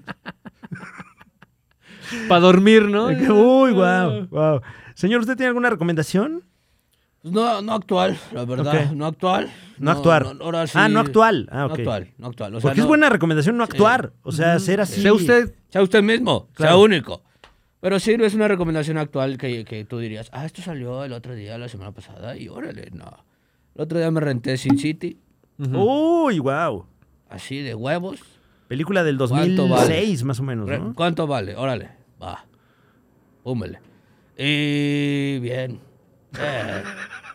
S1: Para dormir, ¿no?
S3: Eh, que- Uy, wow, wow. Señor, ¿usted tiene alguna recomendación?
S2: No, no actual, la verdad.
S3: Ok.
S2: No actual.
S3: No actuar.
S2: ahora sí-
S3: Ah, no actual. Ah, ok.
S2: No actual, no actual. O sea,
S3: Porque es
S2: no-
S3: buena recomendación no actuar. O sea, ser así.
S1: Sea usted.
S2: Sea usted mismo, sea
S3: Claro.
S2: único. Pero sí, no es una recomendación actual que, que tú dirías, ah, esto salió el otro día, la semana pasada, y órale, no. El otro día me renté Sin City,
S1: Ujú.
S3: Uy, wow.
S2: así de huevos.
S3: Película del
S2: ¿Cuánto
S3: 2006, más o menos,
S2: Re-
S3: ¿no?
S2: ¿Cuánto vale? Órale, va. Púmele. Y bien. Eh,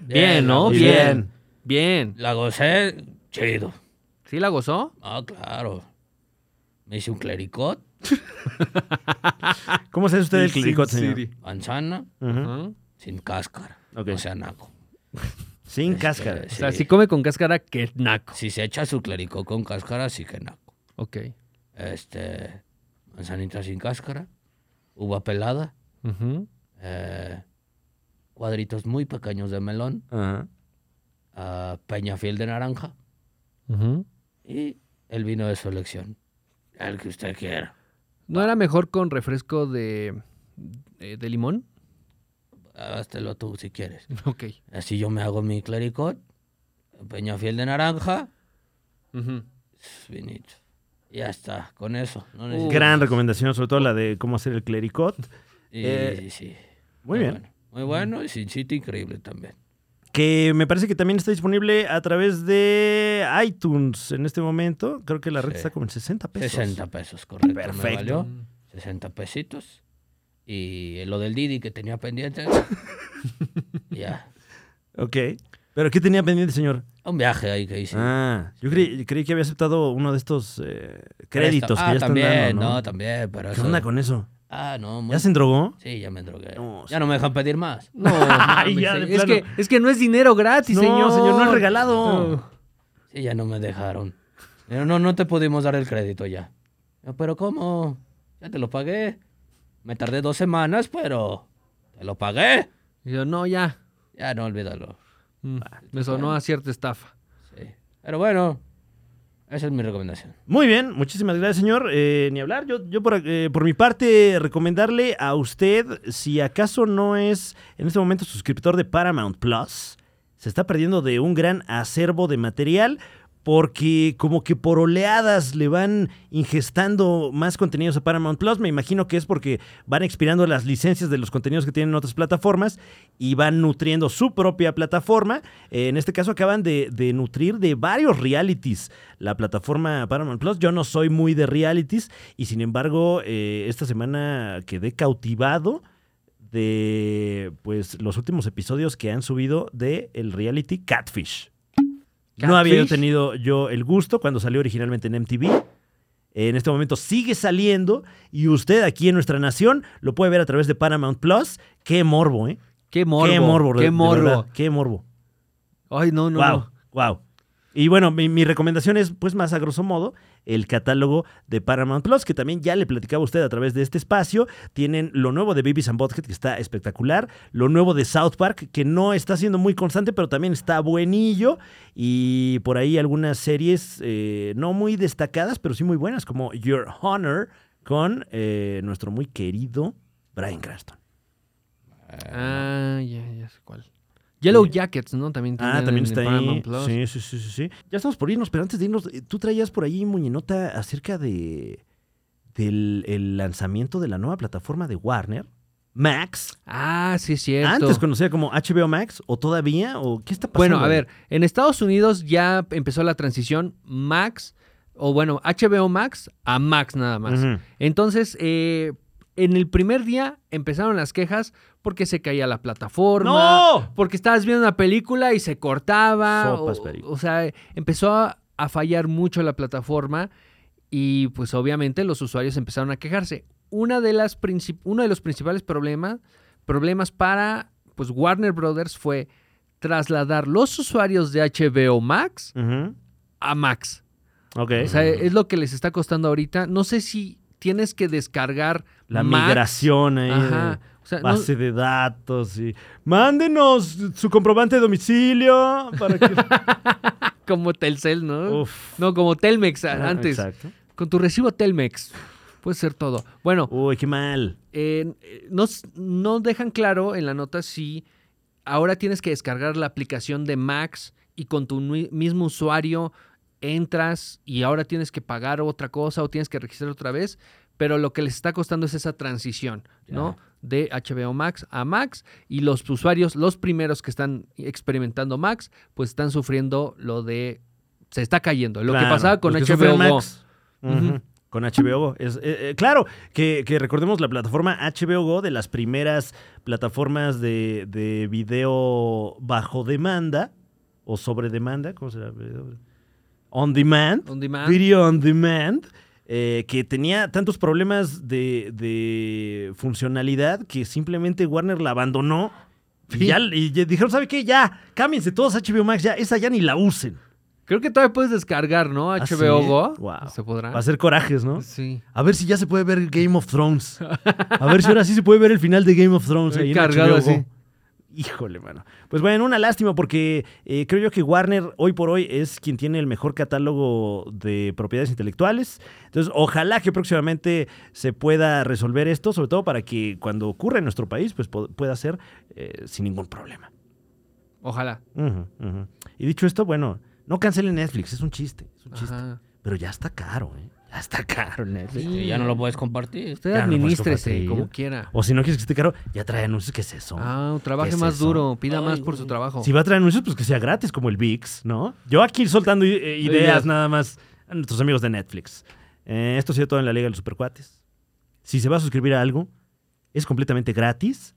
S1: Bien, ¿no?
S2: la-
S1: Bien. Bien.
S2: La gocé, chido.
S1: ¿Sí la gozó?
S2: Ah, claro. Me hice un clericot,
S3: ¿Cómo se hace usted el
S1: Sí,
S3: clericot,
S1: sí,
S3: señor?
S1: sí.
S2: manzana,
S3: Ujú.
S1: Ajá.
S2: sin cáscara.
S3: Ok.
S2: O sea, naco.
S3: Sin
S2: Este,
S3: cáscara.
S1: O sea,
S2: sí.
S1: si come con cáscara, que naco.
S2: Si se echa su clericot con cáscara, sí que naco.
S1: Ok.
S2: Este, manzanita sin cáscara, uva pelada,
S1: Ujú.
S2: eh, cuadritos muy pequeños de melón,
S3: Ajá.
S2: ah, peñafiel de naranja
S1: Ujú.
S2: y el vino de su elección. El que usted quiera.
S1: ¿No era mejor con refresco de, eh, de limón?
S2: Hágastelo tú si quieres.
S1: Ok.
S2: Así yo me hago mi clericot, peñafiel de naranja,
S1: Ujú.
S2: vinito. Ya está, con eso. No necesito
S3: Uh, Gran
S2: más.
S3: recomendación, sobre todo la de cómo hacer el clericot.
S2: Y,
S3: Eh,
S2: sí.
S3: muy bien.
S2: bueno, muy bueno y sin sitio increíble también.
S3: Que me parece que también está disponible a través de iTunes en este momento. Creo que la red
S2: Sí.
S3: está como en 60 pesos.
S2: 60 pesos, correcto. Me
S3: Perfecto.
S2: valió
S3: Mm.
S2: 60 pesitos. Y lo del Didi que tenía pendiente. ya.
S3: Ok. ¿Pero qué tenía pendiente, señor?
S2: Un viaje ahí que hice.
S3: Ah, yo creí, creí que había aceptado uno de estos eh, créditos
S2: Presta-
S3: que
S2: ah,
S3: ya están
S2: también,
S3: dando,
S2: ¿no?
S3: ¿no?
S2: también, pero
S3: ¿Qué
S2: eso-
S3: onda con eso?
S2: Ah, no, muy-
S3: ¿Ya se endrogó?
S2: Sí, ya me drogué.
S3: No,
S2: ya no me dejan pedir más.
S1: No, mames,
S3: Ya, Ah, de
S1: es, que,
S3: plano.
S1: es que no es dinero gratis,
S3: No,
S1: señor.
S3: señor, no es regalado.
S1: No.
S2: Sí, ya no me dejaron. Pero no, no te pudimos dar el crédito ya. "No, Pero ¿cómo? Ya te lo pagué. Me tardé dos semanas, pero te lo pagué.
S1: Y yo, no, ya.
S2: Ya no, olvídalo.
S1: Mm, Me sonó a cierta estafa.
S2: Sí. Pero bueno, esa es mi recomendación.
S3: Muy bien, muchísimas gracias, señor. Eh, ni hablar. Yo, yo por, eh, por mi parte, recomendarle a usted, si acaso no es en este momento suscriptor de Paramount Plus, se está perdiendo de un gran acervo de material. Porque como que por oleadas le van ingestando más contenidos a Paramount Plus. Me imagino que es porque van expirando las licencias de los contenidos que tienen en otras plataformas y van nutriendo su propia plataforma. Eh, en este caso acaban de, de nutrir de varios realities la plataforma Paramount Plus. Yo no soy muy de realities y sin embargo eh, esta semana quedé cautivado de pues los últimos episodios que han subido de el reality Catfish. No
S1: Catfish.
S3: había yo tenido yo el gusto cuando salió originalmente en MTV. En este momento sigue saliendo y usted aquí en nuestra nación lo puede ver a través de Paramount Plus. Qué morbo, ¿eh?
S1: Qué morbo.
S3: qué morbo, de-
S1: Qué
S3: de verdad,
S1: morbo.
S3: qué morbo.
S1: Ay, no, no.
S3: wow,
S1: no.
S3: wow. Y bueno, mi, mi recomendación es, pues más a grosso modo, el catálogo de Paramount Plus, que también ya le platicaba a usted a través de este espacio. Tienen lo nuevo de Babies and Butthead, que está espectacular. Lo nuevo de South Park, que no está siendo muy constante, pero también está buenillo. Y por ahí algunas series eh, no muy destacadas, pero sí muy buenas, como Your Honor, con eh, nuestro muy querido Brian Cranston.
S1: Ah, ya, ya sé cuál. Yellow Jackets, ¿no? También
S3: Ah,
S1: tienen
S3: también
S1: en
S3: está ahí.
S1: Paramount Plus.
S3: Sí, sí, sí, sí, sí. Ya estamos por irnos, pero antes de irnos, eh, tú traías por ahí, Muñenota, acerca de del el lanzamiento de la nueva plataforma de Warner, Max.
S1: Ah, sí, es cierto.
S3: Antes conocida como HBO Max, o todavía, o qué está pasando.
S1: Bueno, a ver, en Estados Unidos ya empezó la transición Max, o bueno, HBO Max a Max nada más.
S3: Ujú.
S1: Entonces, eh, en el primer día empezaron las quejas porque se caía la plataforma.
S3: ¡No!
S1: Porque estabas viendo una película y se cortaba.
S3: Sopas,
S1: o-
S3: perico.
S1: o, sea, empezó a, a fallar mucho la plataforma y pues obviamente los usuarios empezaron a quejarse. Una de las princip- uno de los principales problemas, problemas para pues, Warner Brothers fue trasladar los usuarios de HBO Max
S3: Ujú.
S1: a Max.
S3: Ok.
S1: O sea, es lo que les está costando ahorita. No sé si tienes que descargar
S3: la
S1: Max.
S3: migración eh, ahí.
S1: Ajá.
S3: de
S1: O sea, no-
S3: Base de datos y. Mándenos su comprobante de domicilio para que.
S1: como Telcel, ¿no?
S3: Uf.
S1: No, como Telmex a-
S3: Ah,
S1: antes.
S3: Exacto.
S1: Con tu recibo Telmex. Puede ser todo. Bueno,
S3: Uy, qué mal.
S1: eh, eh, no, s- no dejan claro en la nota si ahora tienes que descargar la aplicación de Max y con tu nui- mismo usuario entras y ahora tienes que pagar otra cosa o tienes que registrar otra vez, pero lo que les está costando es esa transición, ¿no? De HBO Max a Max y los usuarios, los primeros que están experimentando Max, pues están sufriendo lo de... Se está cayendo. Lo
S3: Claro,
S1: que pasaba con
S3: los que
S1: HBO
S3: sufren
S1: Go.
S3: Max.
S1: Ujú.
S3: Ujú. Con HBO Go. Es, eh, eh, claro, que, que recordemos la plataforma HBO Go de las primeras plataformas de, de video bajo demanda o sobre demanda, ¿cómo se llama? On demand.
S1: On demand.
S3: Video on demand. eh, que tenía tantos problemas de, de funcionalidad que simplemente Warner la abandonó.
S1: Sí.
S3: Y, ya, y ya dijeron, ¿sabe qué? Ya, cámbiense todos a HBO Max, ya, esa ya ni la usen.
S1: Creo que todavía puedes descargar, ¿no?
S3: ¿Ah, sí?
S1: HBO Go.
S3: Wow.
S1: Se podrá.
S3: Para hacer corajes, ¿no?
S1: Sí.
S3: A ver si ya se puede ver Game of Thrones. A ver si ahora sí se puede ver el final de Game of Thrones. Ahí en
S1: Cargado
S3: HBO.
S1: así.
S3: Híjole, mano. Pues bueno, una lástima porque eh, creo yo que Warner hoy por hoy es quien tiene el mejor catálogo de propiedades intelectuales. Entonces, ojalá que próximamente se pueda resolver esto, sobre todo para que cuando ocurra en nuestro país, pues po- pueda ser eh, sin ningún problema.
S1: Ojalá.
S3: Ujú, ujú. Y dicho esto, bueno, no cancelen Netflix, es un chiste, es un chiste.
S1: Ajá.
S3: Pero ya está caro, ¿eh? Ya está caro el Netflix.
S2: Y ya no lo puedes compartir.
S1: Usted
S3: Ya no lo puedes
S1: administrese
S3: compartir.
S1: como quiera.
S3: O si no quieres que esté caro, ya trae anuncios. ¿Qué es eso?
S1: Ah, trabaje
S3: ¿Qué es
S1: más
S3: eso?
S1: duro. Pida
S2: Ay,
S1: más por su
S2: güey.
S1: trabajo.
S3: Si va a traer anuncios, pues que sea gratis, como el VIX, ¿no? Yo aquí soltando i- eh,
S1: Ideas.
S3: ideas nada más a nuestros amigos de Netflix. Eh, esto ha sido todo en la Liga de los Supercuates. Si se va a suscribir a algo, es completamente gratis.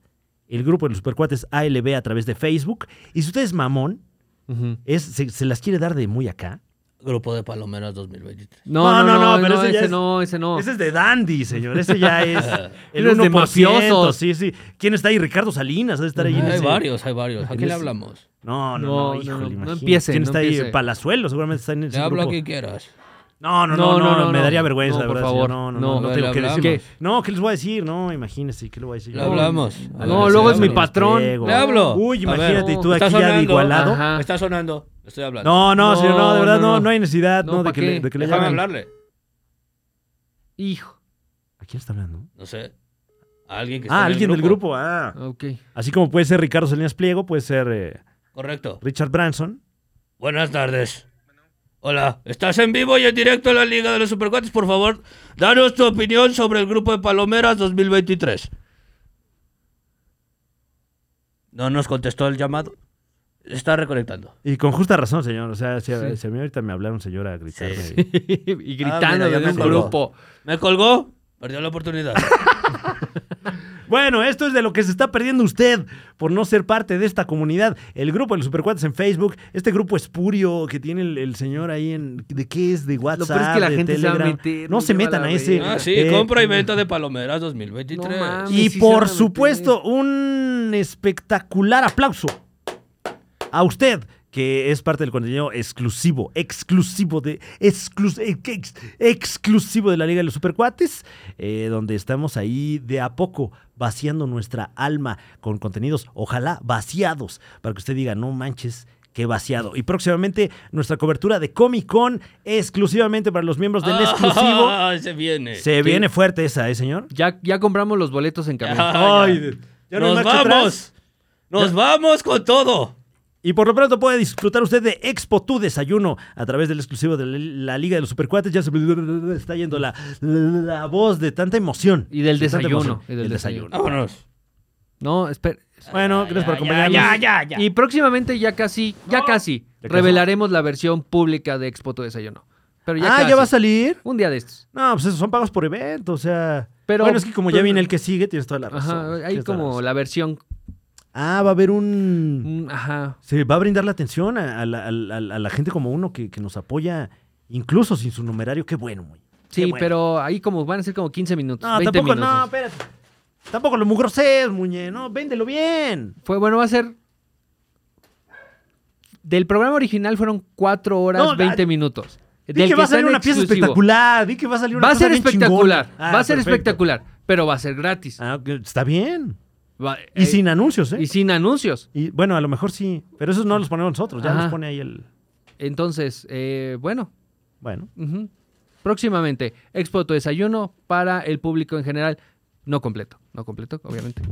S3: El grupo de los Supercuates ALB a través de Facebook. Y si usted es mamón,
S1: Ujú.
S3: es, se, se las quiere dar de muy acá.
S2: Grupo de Palomeras 2023.
S1: no, no, no, no,
S3: pero ese ya
S1: ese
S3: es-
S1: no, ese no.
S3: Ese es de Dandy, señor. Ese ya es el
S1: Ese es de
S3: 1%.
S1: mafiosos.
S3: Sí, sí. ¿Quién está ahí? Ricardo Salinas. Debe estar ahí en
S2: hay
S3: ese-
S2: varios, hay varios. ¿A
S3: en
S2: quién le
S3: ese-
S2: hablamos?
S1: No,
S3: No, no, no,
S1: no,
S3: híjole,
S1: no, no
S3: imagínate.
S1: empiece,
S3: ¿Quién
S1: no
S3: está
S1: empiece.
S3: ahí? Palazuelo, seguramente está en
S2: Te
S3: ese
S2: hablo
S3: grupo.
S2: a quien quieras.
S3: No, no,
S1: No,
S3: no, no,
S1: no,
S3: me
S1: no,
S3: daría
S1: no,
S3: vergüenza,
S1: no,
S3: la
S1: por
S3: verdad,
S1: favor,
S3: señor. No, no,
S1: no,
S3: no, no
S2: le
S3: tengo que
S2: hablamos.
S3: decir.
S1: ¿Qué?
S3: No, ¿qué les voy a decir? No, imagínese, ¿qué le voy a decir?
S2: Le hablamos.
S3: A
S1: No,
S3: ver,
S1: luego
S3: le
S1: es mi
S3: hablo,
S1: patrón.
S3: les pego.
S2: Le hablo.
S3: Uy,
S2: A ver.
S3: imagínate, y tú
S2: Está
S3: aquí ya de
S2: sonando.
S3: igualado.
S1: Ajá. Ah.
S2: Me está sonando. Estoy hablando.
S3: No, no, señor, no,
S1: No,
S3: de verdad,
S1: no,
S3: no,
S1: no.
S3: no, hay necesidad,
S1: No,
S3: no,
S1: ¿pa'
S3: de, que, le-
S1: qué?
S3: de que le
S2: Déjame
S3: llamen.
S2: hablarle.
S1: Hijo.
S3: ¿A quién está hablando?
S2: No sé. A alguien que está
S3: Ah,
S2: en el
S3: alguien del grupo, ah.
S1: Ok.
S3: Así como puede ser Ricardo Salinas Pliego, puede ser eh,
S2: Correcto.
S3: Richard Branson.
S2: Buenas tardes. Hola, estás en vivo y en directo en la Liga de los Supercuates. Por favor, danos tu opinión sobre el grupo de Palomeras 2023. No nos contestó el llamado. Está reconectando.
S3: Y con justa razón, señor. O sea, si a,
S1: Sí.
S3: si a mí ahorita me hablaron, señor, a gritarme.
S1: y
S3: Ah,
S1: gritando
S2: mira, ya
S1: en
S2: me
S1: un
S2: colgó.
S1: grupo.
S2: ¿Me colgó? Perdió la oportunidad.
S3: Bueno, esto es de lo que se está perdiendo usted por no ser parte de esta comunidad. El grupo de los supercuates en Facebook, este grupo espurio que tiene el, el señor ahí en... ¿De qué es? ¿De WhatsApp?
S1: peor es que la
S3: de
S1: gente se va a
S3: Telegram.
S1: meter,
S3: No
S1: me
S3: se
S1: lleva
S3: metan
S1: la
S3: a ese...
S1: verga.
S2: Ah, sí,
S3: eh,
S2: compra y venta de Palomeras 2023.
S1: No mames. Sí
S3: Y
S1: se van a
S3: por
S1: meter.
S3: supuesto, un espectacular aplauso a usted, que es parte del contenido exclusivo, exclusivo de. exclus- eh, ex- exclusivo de la Liga de los Supercuates, eh, donde estamos ahí de a poco vaciando nuestra alma con contenidos, ojalá vaciados, para que usted diga, no manches. Qué vaciado. Y próximamente nuestra cobertura de Comic Con exclusivamente para los miembros del exclusivo.
S2: Ah, se viene.
S3: Se viene fuerte esa, ¿eh, señor?
S1: Ya, ya compramos los boletos en camión.
S2: Ah,
S3: Ay,
S2: ya.
S3: de- ya no hay
S2: Nos
S3: marcha atrás.
S2: vamos. Nos vamos con todo.
S3: Y por lo pronto puede disfrutar usted de Expo Tu Desayuno a través del exclusivo de la, la Liga de los Supercuates. Ya se me está yendo la, la voz de tanta emoción.
S1: Y del
S3: De tanta
S1: desayuno,
S3: emoción.
S1: y del
S3: Del
S1: desayuno.
S2: Vámonos.
S1: No, espera.
S2: Ya,
S3: Bueno, gracias
S2: ya,
S3: por acompañarnos.
S2: Ya, ya, ya.
S1: Y próximamente ya casi, ya casi,
S3: Ya casi.
S1: revelaremos la versión pública de Expo Tu Desayuno. Pero ya
S3: ah,
S1: casi.
S3: ¿ya va a salir?
S1: Un día de estos.
S3: No, pues esos son pagos por evento, o sea...
S1: Pero-
S3: bueno, es que como ya
S1: pero-
S3: viene el que sigue, tienes toda la razón.
S1: Ajá, ahí
S3: tienes toda la
S1: como
S3: razón.
S1: la versión.
S3: Ah, va a haber un...
S1: mm, Ajá.
S3: Se va a brindar la atención a, a la, a la- a la gente como uno que, que nos apoya, incluso sin su numerario. Qué bueno, muy.
S1: Sí,
S3: Qué bueno.
S1: pero ahí como van a ser como 15 minutos.
S3: No,
S1: 20
S3: tampoco,
S1: minutos.
S3: no, espérate. Tampoco lo mugrosees, muñe, no, véndelo bien.
S1: Fue, bueno, va a ser. Del programa original fueron 4 horas
S3: No,
S1: 20
S3: ah,
S1: minutos.
S3: Di
S1: Del
S3: que, va a
S1: está
S3: salir
S1: en
S3: una pieza
S1: exclusivo.
S3: espectacular, di que va a salir una
S1: Va a
S3: cosa
S1: ser
S3: bien
S1: espectacular.
S3: chingona. Ah,
S1: va a ser
S3: perfecto.
S1: espectacular. Pero va a ser gratis.
S3: Ah, ok, está bien.
S1: Va-
S3: Y
S1: eh,
S3: sin anuncios, ¿eh?
S1: y sin anuncios.
S3: Y, bueno, a lo mejor sí, pero esos no los ponemos nosotros, ya
S1: Ajá.
S3: los pone ahí el...
S1: Entonces, eh, bueno.
S3: Bueno,
S1: ujú. Próximamente, Expo Tu Desayuno para el público en general. No completo. No completo, obviamente.